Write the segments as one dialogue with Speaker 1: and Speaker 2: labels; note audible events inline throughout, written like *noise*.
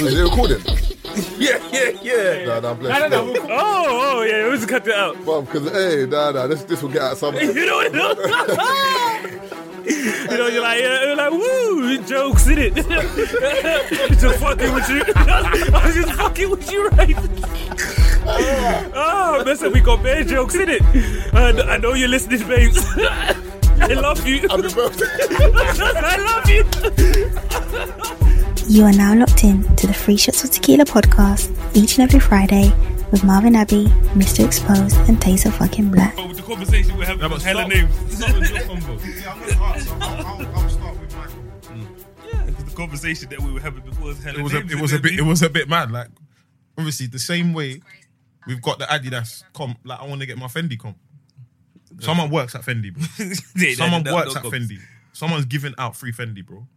Speaker 1: Was it recording?
Speaker 2: *laughs* Yeah, yeah, yeah.
Speaker 1: Nah, nah,
Speaker 3: No, no,
Speaker 1: bless.
Speaker 3: no.
Speaker 1: No,
Speaker 3: we'll-
Speaker 2: Oh, oh, yeah. We just cut that out.
Speaker 1: Bro, because, hey, nah, nah, this, this will get out
Speaker 2: *laughs*
Speaker 1: some.
Speaker 2: You know what? you know, you're like, yeah, you're like, woo, jokes in it. *laughs* just fucking with you. I was just fucking with you, right? oh, listen, we got bad jokes in it. And I know you're listening, babes. *laughs* I love you.
Speaker 1: Happy birthday.
Speaker 2: *laughs* I love you.
Speaker 4: You are now locked in to the Free Shots of Tequila podcast each and every Friday with Marvin Abbey, Mr. Exposed, and Taser Fucking Black.
Speaker 2: With the conversation we're having,
Speaker 3: No, but stop. Stop with your combo.
Speaker 5: Yeah, I'm gonna ask. so I'll, I'll, I'll start with Michael.
Speaker 2: *laughs* The conversation that we were having before was hella
Speaker 3: It was a, it was a
Speaker 2: *laughs*
Speaker 3: bit it was a bit mad. Like obviously the same way we've got the Adidas comp. Like I want to get my Fendi comp. Someone works at Fendi,
Speaker 2: *laughs*
Speaker 3: bro. Someone works at Fendi. Someone's giving out free Fendi, bro.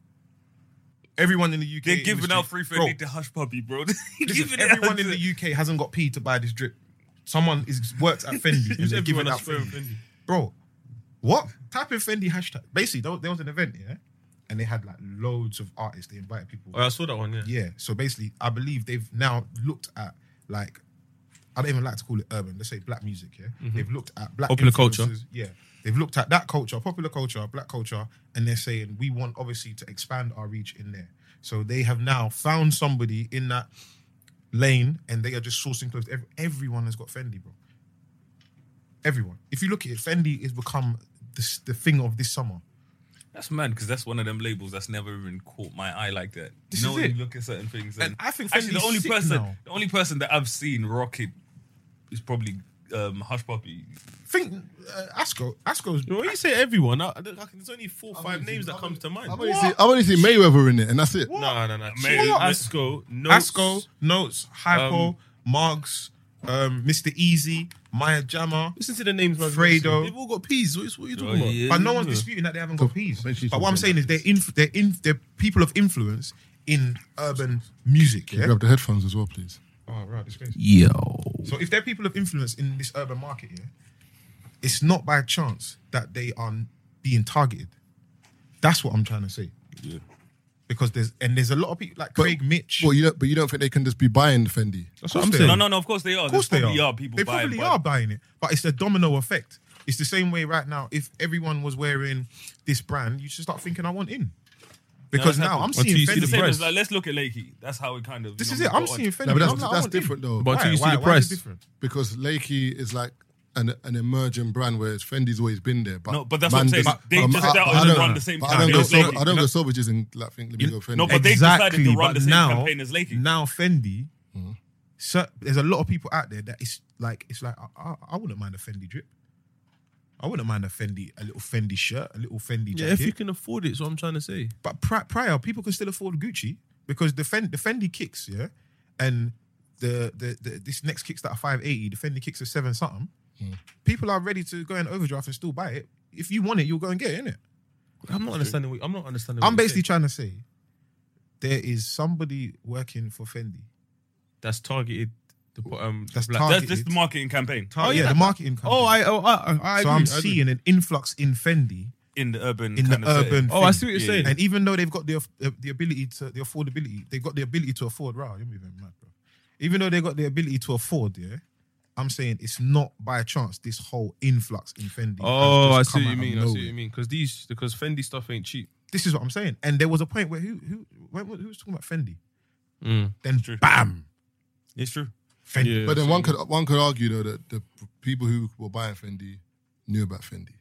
Speaker 3: Everyone in the UK
Speaker 2: They're
Speaker 3: industry-
Speaker 2: giving out free
Speaker 3: Bro,
Speaker 2: Fendi to *laughs* Hush Puppy, bro.
Speaker 3: Listen, everyone in the UK hasn't got paid to buy this drip. Someone is
Speaker 2: *laughs*
Speaker 3: works at Fendi and they're giving out Fendi. Bro, what? Type in Fendi hashtag. Basically, there was, there was an event, yeah? And they had like loads of artists. They invited people.
Speaker 6: Oh, I saw that one. Yeah.
Speaker 3: yeah. So basically, I believe they've now looked at like, I don't even like to call it urban. Let's say black music, yeah? They've looked at black
Speaker 6: Mm-hmm. Popular culture.
Speaker 3: influences, Yeah. They've looked at that culture, popular culture, black culture, and they're saying we want obviously to expand our reach in there. So they have now found somebody in that lane and they are just sourcing clothes. Ev- Everyone has got Fendi, bro. Everyone. If you look at it, Fendi has become this, the thing of this summer.
Speaker 2: That's mad because that's one of them labels that's never even caught my eye like that.
Speaker 3: This
Speaker 2: you know
Speaker 3: is
Speaker 2: when
Speaker 3: it.
Speaker 2: you look at certain things,
Speaker 3: And I think
Speaker 2: actually
Speaker 3: Fendi's
Speaker 2: the only
Speaker 3: sick
Speaker 2: person,
Speaker 3: now.
Speaker 2: the only person that I've seen rock it is probably um, Hush Puppy.
Speaker 3: Think uh, Asco, Asco's
Speaker 6: When you say everyone, I, I, don't- I can- there's only four, five names that comes to mind.
Speaker 1: I've only, seen, I've only seen Mayweather in it, and that's it.
Speaker 6: No, no, no.
Speaker 2: Mate,
Speaker 6: Chill. Asco, no.
Speaker 3: Asco, Notes, Hypo,
Speaker 6: Um,
Speaker 3: Marks, um, Mr. Easy, Maya Jama.
Speaker 6: Listen to the names, man.
Speaker 3: Fredo.
Speaker 6: They've all got peas. What, what are you talking
Speaker 2: Oh,
Speaker 6: about?
Speaker 2: yeah.
Speaker 3: But no one's disputing that they haven't got peas.
Speaker 1: Eventually
Speaker 3: But what I'm
Speaker 1: something
Speaker 3: saying is they're inf- they're in they're people of influence in urban music.
Speaker 1: Can you
Speaker 3: Yeah.
Speaker 1: Grab the headphones as well, please.
Speaker 3: Oh right, this place.
Speaker 2: Yo,
Speaker 3: So if they're people of influence in this urban market, yeah, it's not by chance that they are being targeted. That's what I'm trying to say.
Speaker 2: Yeah.
Speaker 3: Because there's and there's a lot of people like Craig Mitch.
Speaker 1: Well, you don't, but you don't think they can just be buying Fendi?
Speaker 3: That's
Speaker 6: what I'm saying.
Speaker 2: no, no, no. Of course they are.
Speaker 3: Of course
Speaker 2: There's
Speaker 3: they
Speaker 2: probably
Speaker 3: are.
Speaker 2: people.
Speaker 3: they
Speaker 2: buying,
Speaker 3: probably
Speaker 2: but
Speaker 3: are buying it, but it's the domino effect. It's the same way right now. If everyone was wearing this brand, you should start thinking I want in. Because
Speaker 6: that's
Speaker 3: now I'm
Speaker 6: happened. Until
Speaker 3: seeing
Speaker 6: you see
Speaker 2: The
Speaker 3: Fendi.
Speaker 6: the
Speaker 2: same
Speaker 6: price.
Speaker 2: as like, let's look at Lakey. That's how it kind of.
Speaker 3: This
Speaker 2: you
Speaker 3: is
Speaker 2: know,
Speaker 3: it. I'm
Speaker 2: got on.
Speaker 3: seeing Fendi.
Speaker 1: No, but that's,
Speaker 3: I'm like, I
Speaker 1: that's
Speaker 3: want in.
Speaker 1: different though.
Speaker 6: But until
Speaker 3: Why?
Speaker 6: you see
Speaker 3: Why? Why
Speaker 6: the
Speaker 3: is
Speaker 6: price.
Speaker 3: it different?
Speaker 1: because Lakey is like an, an emerging brand, whereas Fendi's always been there. But
Speaker 2: No, but that's what I'm saying. They
Speaker 1: but-
Speaker 2: just
Speaker 1: I-
Speaker 2: that
Speaker 1: but
Speaker 2: was
Speaker 1: I don't-
Speaker 2: run the same
Speaker 1: but I
Speaker 2: campaign
Speaker 1: don't go,
Speaker 2: as
Speaker 1: Sol-
Speaker 2: Lakey.
Speaker 1: I don't go Solvages and like think let me go Fendi.
Speaker 2: No, but they
Speaker 3: exactly,
Speaker 2: decided to run
Speaker 3: but
Speaker 2: the same
Speaker 3: now,
Speaker 2: campaign as Lakey.
Speaker 3: Now Fendi, so, there's a lot of people out there that it's like it's like I, I, I wouldn't mind a Fendi drip. I wouldn't mind a Fendi, a little Fendi shirt, a little Fendi
Speaker 6: Yeah,
Speaker 3: jacket.
Speaker 6: if you can afford it, is what I'm trying to say.
Speaker 3: But pri- prior, people can still afford Gucci because the, Fen- the Fendi kicks, yeah, and the, the the this next kicks that are five eighty, the Fendi kicks are seven something.
Speaker 6: Hmm.
Speaker 3: People are ready to go in overdraft and still buy it. If you want it, you'll go and get it. Innit?
Speaker 6: I'm not understanding. What, I'm not understanding. what
Speaker 3: I'm
Speaker 6: you're
Speaker 3: basically
Speaker 6: saying.
Speaker 3: trying to say there is somebody working for Fendi.
Speaker 6: that's targeted. The po- um,
Speaker 3: That's
Speaker 6: black-
Speaker 3: targeted.
Speaker 2: That's just the marketing campaign
Speaker 3: Oh, yeah,
Speaker 6: yeah.
Speaker 3: the marketing company.
Speaker 6: Oh, I, oh, I, I
Speaker 3: so
Speaker 6: agree,
Speaker 3: I'm
Speaker 6: I agree.
Speaker 3: seeing an influx in Fendi
Speaker 2: in the urban.
Speaker 3: in the
Speaker 2: kind of setting.
Speaker 3: urban.
Speaker 6: Oh, I
Speaker 3: thing.
Speaker 6: see what you're
Speaker 2: Yeah,
Speaker 6: saying.
Speaker 3: And even though they've got the uh, the ability to the affordability, they've got the ability to afford. Wow, you're moving mad, bro. Even though they've got the ability to afford, yeah, I'm saying it's not by chance this whole influx in Fendi.
Speaker 6: Oh,
Speaker 3: has
Speaker 6: I
Speaker 3: just
Speaker 6: see
Speaker 3: come
Speaker 6: what you
Speaker 3: out of
Speaker 6: mean. I see what
Speaker 3: nowhere.
Speaker 6: you mean. Because these, because Fendi stuff ain't cheap.
Speaker 3: This is what I'm saying. And there was a point where who who when, who was talking about Fendi?
Speaker 6: Mm.
Speaker 3: Then
Speaker 2: True.
Speaker 3: bam,
Speaker 2: It's true.
Speaker 3: Fendi.
Speaker 6: Yeah,
Speaker 1: But then
Speaker 6: so-
Speaker 1: one could one could argue though that the p- people who were buying Fendi knew about Fendi.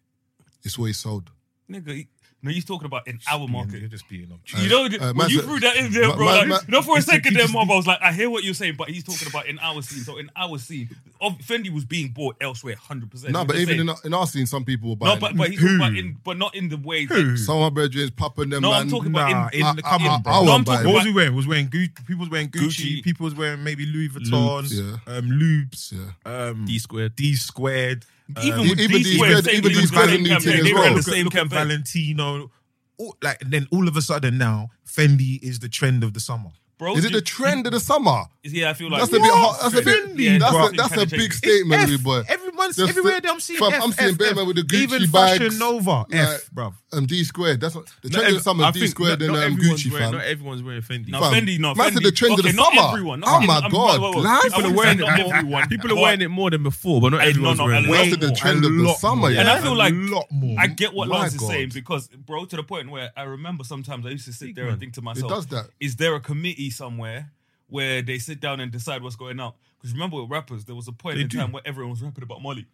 Speaker 1: It's always sold.
Speaker 2: Nigga, he- no, he're talking about an hour market.
Speaker 3: You're just being up.
Speaker 2: You know,
Speaker 1: uh,
Speaker 2: when you
Speaker 1: Mazda-
Speaker 2: threw that in there,
Speaker 1: Ma-
Speaker 2: bro.
Speaker 1: Ma-
Speaker 2: like,
Speaker 1: Ma-
Speaker 2: no, for a second there,
Speaker 3: just-
Speaker 2: Marv, I was like, I hear what you're saying, but he's talking about in our scene. So in our scene, ob- Fendi was being bought elsewhere, hundred percent.
Speaker 1: No, but even in our, in our scene, some people were
Speaker 2: no,
Speaker 1: buying.
Speaker 2: but
Speaker 1: it.
Speaker 2: but he's talking about in, but not in the way. That,
Speaker 1: some of my brethren popping them.
Speaker 2: Mm. No, I'm
Speaker 1: man,
Speaker 2: talking about
Speaker 3: Nah,
Speaker 2: in-
Speaker 3: in,
Speaker 1: I-
Speaker 3: the
Speaker 1: I-
Speaker 3: come
Speaker 1: I-
Speaker 3: on, bro.
Speaker 1: I
Speaker 2: No, I'm
Speaker 1: won't buy
Speaker 2: talking
Speaker 3: What
Speaker 1: it.
Speaker 3: was he wearing? Was wearing Gucci. People was wearing Gucci.
Speaker 2: Gucci.
Speaker 3: People was wearing maybe Louis Vuitton.
Speaker 1: Lubes,
Speaker 3: Um, lubes.
Speaker 1: Yeah.
Speaker 3: Um,
Speaker 6: D squared.
Speaker 3: D squared.
Speaker 2: even
Speaker 3: um,
Speaker 2: with
Speaker 1: Uh, even
Speaker 2: these,
Speaker 1: these
Speaker 2: squares,
Speaker 1: guys-
Speaker 2: they
Speaker 1: even
Speaker 2: was
Speaker 1: these
Speaker 2: running
Speaker 1: guys in the
Speaker 2: campaign.
Speaker 1: team
Speaker 2: they
Speaker 1: as
Speaker 2: ran
Speaker 1: well.
Speaker 2: the
Speaker 3: Look at-
Speaker 2: same
Speaker 3: look at
Speaker 2: campaign,
Speaker 3: Valentino. All, like and then all of a sudden now Fendi is the trend of the summer.
Speaker 2: bro.
Speaker 1: Is it the
Speaker 2: you-
Speaker 1: trend of the summer?
Speaker 2: Yeah, I feel like
Speaker 1: That's a bit
Speaker 3: What?
Speaker 1: hot. That's a bit.
Speaker 3: Fendi,
Speaker 1: That's
Speaker 2: bro.
Speaker 1: a, that's a big statement,
Speaker 3: F,
Speaker 1: wee boy.
Speaker 3: Everyone Yes,
Speaker 1: That's
Speaker 3: everywhere
Speaker 1: the-
Speaker 3: that I'm seeing
Speaker 1: fam,
Speaker 3: F,
Speaker 1: I'm seeing
Speaker 3: F,
Speaker 1: bare
Speaker 3: F.
Speaker 1: men with the Gucci
Speaker 3: Even
Speaker 1: bags,
Speaker 3: Fashion Nova, F,
Speaker 1: like-
Speaker 3: bruv.
Speaker 1: Um, D squared. That's what the
Speaker 6: Not
Speaker 1: trend of
Speaker 6: ev-
Speaker 1: the summer.
Speaker 6: I
Speaker 1: is D
Speaker 6: think
Speaker 1: squared
Speaker 6: not-
Speaker 1: and
Speaker 6: not
Speaker 1: um,
Speaker 6: everyone's
Speaker 1: Gucci
Speaker 6: wearing-
Speaker 1: fam.
Speaker 6: Not everyone's wearing Fendi.
Speaker 2: No,
Speaker 1: Fam,
Speaker 2: Fendi, no.
Speaker 1: man said
Speaker 2: Fendi.
Speaker 1: the trend of
Speaker 2: okay,
Speaker 1: the
Speaker 2: not
Speaker 1: summer.
Speaker 2: everyone.
Speaker 1: Oh
Speaker 2: Not
Speaker 1: my
Speaker 2: everyone.
Speaker 1: God,
Speaker 2: Wait, wait, wait.
Speaker 1: lads.
Speaker 6: People are
Speaker 2: I
Speaker 6: wearing it.
Speaker 2: wouldn't say Not everyone.
Speaker 6: People are wearing it more than before, but not
Speaker 2: Hey,
Speaker 6: everyone's
Speaker 2: no, no,
Speaker 6: wearing
Speaker 2: a lot
Speaker 1: That's
Speaker 6: it.
Speaker 1: the, the
Speaker 2: more.
Speaker 1: trend of the
Speaker 3: lot
Speaker 1: summer.
Speaker 3: more.
Speaker 1: yeah.
Speaker 2: And I feel like
Speaker 3: a lot more.
Speaker 2: I get what
Speaker 1: My
Speaker 2: Lance is
Speaker 1: God.
Speaker 2: saying because, bro, to the point where I remember sometimes I used to sit there and think to
Speaker 1: it
Speaker 2: myself,
Speaker 1: does that.
Speaker 2: is there a committee somewhere where they sit down and decide what's going on? Because remember with rappers, there was a point
Speaker 6: They
Speaker 2: in
Speaker 6: do.
Speaker 2: time where everyone was rapping about Molly.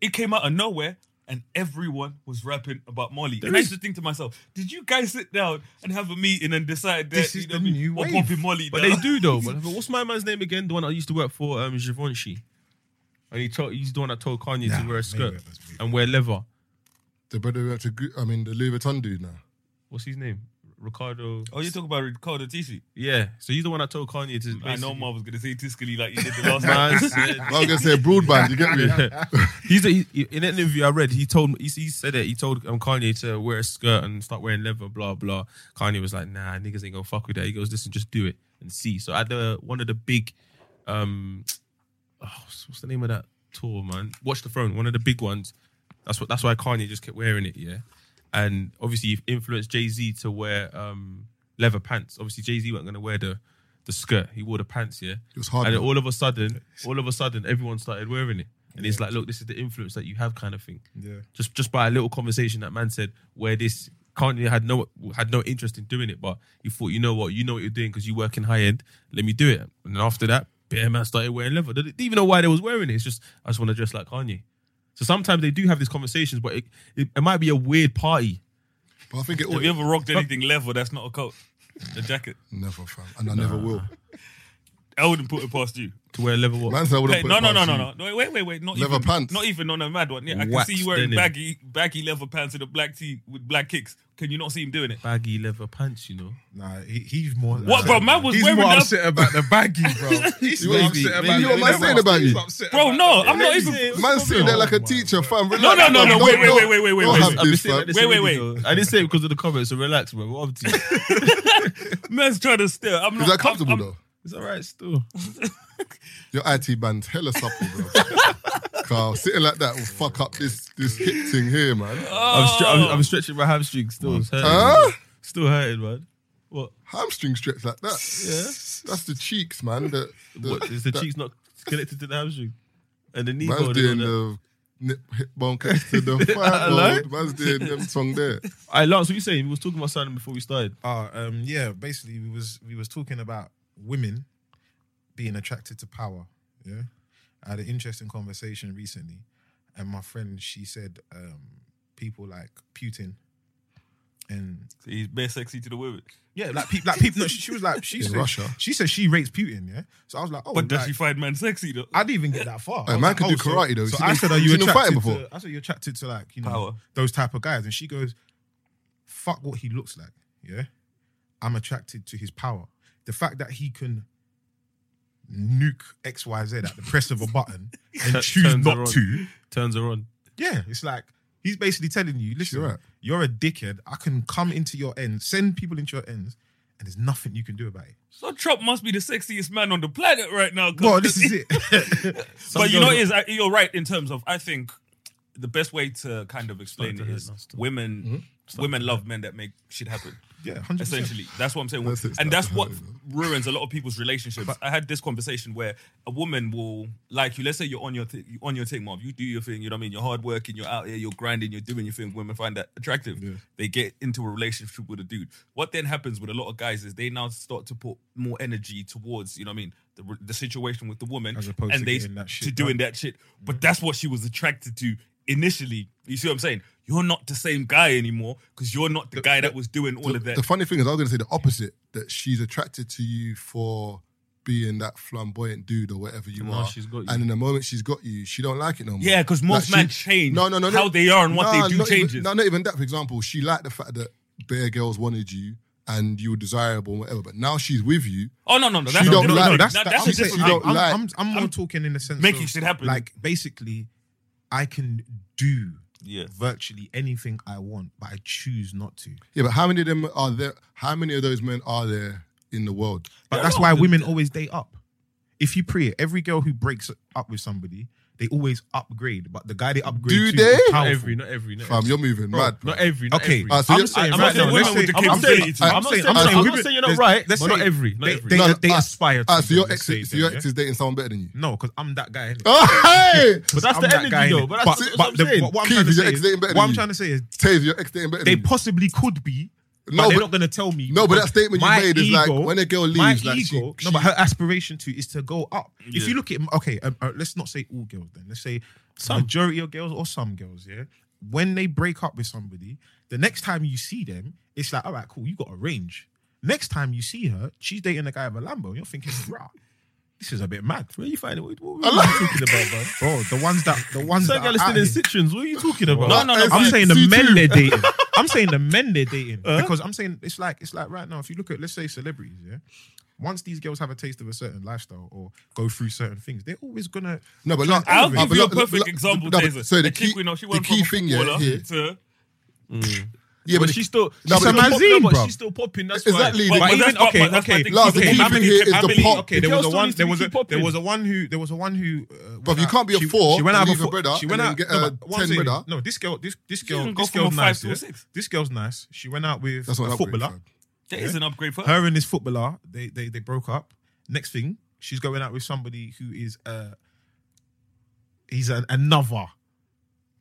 Speaker 2: It came out of nowhere and everyone was rapping about Molly. and I used to think to myself, did you guys sit down and have a meeting and decide that
Speaker 3: This is
Speaker 2: you know,
Speaker 3: the
Speaker 2: what I mean,
Speaker 3: new
Speaker 2: we're
Speaker 3: wave.
Speaker 2: bumping Molly?
Speaker 6: But
Speaker 2: now?
Speaker 6: they do though. But what's my man's name again? The one I used to work for, um, Givenchy. And he told, he's the one that told Kanye
Speaker 3: Nah,
Speaker 6: to wear a skirt
Speaker 3: Mayweather's moving.
Speaker 6: and wear leather.
Speaker 1: The brother went to. Gu- I mean, the Louis Vuitton dude
Speaker 2: *laughs*
Speaker 1: now.
Speaker 6: What's his name? Ricardo.
Speaker 2: Oh, you're talking about Ricardo Tisci.
Speaker 6: Yeah. So he's the one that told Kanye to.
Speaker 2: I know
Speaker 6: basically- *laughs*
Speaker 2: Marv was going to say Tiscali like you did the last
Speaker 6: Man
Speaker 2: time. *laughs*
Speaker 6: said-
Speaker 1: I was gonna say broadband. You get me? *laughs*
Speaker 6: he's a, he, in an interview I read. He told he, he said it. He told um, Kanye to wear a skirt and start wearing leather. Blah blah. Kanye was like, "Nah, niggas ain't gonna fuck with that." He goes, "Listen, just do it and see." So at the one of the big, um, oh, what's the name of that tour, man? Watch the Throne. One of the big ones. That's what. That's why Kanye just kept wearing it. Yeah, and obviously he influenced Jay Z to wear um leather pants. Obviously Jay Z wasn't gonna wear the the skirt. He wore the pants. Yeah,
Speaker 1: It was hard.
Speaker 6: and then
Speaker 1: though.
Speaker 6: all of a sudden, all of a sudden, everyone started wearing it. And it's like, look, this is the influence that you have, kind of thing.
Speaker 3: Yeah.
Speaker 6: Just just by a little conversation that man said, where this Kanye had no had no interest in doing it, but he thought, you know what, you know what you're doing because you work in high end. Let me do it. And then after that, bear man started wearing leather. They didn't even know why they was wearing it. It's just I just want to dress like Kanye. So sometimes they do have these conversations, but it, it, it might be a weird party.
Speaker 1: But I think it all.
Speaker 2: Have you ever rocked anything level that's not a coat? A jacket?
Speaker 1: Never, fam, and I never will.
Speaker 2: I wouldn't put it past you.
Speaker 6: To wear leather what?
Speaker 1: Man said I wouldn't
Speaker 2: Hey,
Speaker 1: put
Speaker 2: no,
Speaker 1: it
Speaker 2: no, no,
Speaker 1: past
Speaker 2: no,
Speaker 1: you.
Speaker 2: no, no. Wait, wait, wait. Not
Speaker 1: Leather
Speaker 2: even,
Speaker 1: pants.
Speaker 2: Not even on a mad one. Yeah, I
Speaker 6: Waxed
Speaker 2: can see you wearing
Speaker 6: denim.
Speaker 2: baggy, baggy leather pants and a black tee with black kicks. Can you not see him doing it?
Speaker 6: Baggy leather pants, you know.
Speaker 3: Nah, he, he's more.
Speaker 2: What, bro? Man was
Speaker 3: he's
Speaker 2: wearing
Speaker 3: more
Speaker 2: that-
Speaker 3: upset about the baggy,
Speaker 6: *laughs*
Speaker 3: bro. he's
Speaker 1: You
Speaker 3: more
Speaker 1: ain't-
Speaker 3: upset
Speaker 1: maybe
Speaker 3: about
Speaker 1: what am I saying about you?
Speaker 2: Bro, no, I'm not even.
Speaker 1: Man sitting there like a
Speaker 3: my
Speaker 1: teacher, fam.
Speaker 2: No, no,
Speaker 1: Relax,
Speaker 2: no,
Speaker 1: fam.
Speaker 2: no. Wait,
Speaker 1: Don't-
Speaker 2: wait,
Speaker 1: don't-
Speaker 2: wait, wait, wait, wait,
Speaker 1: don't
Speaker 2: wait.
Speaker 1: have
Speaker 6: I've been
Speaker 1: this,
Speaker 6: saying
Speaker 1: fam.
Speaker 6: like this
Speaker 2: Wait, wait,
Speaker 6: already,
Speaker 2: wait.
Speaker 6: though. I didn't say it because of the comments, so relax, bro. What up to you?
Speaker 2: Man's trying to stare. I'm not.
Speaker 1: Is that
Speaker 2: I'm-
Speaker 1: comfortable
Speaker 2: I'm-
Speaker 1: though?
Speaker 6: It's all right still.
Speaker 1: Your IT band's hella supple,
Speaker 6: *laughs*
Speaker 1: bro. Carl, sitting like that will fuck up this this hip thing here, man.
Speaker 6: I'm, stre- I'm,
Speaker 2: Oh.
Speaker 6: I'm stretching my hamstring still. It's hurting.
Speaker 1: Huh?
Speaker 6: Still hurting, man. What?
Speaker 1: Hamstring stretch like that.
Speaker 6: Yeah.
Speaker 1: That's the cheeks, man. The, the,
Speaker 6: What? Is the
Speaker 1: that-
Speaker 6: cheeks not connected to the hamstring? And the knee bone
Speaker 1: Man's
Speaker 6: and
Speaker 1: doing
Speaker 6: all that?
Speaker 1: the nip hip bone catch to
Speaker 6: *laughs*
Speaker 1: the
Speaker 6: Hello?
Speaker 1: fire. bro. Man's doing them tongue there.
Speaker 6: All right, Lance, what you saying? We was talking about something before we started.
Speaker 3: Ah, um, yeah. Basically, we was we was talking about women being attracted to power. Yeah, I had an interesting conversation recently, and my friend she said um, people like Putin and
Speaker 2: So he's bare sexy to the women.
Speaker 3: yeah, *laughs* like people like people. No, she, she was like she
Speaker 1: In
Speaker 3: said,
Speaker 1: Russia.
Speaker 3: She said she rates Putin. Yeah, so I was like, oh,
Speaker 2: But does
Speaker 3: like-
Speaker 2: she find man sexy though?
Speaker 3: I didn't even get that far.
Speaker 1: Hey,
Speaker 3: I was oh,
Speaker 1: man could do
Speaker 3: so-
Speaker 1: karate, though.
Speaker 3: So
Speaker 1: Seen
Speaker 3: I
Speaker 1: him-
Speaker 3: said, "Are you
Speaker 1: seen him
Speaker 3: attracted
Speaker 1: fighting
Speaker 3: to?"
Speaker 1: before.
Speaker 3: I said, "You're attracted to like you know
Speaker 2: Power.
Speaker 3: those type of guys." And she goes, "Fuck what he looks like. Yeah, I'm attracted to his power. The fact that he can nuke X Y Z at the press of a
Speaker 6: *laughs*
Speaker 3: button and
Speaker 6: Turns
Speaker 3: choose
Speaker 6: her
Speaker 3: not
Speaker 6: on.
Speaker 3: to.
Speaker 6: Turns her on.
Speaker 3: Yeah, it's like." He's basically telling you, listen,
Speaker 1: right.
Speaker 3: you're a dickhead. I can come into your ends, send people into your ends, and there's nothing you can do about it.
Speaker 2: So Trump must be the sexiest man on the planet right now. 'cause-
Speaker 3: Well, *laughs* this is it.
Speaker 2: but you know, what it is I- you're right in terms of I think the best way to kind of explain
Speaker 6: to
Speaker 2: it
Speaker 6: hurt
Speaker 2: is
Speaker 6: now still.
Speaker 2: women women love men that make shit happen.
Speaker 3: yeah, 100%.
Speaker 2: Essentially, that's what I'm saying,
Speaker 1: That's it, it's
Speaker 2: and
Speaker 1: not
Speaker 2: that's what
Speaker 1: hurting,
Speaker 2: ruins a lot of people's relationships. I had this conversation where a woman will like you. Let's say you're on your th- you on your thing, Marv. You do your thing. You know what I mean. You're hardworking. You're out here. You're grinding. You're doing your thing. Women find that attractive. They get into a relationship with a dude. What then happens with a lot of guys is they now start to put more energy towards you know what I mean the, re- the situation with the woman
Speaker 3: As opposed
Speaker 2: and
Speaker 3: to
Speaker 2: they
Speaker 3: getting that shit
Speaker 2: to
Speaker 3: done.
Speaker 2: doing that shit. But that's what she was attracted to initially. You see what I'm saying? You're not the same guy anymore because you're not the, guy that was doing all of that.
Speaker 1: The funny thing is, I was going to say the opposite that she's attracted to you for being that flamboyant dude or whatever you
Speaker 6: Now
Speaker 1: are.
Speaker 6: Oh, she's got you.
Speaker 1: And in the moment she's got you, she don't like it no more.
Speaker 2: Yeah, 'cause most men change how they are and what they do
Speaker 1: not even-
Speaker 2: changes.
Speaker 1: no, not even that. For example, she liked the fact that bare girls wanted you and you were desirable and whatever. But now she's with you.
Speaker 2: oh no, no, no.
Speaker 1: She
Speaker 2: That's,
Speaker 1: don't
Speaker 2: no, no,
Speaker 1: like-
Speaker 2: no,
Speaker 1: that's
Speaker 2: that-
Speaker 1: the-
Speaker 2: that's a
Speaker 1: I'm saying
Speaker 2: different.
Speaker 1: you don't
Speaker 3: I'm,
Speaker 1: like-
Speaker 3: I'm, I'm more talking in the sense
Speaker 2: Making
Speaker 3: of,
Speaker 2: shit happen.
Speaker 3: Like basically, I can do
Speaker 2: Yeah.
Speaker 3: virtually anything I want, but I choose not to.
Speaker 1: Yeah, but how many of them are there? How many of those men are there in the world?
Speaker 3: But that's why women always date up. If you pray, every girl who breaks up with somebody, they always upgrade, but the guy they upgrade
Speaker 1: Do
Speaker 3: to
Speaker 1: they?
Speaker 3: is
Speaker 6: Not
Speaker 3: powerful.
Speaker 6: every, not every, not
Speaker 1: Fam,
Speaker 6: every.
Speaker 1: you're moving
Speaker 6: Bro,
Speaker 1: mad. Bro.
Speaker 6: Not every. Not
Speaker 3: Okay,
Speaker 6: every.
Speaker 1: Ah, so
Speaker 3: I'm
Speaker 1: you-
Speaker 3: saying right
Speaker 6: I'm not saying
Speaker 3: now,
Speaker 6: women
Speaker 3: let's say-
Speaker 6: with the
Speaker 3: I'm saying-
Speaker 6: capability to-
Speaker 3: I'm
Speaker 6: I'm not
Speaker 3: saying- I'm
Speaker 6: saying- I'm not-
Speaker 3: saying
Speaker 6: I'm not
Speaker 3: women-
Speaker 6: saying you're not
Speaker 3: there's-
Speaker 6: right,
Speaker 3: let's
Speaker 6: but not
Speaker 3: say
Speaker 6: every, not
Speaker 3: they-
Speaker 6: every.
Speaker 3: they-
Speaker 1: No,
Speaker 3: They
Speaker 1: ah,
Speaker 3: aspire.
Speaker 1: Ah,
Speaker 3: to,
Speaker 1: so your
Speaker 3: let's
Speaker 1: ex,
Speaker 3: say
Speaker 1: so
Speaker 3: them,
Speaker 1: your
Speaker 3: yeah?
Speaker 1: ex is dating someone better than you. *laughs*
Speaker 3: No, because I'm that guy. innit?
Speaker 1: Oh, hey!
Speaker 6: But that's
Speaker 3: I'm
Speaker 6: the
Speaker 3: that guy,
Speaker 6: energy, though.
Speaker 3: innit?
Speaker 6: But that's that's what I'm
Speaker 3: the-
Speaker 6: saying.
Speaker 3: What, what I'm
Speaker 1: Keith,
Speaker 3: trying to
Speaker 1: is your
Speaker 3: say
Speaker 1: ex
Speaker 3: is-
Speaker 1: dating better
Speaker 3: what
Speaker 1: than
Speaker 3: I'm
Speaker 1: you?
Speaker 3: trying to say is
Speaker 1: Taves, your ex dating better
Speaker 3: they
Speaker 1: than you.
Speaker 3: possibly could be, but
Speaker 1: No,
Speaker 3: they're
Speaker 1: but-
Speaker 3: not going to tell me.
Speaker 1: No, but
Speaker 3: because
Speaker 1: that statement you
Speaker 3: my
Speaker 1: made is like, when a girl
Speaker 3: my
Speaker 1: leaves, like, she-
Speaker 3: ego,
Speaker 1: she-
Speaker 3: no, but her aspiration to is to go up. If
Speaker 2: Yeah.
Speaker 3: you look at okay, um, uh, let's not say all girls then. Let's say majority of girls or some girls. Yeah, when they break up with somebody, the next time you see them, it's like, all right, cool, you got a range. Next time you see her, she's dating a guy with a Lambo. and You're thinking, *laughs* rah, this is a bit mad.
Speaker 6: Where you finding?
Speaker 1: *laughs*
Speaker 6: What, what, what are you talking about, man?
Speaker 3: Bro, the ones that the ones that
Speaker 6: Some girl
Speaker 3: are
Speaker 6: is
Speaker 3: out
Speaker 6: still in
Speaker 3: here-
Speaker 6: situations. What are you Uh-huh. talking about?
Speaker 2: No, no, no,
Speaker 6: I'm
Speaker 2: but-
Speaker 3: saying
Speaker 6: saying
Speaker 3: the
Speaker 1: See
Speaker 3: men
Speaker 1: through.
Speaker 3: they're dating. I'm saying the men they're dating because I'm saying it's like it's like right now. If you look at let's say celebrities, yeah. Once these girls have a taste of a certain lifestyle or go through certain things, they're always gonna.
Speaker 1: No, but look,
Speaker 2: I'll
Speaker 1: ah,
Speaker 2: give
Speaker 1: but
Speaker 2: you a
Speaker 1: look- look-
Speaker 2: perfect
Speaker 1: look-
Speaker 2: example,
Speaker 1: no, but-
Speaker 2: Taser.
Speaker 1: So the
Speaker 2: A chick
Speaker 1: key,
Speaker 2: we know, she
Speaker 1: the
Speaker 2: went
Speaker 1: key
Speaker 2: from a
Speaker 1: thing, yeah,
Speaker 2: footballer
Speaker 1: here.
Speaker 2: to-
Speaker 1: yeah,
Speaker 6: But
Speaker 1: the-
Speaker 6: she's still.
Speaker 1: No,
Speaker 6: she's
Speaker 1: but
Speaker 6: still
Speaker 1: the-
Speaker 6: pop- no, but
Speaker 1: bruv.
Speaker 6: she's still popping. That's
Speaker 1: Exactly,
Speaker 6: Why.
Speaker 2: But- but
Speaker 6: But,
Speaker 3: even-
Speaker 2: that's my-
Speaker 3: okay,
Speaker 2: that's my
Speaker 3: okay,
Speaker 2: thing.
Speaker 1: Lars, the
Speaker 2: Keep
Speaker 1: key
Speaker 2: it-
Speaker 1: thing here is
Speaker 2: I
Speaker 1: the
Speaker 2: believe-
Speaker 1: pop.
Speaker 3: Okay, there
Speaker 6: girl
Speaker 3: was a
Speaker 6: still
Speaker 3: one.
Speaker 6: needs to
Speaker 3: There was
Speaker 6: keep
Speaker 3: a.
Speaker 6: popping.
Speaker 3: There was a one who. There was a one who. Uh,
Speaker 1: Bruv,
Speaker 3: went
Speaker 1: you
Speaker 3: out-
Speaker 1: can't be a four and leave
Speaker 3: with
Speaker 1: a brother
Speaker 3: She
Speaker 1: and
Speaker 3: went
Speaker 1: then
Speaker 3: out.
Speaker 1: get
Speaker 3: no,
Speaker 1: a
Speaker 3: but what
Speaker 1: 10
Speaker 3: I'm saying
Speaker 1: brother.
Speaker 3: is- No, this girl. This this girl.
Speaker 2: didn't go
Speaker 3: This
Speaker 2: from a
Speaker 3: girl's
Speaker 2: five
Speaker 3: nice.
Speaker 2: to a
Speaker 3: yeah?
Speaker 2: six.
Speaker 3: This girl's nice. She went out with
Speaker 1: That's not
Speaker 3: a
Speaker 1: an upgrade,
Speaker 3: footballer.
Speaker 1: fam.
Speaker 2: That is an upgrade for her.
Speaker 3: her and this footballer, they they they broke up. Next thing, she's going out with somebody who is uh he's an, another.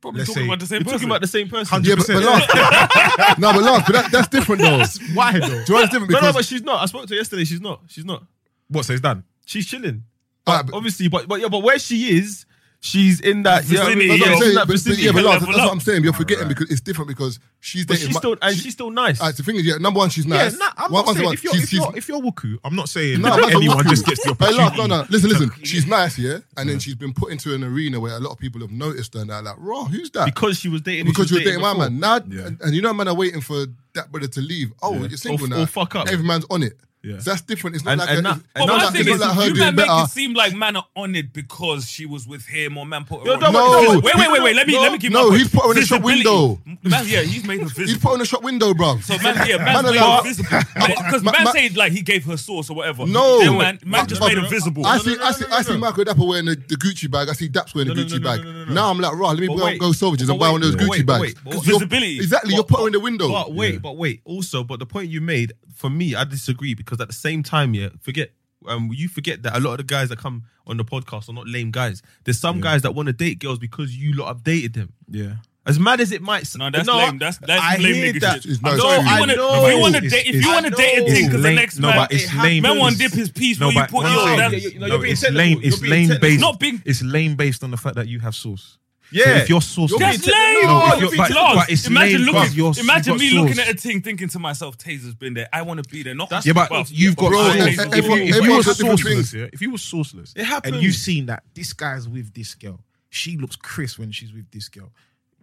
Speaker 2: Probably
Speaker 3: let's
Speaker 2: talking
Speaker 3: say-
Speaker 2: about the same
Speaker 6: you're talking
Speaker 2: person.
Speaker 6: about the same person.
Speaker 1: Yeah, but, but
Speaker 3: 100%.
Speaker 1: last, no, but last, but that, that's different though.
Speaker 3: Why though?
Speaker 1: Do you understand? me?
Speaker 6: No,
Speaker 1: Because
Speaker 6: no, but she's not. I spoke to her yesterday. She's not. She's not.
Speaker 3: What so it's done?
Speaker 6: She's chilling.
Speaker 1: Ah, but-
Speaker 6: Obviously, but but yeah, but where she is, she's in that. Yeah,
Speaker 2: Vicinity,
Speaker 1: that's what I'm
Speaker 2: Yeah,
Speaker 1: saying.
Speaker 6: in that
Speaker 1: But- but-
Speaker 6: vicinity.
Speaker 1: yeah, but last,
Speaker 2: Level
Speaker 1: that's what
Speaker 2: up.
Speaker 1: I'm saying. You're forgetting because it's different because she's
Speaker 6: But
Speaker 1: dating.
Speaker 6: she's
Speaker 1: my-
Speaker 6: still and
Speaker 1: she-
Speaker 6: she's still nice.
Speaker 1: Alright, the thing is, yeah, number one, she's nice.
Speaker 3: Yeah, nah, I'm
Speaker 1: One-
Speaker 3: not
Speaker 1: one-
Speaker 3: saying
Speaker 1: one-
Speaker 3: if you're
Speaker 1: she's-
Speaker 3: if
Speaker 1: she's-
Speaker 3: you're if you're Wuku, I'm not saying
Speaker 1: No, that's a
Speaker 3: anyone
Speaker 1: walkthrough.
Speaker 3: just gets the
Speaker 1: Hey,
Speaker 3: opportunity.
Speaker 1: laugh, no, no. Listen, listen. She's nice, yeah, and then she's been put into an arena where a lot of people have noticed her, and they're like, "Raw, who's that?"
Speaker 6: because she was dating.
Speaker 1: Because
Speaker 6: she
Speaker 1: you're
Speaker 6: was
Speaker 1: dating my
Speaker 6: before.
Speaker 1: man now,
Speaker 3: Yeah.
Speaker 1: and, and you know, man, are waiting for that brother to leave. Oh,
Speaker 6: Yeah.
Speaker 1: you're single
Speaker 6: Or-
Speaker 1: now.
Speaker 6: or fuck up.
Speaker 1: Every man's on it.
Speaker 6: Yeah.
Speaker 1: So that's different. It's not
Speaker 6: And-
Speaker 1: like
Speaker 6: and
Speaker 1: a,
Speaker 6: that-
Speaker 1: it's,
Speaker 2: But
Speaker 6: and
Speaker 1: not
Speaker 6: that's
Speaker 2: my
Speaker 1: like,
Speaker 6: the
Speaker 2: thing
Speaker 1: it's
Speaker 2: is,
Speaker 1: not like her
Speaker 2: you
Speaker 1: doing
Speaker 2: man make
Speaker 1: better.
Speaker 2: it seem like man are on it because she was with him or man put her
Speaker 6: Yo,
Speaker 2: on.
Speaker 6: no,
Speaker 1: no,
Speaker 2: wait, wait, wait, wait. Let me
Speaker 6: no,
Speaker 2: let me keep.
Speaker 1: no,
Speaker 2: my
Speaker 1: he's
Speaker 2: point.
Speaker 1: put her in the shop
Speaker 2: Visibility.
Speaker 1: window.
Speaker 2: Man, yeah, he's made her
Speaker 1: He's
Speaker 2: visible.
Speaker 1: put on a shop window, bruv.
Speaker 2: So man, yeah,
Speaker 1: Man
Speaker 2: man's made her
Speaker 1: allowed-
Speaker 2: visible. Because
Speaker 1: Ma-
Speaker 2: man,
Speaker 1: ma-
Speaker 2: said like he gave her sauce or whatever.
Speaker 1: No.
Speaker 2: Then man, man just
Speaker 1: Ma-
Speaker 2: made her
Speaker 1: ma-
Speaker 2: visible.
Speaker 1: I
Speaker 6: no,
Speaker 1: see,
Speaker 6: no,
Speaker 1: I
Speaker 6: no,
Speaker 1: see,
Speaker 6: no,
Speaker 1: I
Speaker 6: no,
Speaker 1: see
Speaker 6: no.
Speaker 1: Michael Dapper wearing the, the Gucci bag. I see Daps wearing the
Speaker 6: No, no,
Speaker 1: Gucci
Speaker 6: no, no,
Speaker 1: bag.
Speaker 6: no, no, no, no.
Speaker 1: Now I'm like, rah, let me
Speaker 6: But
Speaker 1: go,
Speaker 6: wait,
Speaker 1: go Savages and
Speaker 6: but
Speaker 1: buy one of those Gucci
Speaker 6: wait, wait,
Speaker 1: bags.
Speaker 6: wait, but
Speaker 1: You're-
Speaker 2: visibility.
Speaker 1: Exactly, you're put her in the window.
Speaker 6: But wait, but wait. Also, but the point you made for me, I disagree because at the same time, yeah, forget um, you forget that a lot of the guys that come on the podcast are not lame guys. There's some guys that want to date girls because you lot have dated them.
Speaker 3: Yeah.
Speaker 6: As mad as it might, s-
Speaker 2: No, that's lame. That's- that's
Speaker 6: I
Speaker 2: lame
Speaker 6: hear
Speaker 2: nigga
Speaker 6: that.
Speaker 2: shit.
Speaker 1: No,
Speaker 6: No,
Speaker 1: it's
Speaker 2: So
Speaker 1: not
Speaker 2: if you
Speaker 1: lame.
Speaker 6: I
Speaker 2: wanna-
Speaker 6: know.
Speaker 2: if you want to
Speaker 3: it's-
Speaker 2: date, if
Speaker 3: it's-
Speaker 2: you want to date a thing, because the
Speaker 3: lame.
Speaker 2: next
Speaker 3: No,
Speaker 2: man,
Speaker 3: but it's
Speaker 2: it
Speaker 3: lame.
Speaker 2: man want to dip
Speaker 3: It's-
Speaker 2: his piece
Speaker 3: No,
Speaker 2: where you
Speaker 3: but
Speaker 2: put
Speaker 3: no,
Speaker 2: yours.
Speaker 3: no,
Speaker 2: That's-
Speaker 6: yeah, yeah, no,
Speaker 3: No,
Speaker 6: you're being
Speaker 3: it's
Speaker 6: technical.
Speaker 3: lame.
Speaker 6: You're
Speaker 3: It's
Speaker 6: being
Speaker 3: lame
Speaker 6: technical.
Speaker 3: based.
Speaker 2: Not being-
Speaker 3: It's lame based on the fact that you have sauce. So
Speaker 6: Yeah.
Speaker 3: if you're sauce,
Speaker 6: You're
Speaker 2: That's
Speaker 6: being
Speaker 2: lame.
Speaker 6: technical.
Speaker 1: No,
Speaker 2: No,
Speaker 1: if
Speaker 2: you're
Speaker 1: you're-
Speaker 2: being
Speaker 1: but-
Speaker 2: class.
Speaker 3: but it's
Speaker 2: imagine
Speaker 3: lame,
Speaker 2: looking,
Speaker 3: but you're-
Speaker 2: imagine
Speaker 3: you've
Speaker 2: me
Speaker 3: got
Speaker 2: looking
Speaker 3: sauce.
Speaker 2: at a thing, thinking to myself, "Taser's been there. I want to be there." Not
Speaker 3: yeah, but
Speaker 2: Bruv,
Speaker 3: you've got
Speaker 2: bro,
Speaker 3: sauce.
Speaker 2: if-
Speaker 3: If,
Speaker 2: if you-
Speaker 3: you- if
Speaker 1: if
Speaker 3: you
Speaker 1: you
Speaker 3: were
Speaker 1: look at different
Speaker 3: sauceless,
Speaker 1: things-
Speaker 3: yeah, if you were sauceless,
Speaker 6: It happens.
Speaker 3: and you've seen that this guy's with this girl, she looks crisp when she's with this girl.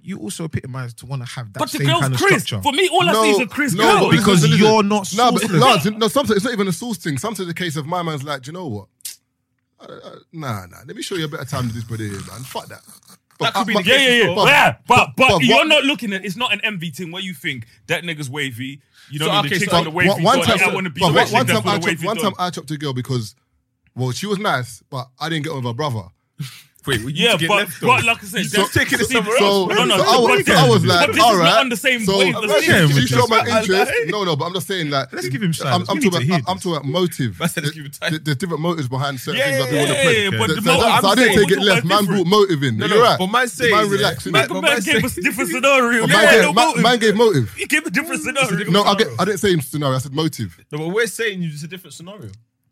Speaker 3: You also epitomize to want to have that
Speaker 2: but the
Speaker 3: same
Speaker 2: girl's
Speaker 3: kind of
Speaker 2: Chris.
Speaker 3: structure.
Speaker 2: For me, all I see is a Chris
Speaker 1: no,
Speaker 2: girl.
Speaker 1: but listen,
Speaker 3: Because
Speaker 1: listen,
Speaker 3: you're
Speaker 1: listen.
Speaker 3: not
Speaker 1: No, but
Speaker 3: sauceless.
Speaker 1: Lance, no, sometimes it's not even a sauce thing. Sometimes the case of my man's like, do you know what? Uh, uh, nah, nah. Let me show you a better time than this brother here, man. Fuck that. But,
Speaker 6: could
Speaker 1: uh,
Speaker 6: be
Speaker 1: but-
Speaker 6: the
Speaker 2: Yeah, yeah, yeah.
Speaker 1: but-
Speaker 2: yeah. But but,
Speaker 1: but what-
Speaker 2: you're not looking at. It's not an envy thing where you think that nigga's wavy. You know,
Speaker 6: So,
Speaker 2: what I mean?
Speaker 6: okay,
Speaker 2: the chick
Speaker 6: so-
Speaker 2: on the wavy.
Speaker 1: One- one
Speaker 2: dot,
Speaker 1: time,
Speaker 2: I want to be
Speaker 1: but
Speaker 2: the
Speaker 1: one,
Speaker 2: chick
Speaker 1: one
Speaker 2: that's
Speaker 1: time,
Speaker 2: on
Speaker 1: I
Speaker 2: the
Speaker 1: chopped,
Speaker 2: wavy.
Speaker 1: one
Speaker 2: dot.
Speaker 1: time I chopped a girl because, well, she was nice, but I didn't get with her brother.
Speaker 6: Wait, well, you
Speaker 2: Yeah,
Speaker 6: to get
Speaker 2: but,
Speaker 6: left, though.
Speaker 2: but like I said,
Speaker 6: You're
Speaker 1: *laughs*
Speaker 2: that's-
Speaker 6: taking it
Speaker 2: see,
Speaker 6: somewhere
Speaker 2: so-
Speaker 1: So,
Speaker 2: No, no,
Speaker 1: so
Speaker 2: but-
Speaker 1: I, was,
Speaker 2: but-
Speaker 1: I was like,
Speaker 2: but this
Speaker 1: all
Speaker 2: is
Speaker 1: right.
Speaker 2: not on the same
Speaker 1: so
Speaker 2: wavelength.
Speaker 1: she- she
Speaker 3: Let's
Speaker 1: showed my
Speaker 6: give him
Speaker 1: interest.
Speaker 6: time.
Speaker 1: No, no, but I'm just saying like,
Speaker 3: Let's give him
Speaker 1: I'm, I'm
Speaker 3: silence.
Speaker 1: talking
Speaker 3: We need
Speaker 1: about,
Speaker 3: to hear
Speaker 1: I'm, I'm talking about motive.
Speaker 6: I said let's give him time.
Speaker 1: There- There's different motives behind certain
Speaker 6: Yeah,
Speaker 1: things that they
Speaker 6: yeah,
Speaker 1: want to
Speaker 6: yeah,
Speaker 1: play.
Speaker 6: yeah,
Speaker 1: So-
Speaker 6: but
Speaker 1: so
Speaker 6: the motive-
Speaker 1: I- so I didn't
Speaker 6: I'm
Speaker 1: take
Speaker 6: saying
Speaker 1: it
Speaker 2: motive
Speaker 1: left.
Speaker 2: are
Speaker 1: Man brought
Speaker 2: different.
Speaker 1: motive in.
Speaker 6: No,
Speaker 1: You're
Speaker 6: no,
Speaker 1: right.
Speaker 6: but man says,
Speaker 1: Man
Speaker 6: yeah.
Speaker 1: relaxed. innit?
Speaker 6: Man-
Speaker 2: But
Speaker 6: But
Speaker 2: man
Speaker 6: say-
Speaker 2: gave us different scenario.
Speaker 1: But
Speaker 2: Yeah,
Speaker 1: man
Speaker 2: no
Speaker 1: gave- man-
Speaker 2: motive.
Speaker 1: Man gave motive.
Speaker 2: He gave a different scenario.
Speaker 1: No, I, get, I didn't say scenario. I said motive.
Speaker 6: No, but we're saying it's a different scenario.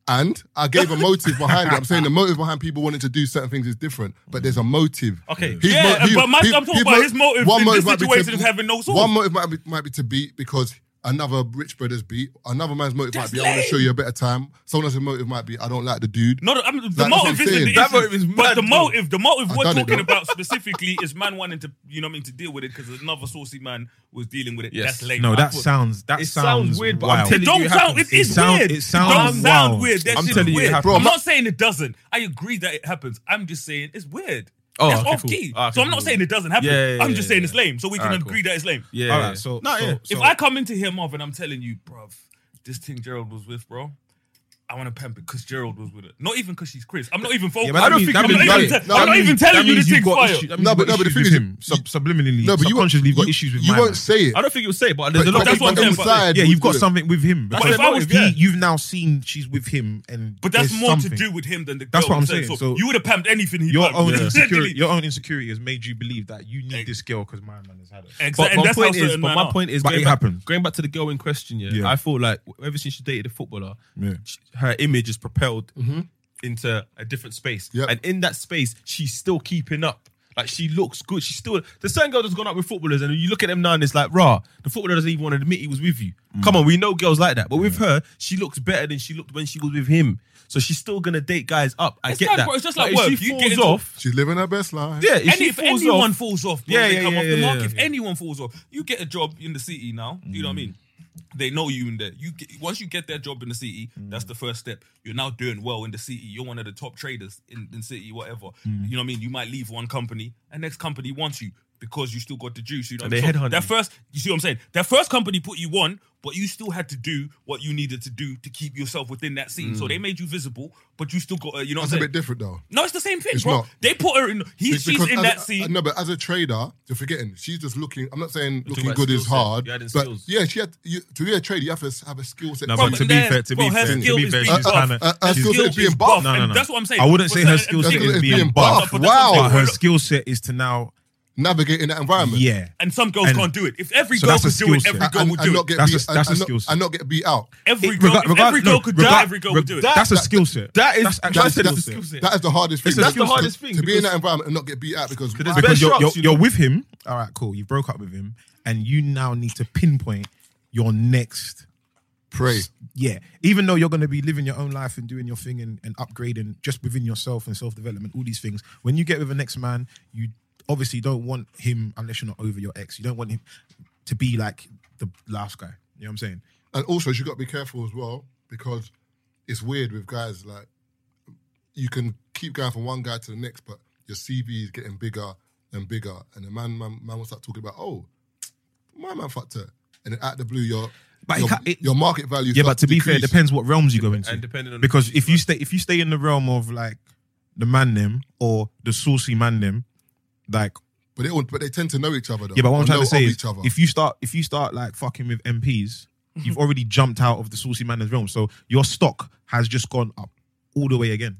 Speaker 1: And I gave a motive behind it. I'm saying the motive behind people wanting to do certain things is different, but there's a motive.
Speaker 6: Okay.
Speaker 2: Yeah,
Speaker 1: mo-
Speaker 2: but my- I'm talking about his motive in this
Speaker 1: might be
Speaker 2: situation of having no soul.
Speaker 1: One motive might be, might be to beat because another rich brother's beat. Another man's motive
Speaker 2: That's
Speaker 1: might be I want
Speaker 2: lame.
Speaker 1: to show you a better time. Someone else's motive might be I don't like the dude.
Speaker 2: No, no, I mean, the
Speaker 1: Like, that's what I'm
Speaker 2: motive isn't
Speaker 1: saying.
Speaker 2: the
Speaker 1: That
Speaker 2: issue,
Speaker 6: motive is
Speaker 2: but
Speaker 6: mad,
Speaker 2: the
Speaker 6: bro.
Speaker 2: motive, the motive
Speaker 1: I've
Speaker 2: we're
Speaker 1: done it,
Speaker 2: talking
Speaker 1: though.
Speaker 2: about specifically is man wanting to, you know, what I mean, to deal with it because another saucy man was dealing with it.
Speaker 6: Yes.
Speaker 2: That's lame.
Speaker 3: no,
Speaker 2: I
Speaker 3: that
Speaker 2: thought-
Speaker 3: sounds that
Speaker 6: It sounds
Speaker 3: sounds,
Speaker 6: weird, but I'm
Speaker 3: wild.
Speaker 6: telling
Speaker 2: It don't
Speaker 6: it
Speaker 2: sound. It
Speaker 6: happens.
Speaker 2: is
Speaker 3: It sound-
Speaker 2: weird.
Speaker 3: it
Speaker 2: don't
Speaker 3: sounds
Speaker 2: sound
Speaker 3: wild.
Speaker 2: weird. That
Speaker 6: I'm
Speaker 2: shit's
Speaker 6: telling you, it
Speaker 2: weird.
Speaker 6: happens.
Speaker 2: I'm
Speaker 1: Bro,
Speaker 2: not saying it doesn't. I agree that it happens. I'm just saying it's weird.
Speaker 6: Oh,
Speaker 2: That's
Speaker 6: okay,
Speaker 2: off
Speaker 6: cool.
Speaker 2: key.
Speaker 6: Ah, okay,
Speaker 2: so I'm not
Speaker 6: cool.
Speaker 2: saying it doesn't happen.
Speaker 6: Yeah, yeah,
Speaker 2: I'm just
Speaker 6: yeah,
Speaker 2: saying
Speaker 6: yeah.
Speaker 2: it's lame. So we can
Speaker 6: Alright, cool.
Speaker 2: agree that it's lame.
Speaker 6: Yeah.
Speaker 3: All right, so
Speaker 6: No,
Speaker 3: so-
Speaker 6: yeah.
Speaker 3: so-
Speaker 2: if I come into here, Marvin, I'm telling you, bruv, this thing Gerald was with, bro. I want to pimp it because Gerald was with it. Not even because she's Chris. I'm not even focused.
Speaker 6: Yeah, but
Speaker 2: I don't think
Speaker 6: that means-
Speaker 2: I'm,
Speaker 6: that
Speaker 2: not
Speaker 6: means-
Speaker 2: even, te-
Speaker 6: that
Speaker 2: I'm not
Speaker 6: means-
Speaker 2: even
Speaker 6: that
Speaker 2: telling you
Speaker 6: means
Speaker 2: this
Speaker 6: you've
Speaker 2: thing's
Speaker 6: got
Speaker 2: fire.
Speaker 6: issue- that means
Speaker 3: No,
Speaker 6: you've
Speaker 3: but
Speaker 6: got
Speaker 3: no, but the
Speaker 6: issues
Speaker 3: thing is
Speaker 6: with
Speaker 3: him sub- subliminally,
Speaker 1: No, but you won't-
Speaker 3: subconsciously, you've got
Speaker 1: you-
Speaker 3: issues with
Speaker 1: You
Speaker 3: my
Speaker 1: won't
Speaker 3: man.
Speaker 1: say it.
Speaker 6: I don't think you'll say, it, but
Speaker 1: But-
Speaker 6: there's a lot.
Speaker 1: but-
Speaker 6: of
Speaker 2: that's what I'm
Speaker 1: but
Speaker 2: saying, but-
Speaker 1: inside
Speaker 3: Yeah,
Speaker 1: we
Speaker 3: you've
Speaker 1: do
Speaker 3: got
Speaker 1: it.
Speaker 3: something with him.
Speaker 2: That's
Speaker 3: Because
Speaker 2: what I was-
Speaker 3: if he-
Speaker 2: yeah.
Speaker 3: You've now seen she's with him, and
Speaker 2: But that's
Speaker 3: there's
Speaker 2: more
Speaker 3: something.
Speaker 2: to do with him than the girl.
Speaker 3: That's what I'm
Speaker 2: himself. So
Speaker 3: saying, so-
Speaker 2: you would have pimped anything he
Speaker 3: Your
Speaker 2: pimped.
Speaker 3: own
Speaker 2: Yeah. *laughs*
Speaker 3: insecurity,
Speaker 2: Definitely.
Speaker 3: your own insecurity has made you believe that you need this girl because my man has had it.
Speaker 2: Exactly.
Speaker 6: But
Speaker 2: and
Speaker 6: my
Speaker 2: that's how
Speaker 6: point is,
Speaker 2: certain
Speaker 6: but
Speaker 2: men
Speaker 6: my
Speaker 2: are.
Speaker 6: point is,
Speaker 3: But
Speaker 6: going
Speaker 3: it
Speaker 6: back,
Speaker 3: happened.
Speaker 6: Going back to the girl in question, yeah,
Speaker 3: Yeah. Mm.
Speaker 6: I feel like ever since she dated a footballer,
Speaker 3: Yeah.
Speaker 6: sh- her image is propelled into a different space,
Speaker 1: Yep.
Speaker 6: and in that space, she's still keeping up. Like she looks good. She's still the same girl that's gone up with footballers, and you look at them now, and it's like, rah, the footballer doesn't even want to admit he was with you. Come on, we know girls like that, but with her, she looks better than she looked when she was with him. So she's still gonna date guys up. I
Speaker 2: It's
Speaker 6: get
Speaker 2: like,
Speaker 6: that.
Speaker 2: bro, it's just like
Speaker 6: But if
Speaker 2: work.
Speaker 6: She
Speaker 2: You
Speaker 6: falls
Speaker 2: get into-
Speaker 6: off.
Speaker 1: She's living her best life.
Speaker 6: Yeah, if
Speaker 2: Any,
Speaker 6: she
Speaker 2: if
Speaker 6: falls
Speaker 2: anyone
Speaker 6: off,
Speaker 2: falls off, bro,
Speaker 6: Yeah,
Speaker 2: they
Speaker 6: yeah,
Speaker 2: come
Speaker 6: yeah,
Speaker 2: off the
Speaker 6: yeah,
Speaker 2: mark.
Speaker 6: yeah,
Speaker 2: if
Speaker 6: yeah.
Speaker 2: anyone falls off, you get a job in the city now. You know what I mean? They know you in there. You get, once you get that job in the city, that's the first step. You're now doing well in the city. You're one of the top traders in, in city, whatever.
Speaker 6: Mm.
Speaker 2: You know what I mean? You might leave one company, and next company wants you because you still got the juice. You know,
Speaker 6: And
Speaker 2: what I
Speaker 6: they
Speaker 2: mean?
Speaker 6: headhunt
Speaker 2: that
Speaker 6: you.
Speaker 2: first. You see what I'm saying? That first company put you on, but you still had to do what you needed to do to keep yourself within that scene.
Speaker 6: Mm.
Speaker 2: So they made you visible, but you still got. Uh, you know
Speaker 1: That's
Speaker 2: what
Speaker 1: a
Speaker 2: I'm
Speaker 1: bit
Speaker 2: saying?
Speaker 1: different though.
Speaker 2: No, it's the same thing,
Speaker 1: It's
Speaker 2: bro.
Speaker 1: not.
Speaker 2: They put her in. He,
Speaker 1: Be-
Speaker 2: she's in
Speaker 1: as
Speaker 2: that
Speaker 1: a-
Speaker 2: scene.
Speaker 1: No, but as a trader, you're forgetting she's just looking. I'm not saying looking
Speaker 6: about
Speaker 1: good is
Speaker 6: skill set.
Speaker 1: hard,
Speaker 6: You're adding
Speaker 1: but
Speaker 6: skills.
Speaker 1: yeah, she had you, to be a trader. You have to s- have a skill set.
Speaker 3: No,
Speaker 2: Bro,
Speaker 3: but to be
Speaker 2: there's-
Speaker 3: fair, to
Speaker 2: bro,
Speaker 3: be
Speaker 2: her
Speaker 3: fair, to
Speaker 2: skill
Speaker 3: be
Speaker 2: is
Speaker 3: fair,
Speaker 2: being
Speaker 3: she's
Speaker 2: buff.
Speaker 3: kind of
Speaker 1: Uh, uh,
Speaker 2: Her
Speaker 1: skill
Speaker 2: skill
Speaker 1: set being
Speaker 2: is
Speaker 1: buff.
Speaker 2: buff,
Speaker 3: No, no,
Speaker 2: and
Speaker 3: no.
Speaker 2: That's what I'm saying.
Speaker 3: I wouldn't say her
Speaker 2: And-
Speaker 3: skill
Speaker 2: and
Speaker 3: set
Speaker 1: particular
Speaker 3: is
Speaker 1: is
Speaker 3: being
Speaker 1: being
Speaker 3: buff.
Speaker 1: buff.
Speaker 2: but that's what
Speaker 1: Wow.
Speaker 2: I'm saying.
Speaker 3: But her
Speaker 2: Look,
Speaker 3: skill set is to now,
Speaker 1: Navigating that environment.
Speaker 3: yeah.
Speaker 2: And some girls
Speaker 3: and-
Speaker 2: can't do it. If every
Speaker 3: So
Speaker 2: girl
Speaker 3: that's a
Speaker 2: could do it,
Speaker 3: skill
Speaker 2: every
Speaker 3: set.
Speaker 2: girl
Speaker 1: and,
Speaker 2: would
Speaker 1: and
Speaker 2: do
Speaker 1: not
Speaker 2: it.
Speaker 1: get
Speaker 3: That's
Speaker 1: beat,
Speaker 3: a- that's
Speaker 1: and,
Speaker 3: a
Speaker 1: not-
Speaker 3: skill set.
Speaker 1: and not get beat out.
Speaker 2: Every
Speaker 3: It-
Speaker 2: girl,
Speaker 3: regard-
Speaker 2: if every
Speaker 3: regard-
Speaker 2: girl
Speaker 3: no,
Speaker 2: could
Speaker 3: regard-
Speaker 2: die. Every girl would do it.
Speaker 6: that-
Speaker 3: That's a
Speaker 1: that-
Speaker 3: skill set.
Speaker 6: that is-
Speaker 3: that's
Speaker 6: that's
Speaker 3: actually
Speaker 6: the-
Speaker 3: a
Speaker 1: that's,
Speaker 6: skill set.
Speaker 1: that is the hardest thing.
Speaker 6: It's a
Speaker 1: That's
Speaker 6: skill set.
Speaker 1: hardest
Speaker 6: Because-
Speaker 1: to be in that environment and not get beat out because
Speaker 6: there's
Speaker 1: wow,
Speaker 6: better
Speaker 3: because you're,
Speaker 6: shots, you
Speaker 3: you're,
Speaker 6: know.
Speaker 3: you're with him. All right, cool. You broke up with him, and you now need to pinpoint your next.
Speaker 1: pray.
Speaker 3: Yeah, even though you're going to be living your own life and doing your thing and, and upgrading just within yourself and self development, all these things. When you get with the next man, you obviously don't want him unless you're not over your ex. You don't want him to be like the last guy. You know what I'm saying?
Speaker 1: And also, you got to be careful as well because it's weird with guys. Like, you can keep going from one guy to the next, but your CV is getting bigger and bigger. And the man, man, man will start talking about, oh, my man fucked her. And then out the blue, your
Speaker 3: But it
Speaker 1: your,
Speaker 3: can't- it-
Speaker 1: your market value.
Speaker 3: Yeah, but to be fair, it
Speaker 1: decrease.
Speaker 3: depends what realms you go into.
Speaker 6: And depending on-
Speaker 3: because if you stay if you stay in the realm of like the man them or the saucy man them, like
Speaker 1: But they all, but they tend to know each other. Though,
Speaker 3: yeah. But what
Speaker 1: or
Speaker 3: I'm trying
Speaker 1: know
Speaker 3: to say
Speaker 1: of
Speaker 3: is,
Speaker 1: each other.
Speaker 3: if you start if you start like fucking
Speaker 2: *laughs*
Speaker 3: with MPs, you've already jumped out of the saucy man realm. So your stock has just gone up all the way again.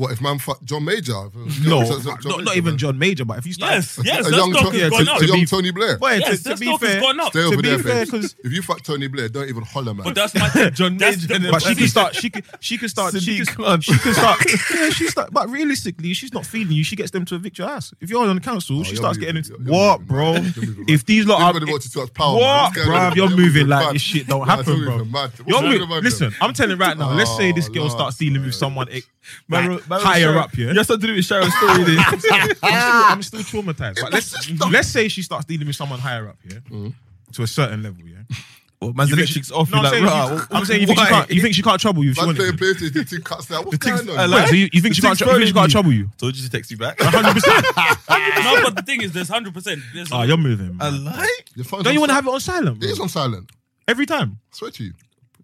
Speaker 1: what if man fucked John Major?
Speaker 3: No,
Speaker 1: *laughs* So- so-
Speaker 3: not,
Speaker 1: John
Speaker 3: not
Speaker 1: Major,
Speaker 3: even
Speaker 1: man.
Speaker 3: John Major, but if you start
Speaker 2: Yes, yes,
Speaker 1: A
Speaker 2: that
Speaker 1: young,
Speaker 2: stock
Speaker 1: Tony-
Speaker 2: has
Speaker 1: yeah,
Speaker 2: gone
Speaker 1: to,
Speaker 2: up.
Speaker 1: a
Speaker 3: To
Speaker 1: young
Speaker 3: be-
Speaker 1: Tony Blair.
Speaker 3: Boy,
Speaker 2: Yes,
Speaker 3: to, to
Speaker 2: that
Speaker 3: be
Speaker 2: stock has
Speaker 3: fair,
Speaker 2: gone up.
Speaker 1: Stay over
Speaker 3: to be
Speaker 1: there,
Speaker 3: fair,
Speaker 1: babes.
Speaker 3: 'cause-
Speaker 1: If you fuck Tony Blair, don't even holler, man.
Speaker 2: But that's
Speaker 3: *laughs*
Speaker 2: my thing.
Speaker 6: John
Speaker 2: That's
Speaker 6: Major
Speaker 2: the-
Speaker 6: and
Speaker 3: but she
Speaker 6: Sadiq.
Speaker 3: can start. She can. She can start. She can,
Speaker 6: Sadiq Khan.
Speaker 3: she
Speaker 1: *laughs*
Speaker 3: can start. Yeah, she start. But realistically, she's not feeding you. She gets them to evict your ass. If you're on the council,
Speaker 1: Oh,
Speaker 3: she
Speaker 1: you're
Speaker 3: starts
Speaker 1: moving,
Speaker 3: getting into
Speaker 1: you're- you're
Speaker 3: what,
Speaker 1: moving,
Speaker 3: bro.
Speaker 1: man. You're moving,
Speaker 3: If these lot
Speaker 1: Everybody
Speaker 3: are
Speaker 1: wants to touch power.
Speaker 3: Um, what, bruv? You're moving like this shit don't happen, bro. You're mo- listen, I'm telling you right now. let's say this girl
Speaker 1: Oh,
Speaker 3: starts dealing with someone eh, like,
Speaker 6: Maro- Maro-
Speaker 3: higher
Speaker 6: Sharon-
Speaker 3: up, yeah. *laughs*
Speaker 6: You have something to do with Sharon's story. then.
Speaker 3: I'm, still, I'm still traumatized. But let's let's say she starts dealing with someone higher up, yeah, to a certain level, yeah.
Speaker 6: Well, man's
Speaker 3: You think
Speaker 6: electrics
Speaker 3: she-
Speaker 6: off.
Speaker 3: No, I'm
Speaker 6: you like,
Speaker 3: saying,
Speaker 6: rah,
Speaker 3: you,
Speaker 6: wh-
Speaker 3: I'm saying you think she
Speaker 6: why?
Speaker 3: can't. *laughs* You think she can't trouble you if she
Speaker 1: Man
Speaker 3: wanted
Speaker 1: playing
Speaker 3: to.
Speaker 1: PlayStation, the thing cuts out. What's going
Speaker 6: I
Speaker 1: on?
Speaker 6: like-
Speaker 3: Wait, so you, you think
Speaker 6: The
Speaker 3: she can't?
Speaker 6: thing's
Speaker 3: You think she can't
Speaker 6: phoning
Speaker 3: trouble you?
Speaker 6: Told you to text you back.
Speaker 3: Hundred *laughs* percent.
Speaker 2: no, but the thing is, there's hundred percent. There's
Speaker 3: Ah, you're moving.
Speaker 6: A
Speaker 3: Man.
Speaker 6: lie?
Speaker 1: Your phone's
Speaker 3: Don't you
Speaker 1: on
Speaker 3: want to
Speaker 1: si-
Speaker 3: have it on silent?
Speaker 1: It is
Speaker 3: Bro?
Speaker 1: on silent.
Speaker 3: Every time.
Speaker 1: I swear to you.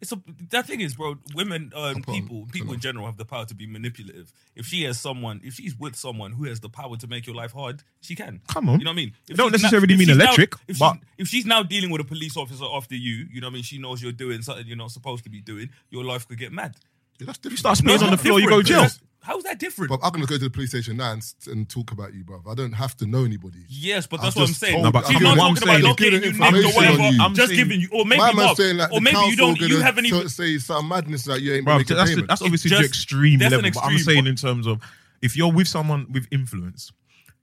Speaker 2: it's a that thing is, bro. Women, um,
Speaker 1: put on-
Speaker 2: people, people in general have the power to be manipulative. If she has someone, if she's with someone who has the power to make your life hard, she can.
Speaker 3: Come on.
Speaker 2: you know what I mean? If
Speaker 3: It don't
Speaker 2: she's na-
Speaker 3: necessarily
Speaker 2: if
Speaker 3: mean
Speaker 2: she's now-
Speaker 3: electric,
Speaker 2: if,
Speaker 3: but-
Speaker 2: she's, if she's now dealing with a police officer after you, you know what I mean? She knows you're doing something you're not supposed to be doing. Your life could get mad.
Speaker 1: Yeah, That's different.
Speaker 3: Start spitting
Speaker 2: No,
Speaker 3: on the
Speaker 2: not
Speaker 3: floor, you go
Speaker 2: different.
Speaker 3: jail.
Speaker 2: That's- How's that different?
Speaker 1: But I'm gonna go to the police station now and, s- and talk about you, bro. I don't have to know anybody.
Speaker 2: Yes, but
Speaker 1: I've
Speaker 2: that's what I'm
Speaker 1: just
Speaker 2: saying.
Speaker 1: told- No, but
Speaker 2: She's
Speaker 1: I'm
Speaker 2: not
Speaker 1: giving-
Speaker 2: talking
Speaker 3: what I'm
Speaker 2: about not
Speaker 3: saying
Speaker 2: getting
Speaker 1: is
Speaker 2: you
Speaker 1: giving
Speaker 2: nicked or
Speaker 1: information on
Speaker 2: whatever.
Speaker 1: you.
Speaker 2: I'm just
Speaker 3: saying-
Speaker 2: giving you, or maybe
Speaker 1: My man's
Speaker 2: not,
Speaker 1: saying like
Speaker 2: or
Speaker 1: the
Speaker 2: maybe you
Speaker 1: council
Speaker 2: don't. You
Speaker 1: gonna
Speaker 2: haven't
Speaker 1: so-
Speaker 2: even.
Speaker 1: say some madness that you ain't
Speaker 3: Bro,
Speaker 1: making
Speaker 3: that's,
Speaker 1: payment.
Speaker 3: that's obviously
Speaker 2: Just-
Speaker 3: the extreme
Speaker 2: that's an
Speaker 3: level. but I'm
Speaker 2: extreme,
Speaker 3: saying
Speaker 2: but-
Speaker 3: in terms of if you're with someone with influence,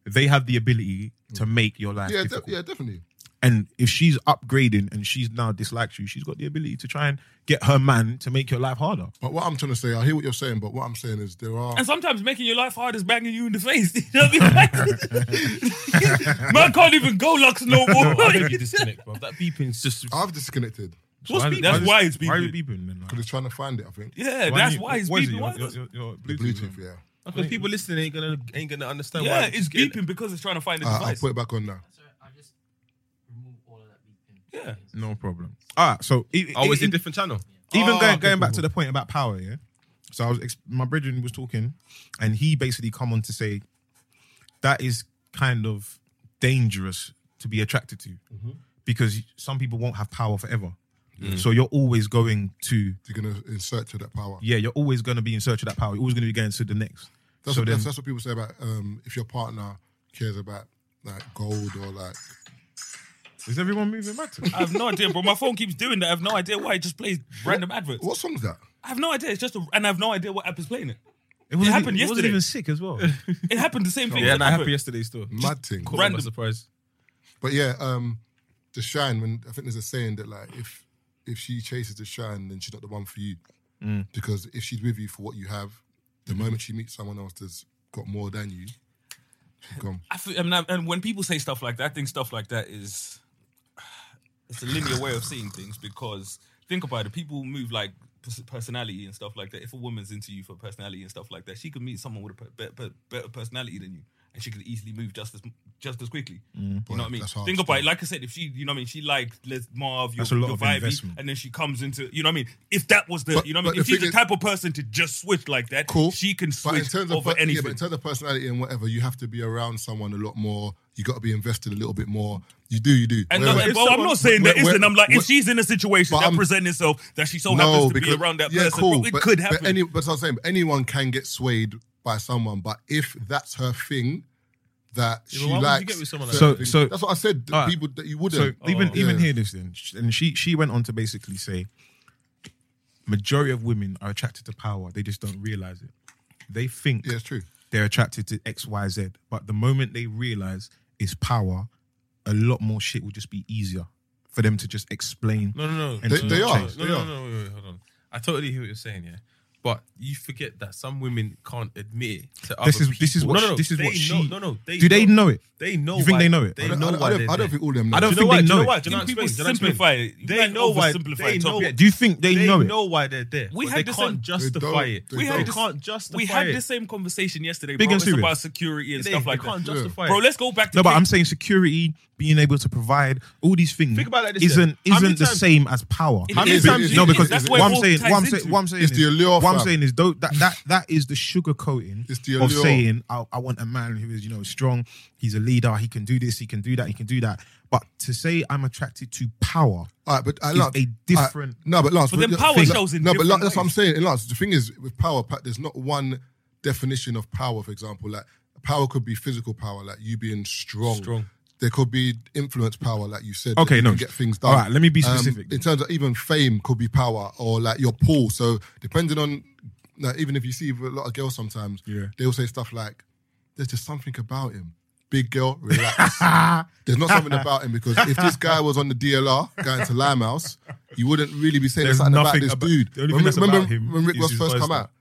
Speaker 3: they have the ability
Speaker 2: Mm.
Speaker 3: to make your life
Speaker 1: yeah,
Speaker 3: difficult.
Speaker 1: de- yeah, definitely.
Speaker 3: And if she's upgrading and she's now dislikes you, she's got the ability to try and get her man to make your life harder.
Speaker 1: But what I'm trying to say, I hear what you're saying, but what I'm saying is there are
Speaker 2: And sometimes making your life hard is banging you in the face. *laughs* You know what I mean? *laughs* Man can't even go Lux
Speaker 6: *laughs*
Speaker 2: no more.
Speaker 6: I'm gonna be
Speaker 2: *laughs*
Speaker 6: disconnect, bro. That beeping's just.
Speaker 1: I've disconnected
Speaker 2: What's
Speaker 3: Why-
Speaker 2: beeping?
Speaker 3: why
Speaker 2: That's
Speaker 3: does-
Speaker 2: why it's
Speaker 3: Why are you
Speaker 2: beeping.
Speaker 3: beeping then?
Speaker 1: because it's trying to find it. I think
Speaker 2: Yeah, that's why it's
Speaker 3: what is it,
Speaker 2: beeping.
Speaker 3: your-
Speaker 2: Why-
Speaker 3: your- your- your
Speaker 1: the Bluetooth.
Speaker 3: Bluetooth.
Speaker 1: Yeah,
Speaker 6: Because people listening ain't gonna ain't gonna understand. why
Speaker 2: Yeah,
Speaker 6: we're
Speaker 2: it's
Speaker 6: just getting it.
Speaker 2: beeping because it's trying to find a
Speaker 1: Uh, I'll
Speaker 2: device.
Speaker 1: put it back on now.
Speaker 7: Sorry, I just remove all of that beeping.
Speaker 2: Yeah.
Speaker 3: No problem. All right, so it,
Speaker 6: Oh,
Speaker 3: it-
Speaker 6: it's a
Speaker 3: in-
Speaker 6: different channel. Oh,
Speaker 3: even
Speaker 2: Ah,
Speaker 3: going,
Speaker 2: okay,
Speaker 3: going back to the point about power, yeah. So I was ex- my brethren was talking, and he basically come on to say that is kind of dangerous to be attracted to
Speaker 2: Mm-hmm.
Speaker 3: because some people won't have power forever. So you're always going to
Speaker 1: You're gonna in search of that power.
Speaker 3: yeah, you're always going to be in search of that power. You're always going to be going to the next.
Speaker 1: That's,
Speaker 3: so
Speaker 1: what,
Speaker 3: then,
Speaker 1: that's, that's what people say about um, if your partner cares about like gold or like
Speaker 3: is everyone moving back to?
Speaker 2: I have no idea, bro. My phone keeps doing that. I have no idea why. It just plays random adverts.
Speaker 1: what song's that?
Speaker 2: I have no idea. It's just, a, and I have no idea what app is playing it.
Speaker 3: It, wasn't,
Speaker 2: happened
Speaker 3: it wasn't
Speaker 2: yesterday.
Speaker 3: even
Speaker 2: *laughs*
Speaker 3: sick as well.
Speaker 2: It happened the same thing.
Speaker 6: Yeah,
Speaker 2: as
Speaker 6: and
Speaker 2: it
Speaker 6: I
Speaker 2: happened.
Speaker 6: happy yesterday still.
Speaker 1: Mad thing.
Speaker 6: Caught
Speaker 2: Random.
Speaker 6: by surprise.
Speaker 1: But yeah, um, the shine. When I think there's a saying that like if if she chases the shine, then she's not the one for you.
Speaker 2: Mm.
Speaker 1: Because if she's with you for what you have, the
Speaker 2: Mm-hmm.
Speaker 1: moment she meets someone else that's got more than you, she's gone.
Speaker 2: I feel, and, I- and when people say stuff like that, I think stuff like that is it's a linear way of seeing things because think about it. People move like pers- personality and stuff like that. If a woman's into you for personality and stuff like that, she could meet someone with a pe- be- be- better personality than you, and she could easily move just as just as quickly. You know what I mean?
Speaker 1: That's hard
Speaker 2: Think
Speaker 1: to
Speaker 2: about it.
Speaker 1: do.
Speaker 2: Like I said, if she, you know what I mean, she likes Les Marv, your,
Speaker 3: That's a lot
Speaker 2: your
Speaker 3: of
Speaker 2: vibey,
Speaker 3: investment.
Speaker 2: and then she comes into, you know what I mean? If that was the,
Speaker 1: But-
Speaker 2: you know what I
Speaker 1: but
Speaker 2: mean? If
Speaker 1: the
Speaker 2: she's
Speaker 1: thing
Speaker 2: the
Speaker 1: is-
Speaker 2: type of person to just switch like that,
Speaker 1: Cool.
Speaker 2: she can
Speaker 1: But in
Speaker 2: switch
Speaker 1: terms of
Speaker 2: over
Speaker 1: per- yeah,
Speaker 2: anything.
Speaker 1: but in terms of personality and whatever, you have to be around someone a lot more. You got to be invested a little bit more. You do, you do.
Speaker 2: And
Speaker 1: Whereas-
Speaker 2: no, well, I'm not saying
Speaker 1: where-
Speaker 2: that it's
Speaker 1: where-
Speaker 2: an I'm like
Speaker 1: where-
Speaker 2: if she's in a situation
Speaker 1: But
Speaker 2: that
Speaker 1: I'm-
Speaker 2: presents itself that she so happens to be around that person, bro, it
Speaker 1: but,
Speaker 2: could happen.
Speaker 1: But, any, but that's what I'm saying. Anyone can get swayed by someone, but if that's her thing, that
Speaker 6: Yeah, but
Speaker 1: she
Speaker 6: why would you
Speaker 1: likes.
Speaker 6: get with someone like
Speaker 1: certain
Speaker 3: that? So-
Speaker 1: things-
Speaker 3: so-
Speaker 1: that's what I said.
Speaker 6: Alright.
Speaker 1: People that you
Speaker 3: So
Speaker 1: wouldn't.
Speaker 3: even
Speaker 6: Oh.
Speaker 3: even
Speaker 1: Yeah.
Speaker 3: hear this then, Sh- and she she went on to basically say, majority of women are attracted to power. They just don't realize it. They think
Speaker 1: yeah, it's true.
Speaker 3: they're attracted to X Y Z, but the moment they realize it's power, a lot more shit will just be easier for them to just explain.
Speaker 6: No, no, no.
Speaker 3: And
Speaker 6: no,
Speaker 3: they-
Speaker 6: no,
Speaker 3: they
Speaker 6: no,
Speaker 1: are,
Speaker 6: No,
Speaker 1: they
Speaker 6: no,
Speaker 1: are.
Speaker 6: no, no, wait, wait, hold on. I totally hear what you're saying, yeah. But you forget that some women can't admit it to
Speaker 3: This
Speaker 6: other
Speaker 3: is this is
Speaker 6: people.
Speaker 3: what
Speaker 6: no, no, no,
Speaker 3: this is what
Speaker 6: they
Speaker 3: she.
Speaker 6: know, no, no. They
Speaker 3: do they know it?
Speaker 6: They know.
Speaker 3: You think
Speaker 6: why-
Speaker 3: they know it?
Speaker 6: They
Speaker 1: I don't,
Speaker 6: know
Speaker 1: I don't,
Speaker 6: why
Speaker 1: I don't,
Speaker 6: they're
Speaker 1: I don't
Speaker 6: there.
Speaker 1: think all of them know.
Speaker 3: I don't
Speaker 6: Do you
Speaker 3: think
Speaker 6: know why?
Speaker 3: they
Speaker 6: Do you
Speaker 3: know
Speaker 6: know
Speaker 3: it.
Speaker 6: why? Do you
Speaker 2: Think
Speaker 6: know how to
Speaker 2: people
Speaker 6: explain? Do you know how
Speaker 2: simplify
Speaker 6: to
Speaker 2: it.
Speaker 6: explain?
Speaker 2: You
Speaker 6: They
Speaker 2: guys
Speaker 6: know why.
Speaker 2: oversimplify
Speaker 6: They
Speaker 2: it.
Speaker 6: know
Speaker 2: Topic.
Speaker 6: it.
Speaker 3: Do you think they
Speaker 6: They
Speaker 3: know it?
Speaker 6: know why they're there.
Speaker 2: We
Speaker 6: but
Speaker 2: had
Speaker 6: they
Speaker 2: the
Speaker 6: can't
Speaker 2: same-
Speaker 6: justify
Speaker 1: don't-
Speaker 6: it.
Speaker 1: they
Speaker 6: We
Speaker 1: don't.
Speaker 6: had they can't justify
Speaker 2: we had
Speaker 6: it.
Speaker 2: the same conversation yesterday,
Speaker 3: Big
Speaker 2: bro.
Speaker 3: and
Speaker 2: It's
Speaker 3: serious.
Speaker 2: about security and
Speaker 6: They,
Speaker 2: stuff like
Speaker 6: they can't
Speaker 2: that.
Speaker 6: justify
Speaker 2: Bro,
Speaker 6: it.
Speaker 2: let's go back to
Speaker 3: No, but
Speaker 2: Kate-
Speaker 3: I'm saying security, being able to provide all these things
Speaker 6: Think about it like this,
Speaker 3: isn't
Speaker 6: yeah. How many
Speaker 3: isn't the
Speaker 6: times-
Speaker 3: same as power.
Speaker 2: It
Speaker 1: How many
Speaker 2: is,
Speaker 1: times
Speaker 2: it
Speaker 1: do
Speaker 2: is,
Speaker 1: you-
Speaker 3: no,
Speaker 2: it is.
Speaker 3: because
Speaker 2: that's
Speaker 3: what
Speaker 2: where
Speaker 3: I'm
Speaker 2: it all
Speaker 3: saying,
Speaker 2: ties
Speaker 3: what I'm
Speaker 2: into.
Speaker 3: saying, what I'm saying,
Speaker 1: It's
Speaker 3: is,
Speaker 1: the allure,
Speaker 3: What I'm
Speaker 1: fam.
Speaker 3: saying is though that that that is the sugar coating
Speaker 1: It's the
Speaker 3: of
Speaker 1: allure.
Speaker 3: saying I, I want a man who is you know strong, he's a leader, he can do this, he can do that, he can do that. But to say I'm attracted to power,
Speaker 1: All right, but I
Speaker 3: It's
Speaker 1: Lance,
Speaker 3: a different-
Speaker 1: I- no, but Lance,
Speaker 2: But then
Speaker 1: the
Speaker 2: power
Speaker 1: thing-
Speaker 2: shows in
Speaker 1: No, but
Speaker 2: different
Speaker 1: Lance, that's what I'm
Speaker 2: ways.
Speaker 1: saying. And Lance, the thing is, with power, Pat, there's not one definition of power. For example, like power could be physical power, like you being strong.
Speaker 6: Strong.
Speaker 1: There could be influence power, like you said. that
Speaker 3: Okay,
Speaker 1: you
Speaker 3: no.
Speaker 1: can get things done.
Speaker 3: All right, let me be
Speaker 1: Um,
Speaker 3: specific.
Speaker 1: in terms of even fame, could be power or like your pull. So depending on, like, even if you see with a lot of girls, sometimes
Speaker 3: Yeah.
Speaker 1: they will say stuff like, "There's just something about him." Big girl,
Speaker 3: *laughs*
Speaker 1: relax. There's not something about him because if this guy was on the DLR going to Limehouse, you wouldn't really be saying
Speaker 3: There's
Speaker 1: something about
Speaker 3: nothing
Speaker 1: this
Speaker 3: about-
Speaker 1: dude.
Speaker 3: the only
Speaker 1: when,
Speaker 3: thing that's
Speaker 1: remember
Speaker 3: about him
Speaker 1: when Rick
Speaker 3: is
Speaker 1: Ross
Speaker 3: his
Speaker 1: first come
Speaker 3: voice,
Speaker 1: out? At,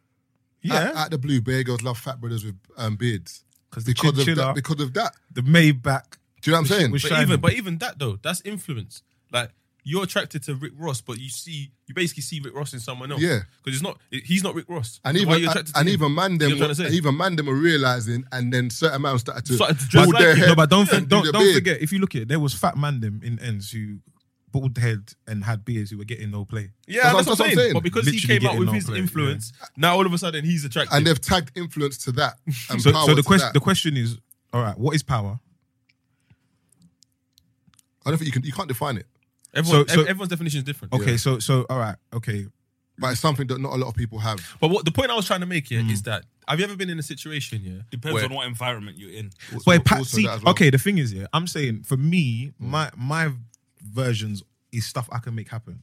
Speaker 3: yeah,
Speaker 1: at the Blue, Bear Girls love fat brothers with um, beards.
Speaker 3: 'Cause the
Speaker 1: Because of,
Speaker 3: chinchilla-
Speaker 1: that, because of that.
Speaker 3: the Maybach.
Speaker 1: Do you know what I'm
Speaker 3: Which-
Speaker 1: saying?
Speaker 3: which-
Speaker 6: But
Speaker 3: Shining.
Speaker 6: even, but even that though, that's influence. Like you're attracted to Rick Ross, but you see, you basically see Rick Ross in someone else.
Speaker 1: Yeah.
Speaker 6: because it's not, he's not Rick Ross.
Speaker 1: and
Speaker 6: So why are
Speaker 1: even and,
Speaker 6: you attracted to him?
Speaker 1: even man
Speaker 6: You
Speaker 1: them
Speaker 6: know what
Speaker 1: were,
Speaker 6: I'm saying?
Speaker 1: even man them were realizing, and then certain man started to,
Speaker 6: Started to dress
Speaker 1: bald
Speaker 6: like
Speaker 1: their
Speaker 6: him.
Speaker 1: hair.
Speaker 3: No, but don't
Speaker 1: and
Speaker 3: think, don't
Speaker 1: do the
Speaker 3: don't
Speaker 1: beard.
Speaker 3: forget. If you look at it, there was fat man them in ends who bald head and had beards who were getting no play.
Speaker 6: Yeah,
Speaker 1: That's what-
Speaker 6: that's, what I'm
Speaker 1: that's
Speaker 6: saying.
Speaker 1: what I'm saying.
Speaker 6: But because
Speaker 3: Literally
Speaker 6: he came out
Speaker 3: getting
Speaker 6: with
Speaker 3: no
Speaker 6: his
Speaker 3: play, yeah.
Speaker 6: influence, now all of a sudden he's attractive.
Speaker 1: And they've tagged influence to that. And
Speaker 3: So
Speaker 1: power
Speaker 3: so the
Speaker 1: to
Speaker 3: question
Speaker 1: that.
Speaker 3: the question is, all right, what is power?
Speaker 1: I don't think you can you can't define it,
Speaker 6: Everyone,
Speaker 3: so- so-
Speaker 6: ev- everyone's definition is different.
Speaker 3: Okay, so so all right, okay.
Speaker 1: but it's something that not a lot of people have.
Speaker 6: But what the point I was trying to make here is that have you ever been in a situation yeah?
Speaker 2: Depends
Speaker 6: where-
Speaker 2: on what environment you're in.
Speaker 3: Wait, Pat,
Speaker 1: also
Speaker 3: see,
Speaker 1: that as well. Mm.
Speaker 3: okay, the thing is, yeah, I'm saying for me, my my versions is stuff I can make happen.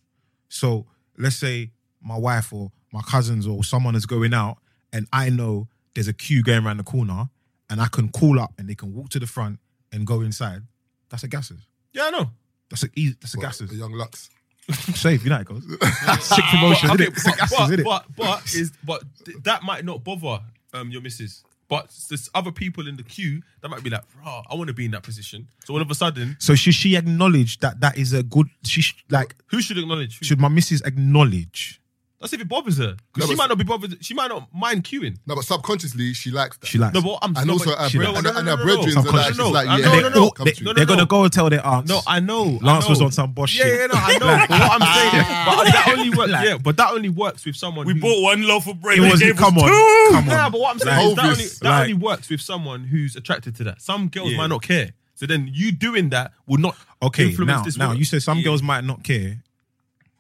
Speaker 3: So let's say my wife or my cousins or someone is going out, and I know there's a queue going around the corner, and I can call up and they can walk to the front and go inside. That's a gases.
Speaker 6: Yeah, I know.
Speaker 3: That's a easy, that's a
Speaker 1: But
Speaker 3: gases.
Speaker 1: Young Lux.
Speaker 3: *laughs* Safe, you know
Speaker 1: *laughs*
Speaker 3: how it goes. Sick promotion,
Speaker 6: Ah, But,
Speaker 3: innit?
Speaker 6: okay,
Speaker 3: It's a
Speaker 6: but,
Speaker 3: gases,
Speaker 6: but,
Speaker 3: innit?
Speaker 6: but but is but th- that might not bother um your missus. But there's other people in the queue that might be like, "Rah, I want to be in that position." So all of a sudden,
Speaker 3: So should she acknowledge that that is a good? She sh- like
Speaker 6: who should acknowledge? Who?
Speaker 3: should my missus acknowledge
Speaker 6: That's if it bothers her.
Speaker 1: No,
Speaker 6: Because she
Speaker 1: but-
Speaker 6: might not be bothered. She might not mind queuing.
Speaker 1: No, but subconsciously she likes that.
Speaker 3: She likes.
Speaker 6: No, but I'm
Speaker 1: and
Speaker 6: no,
Speaker 1: also
Speaker 6: but-
Speaker 1: our
Speaker 3: she
Speaker 1: bre-
Speaker 3: likes-
Speaker 1: and,
Speaker 6: No, no,
Speaker 1: and
Speaker 6: no,
Speaker 1: our
Speaker 6: no,
Speaker 1: bredren's
Speaker 6: no,
Speaker 1: are like,
Speaker 6: no,
Speaker 1: she's like,
Speaker 6: no,
Speaker 1: yeah,
Speaker 6: no,
Speaker 1: they
Speaker 6: no,
Speaker 1: all
Speaker 6: no,
Speaker 1: come
Speaker 6: they-
Speaker 1: to you.
Speaker 6: no,
Speaker 3: They're gonna go and tell their aunts.
Speaker 6: No, I know.
Speaker 3: Lance
Speaker 6: I know.
Speaker 3: was on some boss
Speaker 6: Yeah,
Speaker 3: shit.
Speaker 6: yeah, no,
Speaker 1: *laughs*
Speaker 6: I know. but what I'm saying, but that only works. yeah, but that only works with someone.
Speaker 2: We
Speaker 6: who,
Speaker 2: bought one loaf of bread.
Speaker 3: It
Speaker 2: they
Speaker 3: was
Speaker 2: gave us
Speaker 3: come on,
Speaker 2: two.
Speaker 3: come
Speaker 6: Nah,
Speaker 3: on.
Speaker 6: but what I'm saying is that,
Speaker 1: Elvis,
Speaker 6: only, that
Speaker 3: like-
Speaker 6: only works with someone who's attracted to that. Some girls
Speaker 2: Yeah.
Speaker 6: might not care. So then you doing that will not
Speaker 3: Okay,
Speaker 6: influence
Speaker 3: now,
Speaker 6: this.
Speaker 3: now
Speaker 6: woman.
Speaker 3: you said some
Speaker 2: Yeah.
Speaker 3: girls might not care.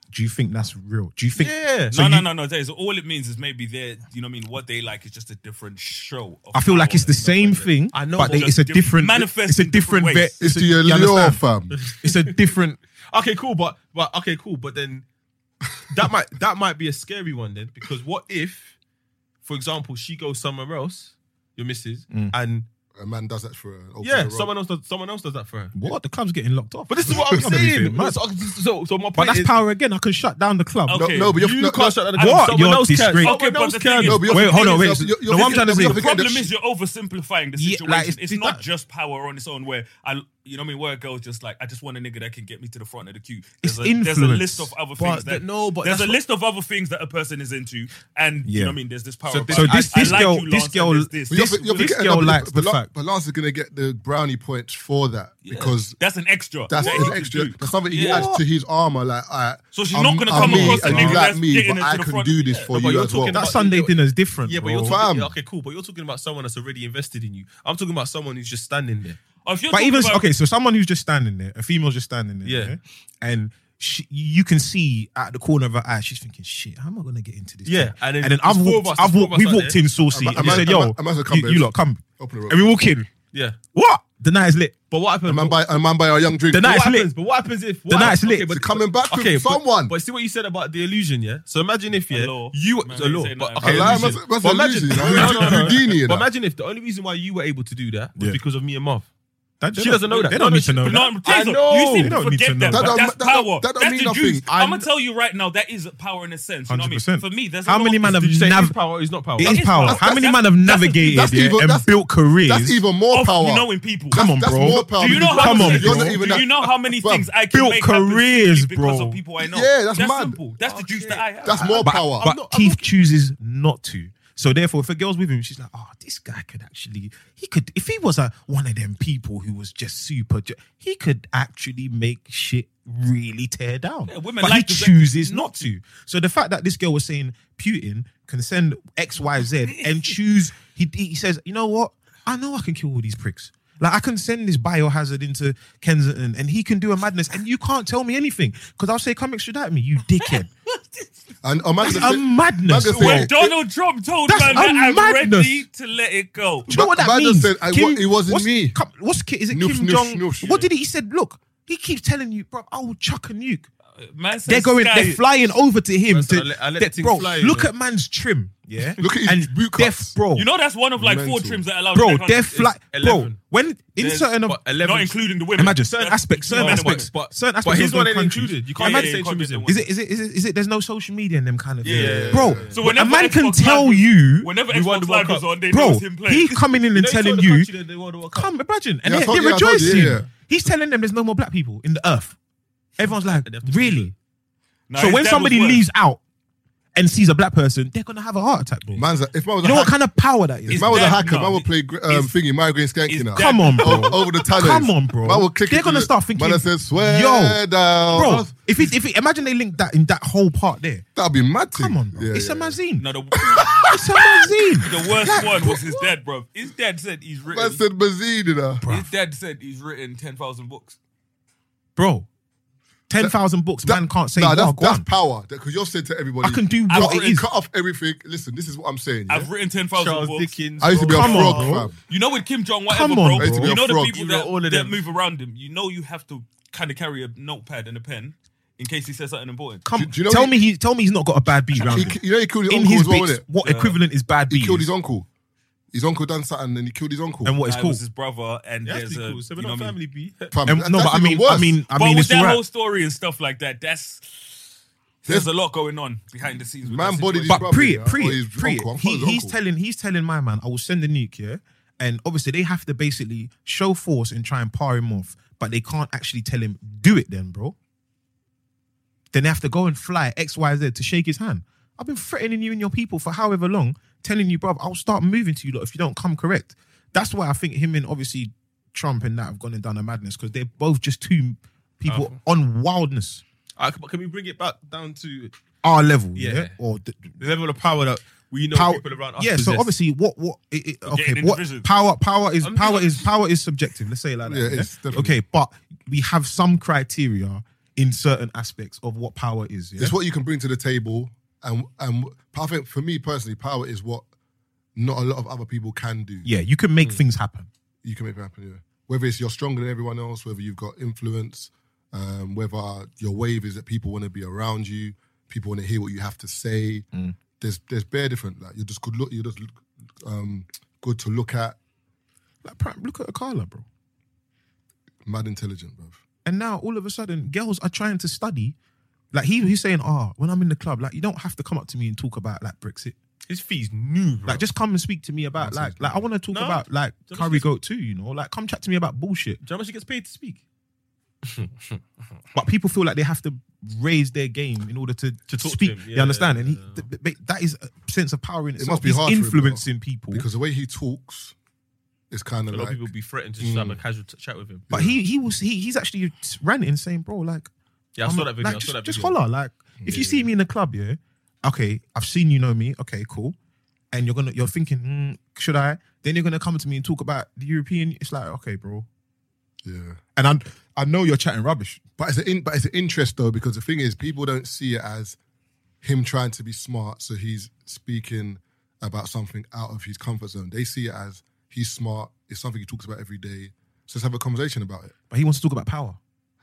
Speaker 3: Do you think that's real? Do you think?
Speaker 6: yeah.
Speaker 3: So
Speaker 2: no,
Speaker 3: you-
Speaker 2: no, no, no, no. All it means is maybe they're, you know what I mean? What they like is just a different show. Of
Speaker 3: I feel like
Speaker 2: power
Speaker 3: it's the
Speaker 2: and stuff
Speaker 3: same
Speaker 2: like that.
Speaker 3: thing,
Speaker 6: I know,
Speaker 3: but
Speaker 6: but
Speaker 3: they, it's a
Speaker 2: just
Speaker 3: different.
Speaker 2: manifest
Speaker 3: It's a
Speaker 2: in different
Speaker 3: different.
Speaker 2: ways.
Speaker 3: Bit,
Speaker 1: It's the allure,
Speaker 3: understand?
Speaker 1: fam.
Speaker 3: *laughs* It's a different.
Speaker 6: Okay, cool, but but okay, cool, but then that might that might be a scary one then because what if, for example, she goes somewhere else, your missus,
Speaker 3: Mm.
Speaker 6: and
Speaker 1: A man does that for her. opens
Speaker 6: yeah,
Speaker 1: her up.
Speaker 6: someone else does someone else does that for her.
Speaker 3: What the club's getting locked off?
Speaker 6: But this
Speaker 3: *laughs*
Speaker 6: is what I'm
Speaker 3: gonna be doing
Speaker 6: saying.
Speaker 3: mad.
Speaker 6: So, so, so my point
Speaker 3: But that's
Speaker 6: is,
Speaker 3: power again. I can shut down the club.
Speaker 2: Okay.
Speaker 1: No, no, but you're,
Speaker 6: You
Speaker 1: no,
Speaker 6: can't
Speaker 1: no,
Speaker 6: shut that
Speaker 2: I-
Speaker 6: down.
Speaker 3: What?
Speaker 6: Someone
Speaker 3: You're
Speaker 6: else can.
Speaker 3: disgrace-
Speaker 6: Someone
Speaker 2: Okay, but
Speaker 6: else
Speaker 2: the
Speaker 6: can.
Speaker 2: thing is-
Speaker 1: no, but you're
Speaker 3: Wait, hold
Speaker 1: forgetting-
Speaker 3: on, wait.
Speaker 1: you're- you're
Speaker 3: No, what I'm
Speaker 1: forgetting-
Speaker 3: trying to
Speaker 1: you're
Speaker 3: say-
Speaker 2: The
Speaker 1: forgetting
Speaker 2: problem
Speaker 1: that-
Speaker 2: is you're oversimplifying the
Speaker 3: Yeah,
Speaker 2: situation.
Speaker 3: like, it's-
Speaker 2: it's,
Speaker 3: it's
Speaker 2: not
Speaker 3: that-
Speaker 2: just power on its own. Where I, you know, what I mean, where a girl's just like, I just want a nigga that can get me to the front of the queue.
Speaker 3: It's
Speaker 2: There's a, There's a
Speaker 3: influence.
Speaker 2: list of other
Speaker 6: But
Speaker 2: things that
Speaker 6: th- no, but
Speaker 2: there's a
Speaker 6: that's what-
Speaker 2: list of other things that a person is into, and you
Speaker 3: Yeah.
Speaker 2: know, what I mean, there's this power.
Speaker 6: So
Speaker 2: of-
Speaker 6: this-
Speaker 2: I-
Speaker 6: so this-
Speaker 2: I
Speaker 3: this
Speaker 2: like
Speaker 3: girl-
Speaker 2: you,
Speaker 3: this
Speaker 2: Lance, and
Speaker 3: girl-
Speaker 2: there's this.
Speaker 1: But you're-
Speaker 3: This-
Speaker 1: you're
Speaker 3: this
Speaker 1: forgetting-
Speaker 3: girl
Speaker 1: but-
Speaker 3: likes
Speaker 1: but
Speaker 3: the
Speaker 1: La-
Speaker 3: fact-
Speaker 1: But Lance is going to get the brownie points for that because
Speaker 2: that's an extra.
Speaker 1: that's
Speaker 2: that
Speaker 1: an
Speaker 2: he
Speaker 1: extra.
Speaker 2: can do.
Speaker 1: That's something he
Speaker 2: Yeah.
Speaker 1: adds to his armor. Like, all right,
Speaker 2: So she's
Speaker 1: I'm-
Speaker 2: not gonna
Speaker 1: I'm
Speaker 2: come
Speaker 1: me
Speaker 2: across
Speaker 1: and
Speaker 2: a nigga
Speaker 1: you like
Speaker 2: that's
Speaker 1: me,
Speaker 2: getting
Speaker 1: but
Speaker 2: her to
Speaker 1: I
Speaker 2: the
Speaker 1: can
Speaker 2: front.
Speaker 1: do this
Speaker 2: Yeah.
Speaker 1: for
Speaker 6: No, but
Speaker 1: you
Speaker 6: you're
Speaker 1: as well.
Speaker 6: talking
Speaker 3: That
Speaker 6: about-
Speaker 3: Sunday dinner is different.
Speaker 6: Yeah, but
Speaker 3: bro.
Speaker 6: you're talking.
Speaker 1: Fam.
Speaker 6: yeah, okay, cool. But you're talking about someone that's already invested in you. I'm talking about someone who's just standing there.
Speaker 2: Oh, if you're
Speaker 3: But
Speaker 2: talking
Speaker 3: even
Speaker 2: about-
Speaker 3: okay, so someone who's just standing there, a female's just standing there,
Speaker 6: Yeah.
Speaker 3: and she, you can see at the corner of her eye, she's thinking, "Shit, how am I gonna get into this?"
Speaker 6: Yeah,
Speaker 3: thing?"
Speaker 6: and
Speaker 3: and
Speaker 6: then
Speaker 3: then,
Speaker 6: there's
Speaker 3: I've
Speaker 6: four
Speaker 3: walked,
Speaker 6: of us-
Speaker 3: I've
Speaker 6: four
Speaker 3: walked,
Speaker 6: of
Speaker 3: we
Speaker 6: us out
Speaker 3: walked
Speaker 6: there.
Speaker 3: in saucy,
Speaker 1: I'm-
Speaker 3: and
Speaker 1: I'm-
Speaker 3: we said,
Speaker 1: I'm-
Speaker 3: "Yo,
Speaker 1: I'm- I'm- I'm- come,
Speaker 3: you, you
Speaker 1: babes.
Speaker 3: lot come,"
Speaker 1: Open the rope.
Speaker 3: and we walk in.
Speaker 6: Yeah.
Speaker 3: What? The night is lit.
Speaker 6: But what
Speaker 1: A
Speaker 6: happens?
Speaker 1: man buy a man buy a young drink.
Speaker 3: The night-
Speaker 6: what
Speaker 3: It's lit.
Speaker 6: happens? But what happens if what
Speaker 3: night's
Speaker 6: happens-
Speaker 3: lit.
Speaker 1: It's coming back with
Speaker 6: but-
Speaker 1: someone.
Speaker 6: But, see what you said about the illusion, yeah. So imagine if yeah,
Speaker 2: law.
Speaker 6: you
Speaker 2: Man,
Speaker 6: it's a
Speaker 2: ain't
Speaker 6: law,
Speaker 2: saying
Speaker 6: but
Speaker 2: nothing
Speaker 1: about
Speaker 6: okay,
Speaker 1: it.
Speaker 6: illusion.
Speaker 1: That's- that's
Speaker 6: But
Speaker 1: an
Speaker 6: imagine,
Speaker 1: illusion.
Speaker 6: no, no, no, no.
Speaker 1: Houdini,
Speaker 6: But
Speaker 1: that.
Speaker 6: imagine if the only reason why you were able to do that was
Speaker 3: Yeah.
Speaker 6: because of me and Marv.
Speaker 3: That-
Speaker 6: She
Speaker 3: they
Speaker 6: doesn't know that.
Speaker 3: They don't
Speaker 6: No,
Speaker 3: need
Speaker 6: no,
Speaker 3: to know.
Speaker 2: But
Speaker 3: that.
Speaker 2: no, I'm telling you,
Speaker 6: I know.
Speaker 2: you seem
Speaker 3: They don't
Speaker 2: to
Speaker 3: need to
Speaker 2: forget that.
Speaker 3: know. That
Speaker 2: But
Speaker 1: don't-
Speaker 2: that's
Speaker 1: that don't-
Speaker 2: power.
Speaker 1: that don't
Speaker 2: that's
Speaker 1: mean
Speaker 2: the
Speaker 1: nothing.
Speaker 2: juice. I'm
Speaker 3: I'm-
Speaker 2: gonna tell you right now, that is power in a sense. You know what I mean?
Speaker 3: 100%.
Speaker 2: For me, there's a
Speaker 3: How
Speaker 2: lot
Speaker 3: many
Speaker 2: of-
Speaker 3: man have
Speaker 6: Did you say it's
Speaker 3: nav-
Speaker 6: power or it's not power?
Speaker 3: It
Speaker 2: That
Speaker 3: is
Speaker 2: is
Speaker 3: power.
Speaker 2: power.
Speaker 3: How many
Speaker 2: That's-
Speaker 3: men have
Speaker 2: that's-
Speaker 3: navigated
Speaker 1: that's even-
Speaker 3: yeah,
Speaker 1: that's-
Speaker 3: and built careers?
Speaker 1: That's even more
Speaker 2: of
Speaker 1: power.
Speaker 2: knowing people.
Speaker 3: Come on,
Speaker 1: That's
Speaker 3: bro.
Speaker 1: more power.
Speaker 2: Do you know how
Speaker 3: Come on,
Speaker 2: many,
Speaker 3: bro.
Speaker 1: You're not even
Speaker 2: do
Speaker 1: that-
Speaker 2: you know how many
Speaker 1: Bruv,
Speaker 2: things I can
Speaker 3: built
Speaker 2: make happen
Speaker 3: careers,
Speaker 2: simply because
Speaker 3: bro.
Speaker 2: of people I know?
Speaker 1: Yeah, that's mad.
Speaker 2: simple. That's the juice that I have.
Speaker 1: That's more
Speaker 3: But,
Speaker 1: power.
Speaker 3: but Keith chooses not to. So therefore, if a girl's with him, she's like, "Oh, this guy could actually. He could. If he was a, one of them people who was just super, ju- he could actually make shit really tear down."
Speaker 2: Yeah, women
Speaker 3: but
Speaker 2: like to
Speaker 3: he
Speaker 2: say-
Speaker 3: chooses not to. So the fact that this girl was saying Putin can send X, Y, Z
Speaker 2: *laughs*
Speaker 3: and choose, he he says, "You know what? I know I can kill all these pricks." Like I can send this biohazard into Kensington, and he can do a madness, and you can't tell me anything because I'll say, "Come extra that at me, you dickhead."
Speaker 1: And a man
Speaker 3: That's
Speaker 1: gonna
Speaker 3: a
Speaker 1: say-
Speaker 3: madness.
Speaker 1: man gonna
Speaker 2: When
Speaker 1: say-
Speaker 2: Donald Trump told
Speaker 3: That's
Speaker 2: man that
Speaker 3: a
Speaker 2: I'm
Speaker 3: madness.
Speaker 2: ready to let it go.
Speaker 3: Do you know what that
Speaker 1: Biden
Speaker 3: means?
Speaker 1: said, I wa- it wasn't
Speaker 3: what's,
Speaker 1: me.
Speaker 3: Come, what's Ki- is it
Speaker 1: Noosh,
Speaker 3: Kim
Speaker 1: noosh,
Speaker 3: Jong?
Speaker 1: noosh.
Speaker 3: What did he, he said? Look, he keeps telling you, bro. I will chuck a nuke.
Speaker 2: Man said
Speaker 3: They're going.
Speaker 2: sky-
Speaker 3: They're flying over to him.
Speaker 6: Man
Speaker 3: to-
Speaker 6: said, I let- I let
Speaker 3: that-
Speaker 6: things
Speaker 3: bro,
Speaker 6: fly,
Speaker 3: look
Speaker 6: man.
Speaker 3: at man's trim. Yeah,
Speaker 1: Look at his
Speaker 3: and
Speaker 1: boot
Speaker 3: death,
Speaker 1: cuts.
Speaker 3: bro.
Speaker 2: You know that's one of like four
Speaker 1: Mental.
Speaker 2: trims that allowed.
Speaker 3: bro,
Speaker 2: in that
Speaker 3: they're
Speaker 2: country.
Speaker 3: fly, bro.
Speaker 6: 11.
Speaker 3: When in
Speaker 6: There's-
Speaker 3: certain of
Speaker 6: but 11
Speaker 2: not including the women.
Speaker 3: imagine certain aspects, certain
Speaker 2: No, no,
Speaker 3: aspects,
Speaker 6: but-
Speaker 3: certain
Speaker 6: but
Speaker 3: aspects.
Speaker 6: his
Speaker 3: of
Speaker 6: one
Speaker 3: those
Speaker 6: ain't
Speaker 3: countries.
Speaker 6: included. You
Speaker 2: Yeah,
Speaker 6: can't
Speaker 2: yeah,
Speaker 6: say
Speaker 2: yeah, you can't
Speaker 6: tourism.
Speaker 2: get the
Speaker 3: Is it, is it? Is it? Is it? There's no social media in them kind of.
Speaker 6: Yeah,
Speaker 3: things.
Speaker 6: yeah, yeah,
Speaker 3: bro.
Speaker 6: yeah, yeah.
Speaker 2: So
Speaker 3: a
Speaker 2: whenever
Speaker 3: man can
Speaker 2: Xbox
Speaker 3: tell
Speaker 2: Live-
Speaker 3: you,
Speaker 2: Whenever
Speaker 6: We won the
Speaker 2: Xbox Live
Speaker 6: World
Speaker 2: was
Speaker 6: Cup.
Speaker 2: on, they know
Speaker 3: bro.
Speaker 2: it's him
Speaker 3: He
Speaker 2: playing.
Speaker 3: coming in and telling you, Come, imagine. And
Speaker 1: Yeah, I
Speaker 3: they're,
Speaker 1: told
Speaker 3: they're
Speaker 1: you, yeah, I told you,
Speaker 3: rejoicing.
Speaker 1: yeah, yeah.
Speaker 3: He's telling them there's no more black people in the earth. Everyone's like,
Speaker 6: And they have to
Speaker 3: really?
Speaker 2: Nah,
Speaker 3: so
Speaker 2: his
Speaker 3: when
Speaker 2: dad
Speaker 3: somebody
Speaker 2: was worse.
Speaker 3: leves out and sees a black person, they're going to have a heart attack, bro.
Speaker 1: Man's a- if man was
Speaker 3: you
Speaker 1: a
Speaker 3: know what
Speaker 1: hacker,
Speaker 3: kind of power that is?
Speaker 1: if man was a
Speaker 2: that-
Speaker 1: hacker,
Speaker 2: no,
Speaker 1: man would
Speaker 2: it-
Speaker 1: play gr- um,
Speaker 2: it's-
Speaker 1: thingy migraine skanky
Speaker 2: it's
Speaker 1: now.
Speaker 2: that-
Speaker 3: Come on, bro.
Speaker 1: O- over the talent.
Speaker 3: Come on, bro.
Speaker 1: Man will click
Speaker 3: They're
Speaker 1: into
Speaker 3: gonna
Speaker 1: the-
Speaker 3: start thinking,
Speaker 1: Man says swear
Speaker 3: yo,
Speaker 1: down.
Speaker 3: Bro, if it, if it, imagine they link that in that whole part there.
Speaker 1: that'd be mad. thing.
Speaker 3: Come on, bro.
Speaker 1: Yeah,
Speaker 3: it's
Speaker 1: yeah.
Speaker 3: a magazine.
Speaker 2: No, the, *laughs*
Speaker 3: It's a magazine.
Speaker 2: the worst one was his dad, bro. His dad said he's
Speaker 1: Man
Speaker 2: written.
Speaker 1: said Mazine, you know.
Speaker 2: His dad said he's written ten thousand books.
Speaker 3: Bro, 10,000 books, man can't say,
Speaker 1: Nah,
Speaker 3: no,
Speaker 1: that's,
Speaker 3: go
Speaker 1: that's
Speaker 3: on.
Speaker 1: power. Because you're saying to everybody,
Speaker 3: I can do
Speaker 1: cut,
Speaker 3: what it is.
Speaker 1: cut off everything. Listen, this is what I'm saying. Yeah?
Speaker 2: I've written ten thousand
Speaker 6: Charles
Speaker 2: books.
Speaker 6: Dickens.
Speaker 1: I used to be a
Speaker 3: Come on,
Speaker 1: frog,
Speaker 3: bro.
Speaker 1: fam.
Speaker 2: You know, with Kim Jong, whatever,
Speaker 3: Come on,
Speaker 2: bro.
Speaker 3: I used to be
Speaker 2: You
Speaker 1: a
Speaker 2: know the
Speaker 1: frog.
Speaker 2: people
Speaker 6: You
Speaker 2: that,
Speaker 6: know all of
Speaker 2: that
Speaker 6: them.
Speaker 2: move around him. You know you have to kind of carry a notepad and a pen in case he says something important.
Speaker 3: Come,
Speaker 1: Do- do you know
Speaker 3: tell
Speaker 1: he-
Speaker 3: me he tell me he's not got a bad beat round
Speaker 1: He,
Speaker 3: him.
Speaker 1: you know, he killed his
Speaker 3: in
Speaker 1: uncle
Speaker 3: his
Speaker 1: as well,
Speaker 3: bits,
Speaker 1: innit?
Speaker 3: what equivalent is bad
Speaker 1: He
Speaker 3: beat?
Speaker 1: killed his uncle. His uncle done something and he killed his uncle.
Speaker 3: and what is
Speaker 2: I
Speaker 3: cool?
Speaker 2: was his brother, and
Speaker 6: That's
Speaker 2: there's a
Speaker 6: cool. So we're
Speaker 2: you know what I
Speaker 6: not
Speaker 2: mean?
Speaker 6: family B.
Speaker 1: Fam,
Speaker 3: And-
Speaker 1: Um, that-
Speaker 3: Um, no, but
Speaker 1: that's
Speaker 3: I
Speaker 1: even
Speaker 3: mean, I
Speaker 1: worse.
Speaker 3: mean, I
Speaker 2: but
Speaker 3: mean,
Speaker 2: with
Speaker 3: it's
Speaker 2: that
Speaker 3: all
Speaker 2: whole
Speaker 3: right.
Speaker 2: story and stuff like that, that's there's a lot going on behind the scenes. With
Speaker 1: Man
Speaker 2: that
Speaker 1: bodied
Speaker 2: situation.
Speaker 1: his
Speaker 3: But
Speaker 1: brother,
Speaker 3: pre
Speaker 1: yeah,
Speaker 3: it, pre
Speaker 1: or his
Speaker 3: it, pre
Speaker 1: uncle. I'm
Speaker 3: it.
Speaker 1: calling
Speaker 3: He,
Speaker 1: his
Speaker 3: he's
Speaker 1: uncle.
Speaker 3: telling he's telling my man, I will send the nuke, yeah. And obviously they have to basically show force and try and power him off, but they can't actually tell him do it then, bro. Then they have to go and fly X Y Z to shake his hand. I've been threatening you and your people for however long, telling you, bruv, I'll start moving to you lot if you don't come correct. That's why I think him and obviously Trump and that have gone and done a madness because they're both just two people on wildness,
Speaker 6: Uh, c- but can we bring it back down to
Speaker 3: our level, yeah,
Speaker 6: Yeah.
Speaker 3: or the,
Speaker 6: the level of power that we know
Speaker 3: power.
Speaker 6: people around us?
Speaker 3: yeah,
Speaker 6: possess?
Speaker 3: so obviously, what what it, it, okay,
Speaker 2: Getting
Speaker 3: what
Speaker 2: individual.
Speaker 3: power power is
Speaker 6: I'm
Speaker 3: power
Speaker 6: not-
Speaker 3: is power is subjective. Let's say it like that.
Speaker 1: Yeah, it's definitely-
Speaker 3: okay, but we have some criteria in certain aspects of what power is. Yeah?
Speaker 1: It's what you can bring to the table, and and I think for me personally, power is what not a lot of other people can do.
Speaker 3: yeah, you can
Speaker 6: Hmm.
Speaker 3: make things happen.
Speaker 1: you can make it happen. Yeah. Whether it's you're stronger than everyone else, whether you've got influence, um, whether your wave is that people want to be around you, people want to hear what you have to say.
Speaker 3: Mm.
Speaker 1: There's there's bare different. Like you're just good look. You're just look, um, good to look at.
Speaker 3: Like, pr- look at Akala, bro.
Speaker 1: Mad intelligent, bruv.
Speaker 3: And now all of a sudden, girls are trying to study. Like he, he's saying, ah, when I'm in the club, like you don't have to come up to me and talk about like Brexit.
Speaker 6: his fees new. Bro.
Speaker 3: Like just come and speak to me about like like I want to talk
Speaker 6: No.
Speaker 3: about like
Speaker 6: Don't
Speaker 3: curry
Speaker 6: listen.
Speaker 3: goat too. You know, like come chat to me about bullshit.
Speaker 6: do you know how much he gets paid to speak?
Speaker 3: But people feel like they have to raise their game in order to, to
Speaker 6: talk to
Speaker 3: speak.
Speaker 6: him.
Speaker 3: you
Speaker 6: Yeah,
Speaker 3: understand? And he,
Speaker 6: yeah.
Speaker 3: th- th- th- that is a sense of power in itself.
Speaker 1: must be
Speaker 3: He's
Speaker 1: hard for him,
Speaker 3: influencing people.
Speaker 1: Because the way he talks is kind
Speaker 6: A
Speaker 1: of
Speaker 6: lot
Speaker 1: like
Speaker 6: of people be threatened to just have a
Speaker 3: mm.
Speaker 6: casual t- chat with him.
Speaker 3: but he he was he, he's actually ranting saying, bro, like
Speaker 6: yeah, I
Speaker 3: I'm
Speaker 6: saw
Speaker 3: not-
Speaker 6: that video.
Speaker 3: like,
Speaker 6: I saw
Speaker 3: just,
Speaker 6: that
Speaker 3: just
Speaker 6: video.
Speaker 3: holler. Like, if you see me in the club, yeah, okay, I've seen you know me. Okay, cool. And you're gonna, you're thinking, mm, should I? Then you're gonna come to me and talk about the European. It's like, okay, bro.
Speaker 1: yeah.
Speaker 3: And I, I know you're chatting rubbish.
Speaker 1: But it's an in, but it's an interest though because the thing is, people don't see it as him trying to be smart. So he's speaking about something out of his comfort zone. They see it as he's smart. It's something he talks about every day. So let's have a conversation about it.
Speaker 3: But he wants to talk about power.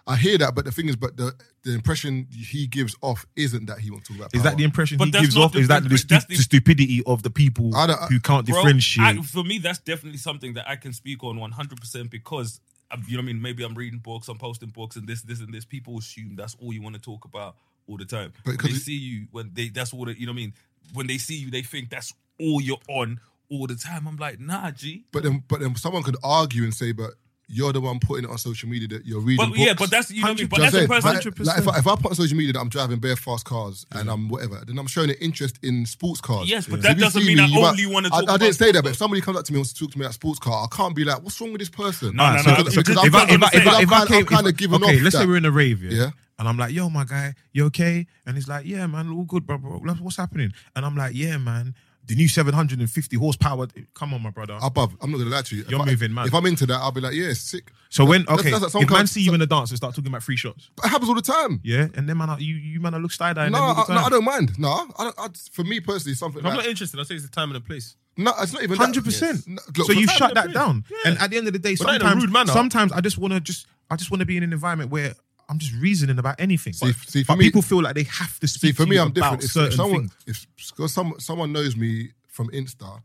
Speaker 1: I hear that, but the thing is, but the the impression he gives off isn't that he wants to talk about.
Speaker 3: Is that
Speaker 1: power.
Speaker 3: the impression
Speaker 2: But
Speaker 3: he
Speaker 2: that's
Speaker 3: gives
Speaker 2: not
Speaker 3: off?
Speaker 2: the-
Speaker 3: Is that the,
Speaker 2: but
Speaker 3: stu-
Speaker 2: that's the-
Speaker 3: the stupidity of the people
Speaker 1: I don't-
Speaker 3: who can't
Speaker 2: Bro,
Speaker 3: differentiate?
Speaker 2: I- for me, that's definitely something that I can speak on 100% because, um, you know what I mean? Maybe I'm reading books, I'm posting books, and this, this, and this. People assume that's all you want to talk about all the time.
Speaker 1: But
Speaker 2: But when
Speaker 1: 'cause
Speaker 2: they
Speaker 1: it-
Speaker 2: see you, when they, that's all, the, you know what I mean? When they see you, they think that's all you're on all the time. I'm like, nah, G.
Speaker 1: But then, but then someone could argue and say, but you're the one putting it on social media that you're reading.
Speaker 2: But yeah,
Speaker 1: books.
Speaker 2: but that's, you know what I mean? But
Speaker 1: Do you
Speaker 2: that's
Speaker 1: know
Speaker 2: a
Speaker 1: what I'm
Speaker 2: person.
Speaker 1: saying? Like, like, if, I, if I put on social media that I'm driving bare fast cars and I'm whatever, then I'm showing an interest in sports cars.
Speaker 2: Yes,
Speaker 1: So
Speaker 2: but that
Speaker 1: if you
Speaker 2: doesn't
Speaker 1: see
Speaker 2: mean I
Speaker 1: you might-
Speaker 2: only wanna
Speaker 1: I,
Speaker 2: talk
Speaker 1: I didn't
Speaker 2: about
Speaker 1: say that, but if
Speaker 2: sports.
Speaker 1: somebody comes up to me and wants to talk to me about sports car, I can't be like, "What's wrong with this person?"
Speaker 2: No, no,
Speaker 1: Because-
Speaker 2: no,
Speaker 1: because,
Speaker 2: so-
Speaker 1: I'm,
Speaker 2: if I-
Speaker 1: kind-
Speaker 2: if I- if
Speaker 1: because
Speaker 2: I-
Speaker 1: I'm
Speaker 2: if
Speaker 1: kind, I'm
Speaker 3: came-
Speaker 1: kind of
Speaker 3: if-
Speaker 1: giving
Speaker 3: okay,
Speaker 1: off
Speaker 3: let's
Speaker 1: that.
Speaker 3: say we're in a rave, yeah?
Speaker 1: Yeah.
Speaker 3: And I'm like, yo, my guy, you okay? And he's like, yeah, man, all good, bro, bro. Like, What's happening? And I'm like, yeah, man, the new 750 horsepower. Come on, my brother.
Speaker 1: above. I'm not gonna lie to you.
Speaker 3: You're
Speaker 1: if
Speaker 3: moving
Speaker 1: I,
Speaker 3: mad.
Speaker 1: If I'm into that, I'll be like, "Yeah, it's sick."
Speaker 3: so when
Speaker 1: that's-
Speaker 3: okay,
Speaker 1: that's like some
Speaker 3: if man
Speaker 1: kind-
Speaker 3: see you in the dance and start talking about free shots,
Speaker 1: But it happens all the time.
Speaker 3: yeah, and then man, are- you you man, I look side eye.
Speaker 1: No,
Speaker 3: all the
Speaker 1: I, no,
Speaker 3: time.
Speaker 1: I don't mind. No, I don't, I, for me personally, it's something.
Speaker 6: If I'm
Speaker 1: Like,
Speaker 6: not interested. I say it's the time and the place.
Speaker 1: no, it's not even that.
Speaker 3: Hundred percent.
Speaker 1: No, look,
Speaker 3: So you
Speaker 1: for-
Speaker 3: shut that
Speaker 6: Yeah.
Speaker 3: down. And at the end of the day,
Speaker 6: not in a
Speaker 3: sometimes
Speaker 6: rude manner.
Speaker 3: sometimes I just want to just I just want to be in an environment where I'm just reasoning about anything.
Speaker 1: See,
Speaker 3: but
Speaker 1: see, for
Speaker 3: but
Speaker 1: me-
Speaker 3: people feel like they have to speak.
Speaker 1: See, for
Speaker 3: to
Speaker 1: me,
Speaker 3: you
Speaker 1: I'm
Speaker 3: about
Speaker 1: different. If,
Speaker 3: certain
Speaker 1: if someone,
Speaker 3: things.
Speaker 1: if because some, someone knows me from Insta,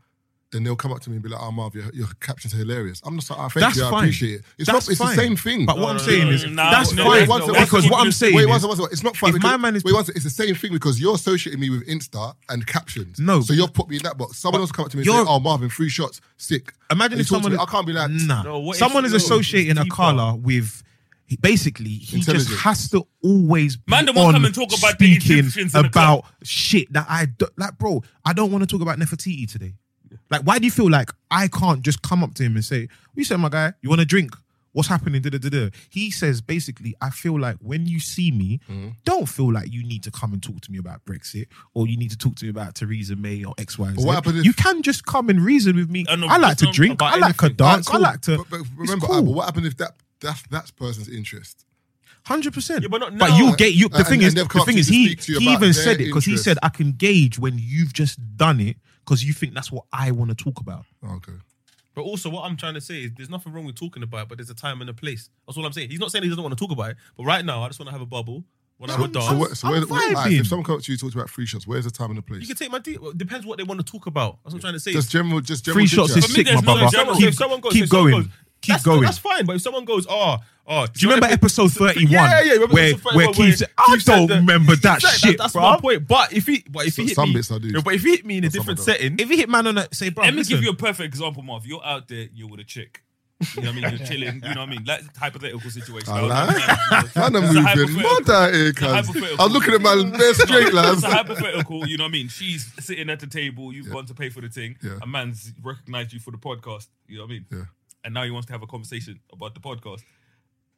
Speaker 1: then they'll come up to me and be like, "Oh, Marv, your, your captions are hilarious." I'm just like, "Ah, "Thank
Speaker 3: That's
Speaker 1: you, I
Speaker 3: fine.
Speaker 1: appreciate it." It's
Speaker 3: That's
Speaker 1: not. It's
Speaker 3: fine.
Speaker 1: the same thing.
Speaker 3: But what I'm saying
Speaker 2: no,
Speaker 3: is
Speaker 2: no, no,
Speaker 3: that's
Speaker 2: no,
Speaker 3: fine
Speaker 1: no, no,
Speaker 3: because
Speaker 2: no,
Speaker 3: what I'm
Speaker 2: no,
Speaker 3: saying
Speaker 1: wait,
Speaker 3: is
Speaker 1: once, once, once. It's not fine.
Speaker 3: if
Speaker 1: because-
Speaker 3: my man is-
Speaker 1: wait, once, it's the same thing because you're associating me with Insta and captions.
Speaker 3: No.
Speaker 1: so you'll put me in that box. Someone else come up to me and
Speaker 3: you're-
Speaker 1: say, "Oh, Marvin, three shots, sick."
Speaker 3: imagine
Speaker 1: And
Speaker 3: if
Speaker 1: he talks to
Speaker 3: someone
Speaker 1: me, I can't be like,
Speaker 3: nah.
Speaker 6: No, what if-
Speaker 3: someone is
Speaker 6: no,
Speaker 3: associating
Speaker 6: it's
Speaker 3: a
Speaker 6: deeper.
Speaker 3: color with. he- Basically, he just
Speaker 1: Intelligence.
Speaker 3: has to always be
Speaker 2: Man, they won't
Speaker 3: on
Speaker 2: come and talk about the
Speaker 3: speaking
Speaker 2: Egyptians in the
Speaker 3: about shit that I do, like, bro. I don't want to talk about Nefertiti today. Like, why do you feel like I can't just come up to him and say, "You said, my guy, you want a drink? What's happening?" Da, da, da, da. He says, basically, I feel like when you see me,
Speaker 1: Mm-hmm.
Speaker 3: don't feel like you need to come and talk to me about Brexit or you need to talk to me about Theresa May or X, Y, and
Speaker 1: But what
Speaker 3: Z.
Speaker 1: happens if-
Speaker 3: You can just come and reason with me.
Speaker 2: I know,
Speaker 3: I like
Speaker 2: it's
Speaker 3: to
Speaker 2: not
Speaker 3: drink.
Speaker 2: about
Speaker 3: I like to
Speaker 2: anything.
Speaker 3: dance.
Speaker 1: cool.
Speaker 3: I like to.
Speaker 1: But, but remember,
Speaker 3: it's
Speaker 1: ah, but
Speaker 3: cool.
Speaker 1: what happened if that that's that's person's interest?
Speaker 3: Hundred percent.
Speaker 6: Yeah, but not
Speaker 3: But
Speaker 6: now.
Speaker 3: you get you. The
Speaker 1: And-
Speaker 3: thing
Speaker 1: and
Speaker 3: is,
Speaker 1: they've
Speaker 3: the
Speaker 1: come up
Speaker 3: thing
Speaker 1: to
Speaker 3: is,
Speaker 1: you to
Speaker 3: he
Speaker 1: speak to you
Speaker 3: he
Speaker 1: about
Speaker 3: even
Speaker 1: their
Speaker 3: said it because he
Speaker 1: interest.
Speaker 3: said, "I can gauge when you've just done it because you think that's what I want to talk about."
Speaker 1: Oh, Okay.
Speaker 6: But also, what I'm trying to say is there's nothing wrong with talking about it, but there's a time and a place. That's all I'm saying. He's not saying he doesn't want to talk about it, but right now, I just want to have a bubble. When I have a
Speaker 1: So,
Speaker 6: dance,
Speaker 1: where, so
Speaker 3: I'm
Speaker 1: where, where, alright,
Speaker 3: vibing.
Speaker 1: if someone comes up to you talks about free shots, where's the time and the place?
Speaker 6: you can take my. D- well, depends what they want to talk about. That's what I'm trying to say.
Speaker 1: just general, just general.
Speaker 3: Free shots
Speaker 1: chit-chat.
Speaker 3: is
Speaker 6: For
Speaker 3: sick,
Speaker 6: me,
Speaker 3: my
Speaker 6: there's no
Speaker 3: brother.
Speaker 6: general.
Speaker 3: Keep,
Speaker 6: If someone goes-
Speaker 3: keep
Speaker 6: if someone
Speaker 3: going.
Speaker 6: goes,
Speaker 3: keep
Speaker 6: that's,
Speaker 3: going.
Speaker 6: That's fine. But if someone goes, oh, oh,
Speaker 3: Do you remember episode thirty-one?
Speaker 6: Yeah, yeah. remember
Speaker 3: where
Speaker 6: episode 31
Speaker 3: where Keith said, "I
Speaker 6: Keith said
Speaker 3: don't
Speaker 6: that-
Speaker 3: remember that
Speaker 6: Exactly,
Speaker 3: shit,
Speaker 6: That's
Speaker 3: bro."
Speaker 6: my point. But if he, but if he
Speaker 1: So
Speaker 6: hit
Speaker 1: some
Speaker 6: me,
Speaker 1: bits I do.
Speaker 6: Yeah, but if he hit me in a
Speaker 1: some I
Speaker 6: different
Speaker 1: don't.
Speaker 6: setting,
Speaker 3: If he hit man on a say, bro,
Speaker 2: Let me
Speaker 3: listen,
Speaker 2: give you a perfect example, Marv. You're out there, you're with a chick. You know what
Speaker 1: *laughs*
Speaker 2: I mean? You're chilling. You know what I mean? That hypothetical situation.
Speaker 1: I
Speaker 2: don't
Speaker 1: like. *laughs*
Speaker 2: know.
Speaker 1: *laughs* Man, I'm
Speaker 2: It's a
Speaker 1: moving mud
Speaker 2: hypothetical.
Speaker 1: out here,
Speaker 2: a
Speaker 1: cuz.
Speaker 2: hypothetical.
Speaker 1: I'm looking at my best straight,
Speaker 2: It's
Speaker 1: lads.
Speaker 2: a hypothetical, you know what I mean? She's sitting at the table, you've gone to pay for the thing.
Speaker 1: Yeah.
Speaker 2: A man's recognized you for the podcast, you know what I mean?
Speaker 1: Yeah.
Speaker 2: And now he wants to have a conversation about the podcast.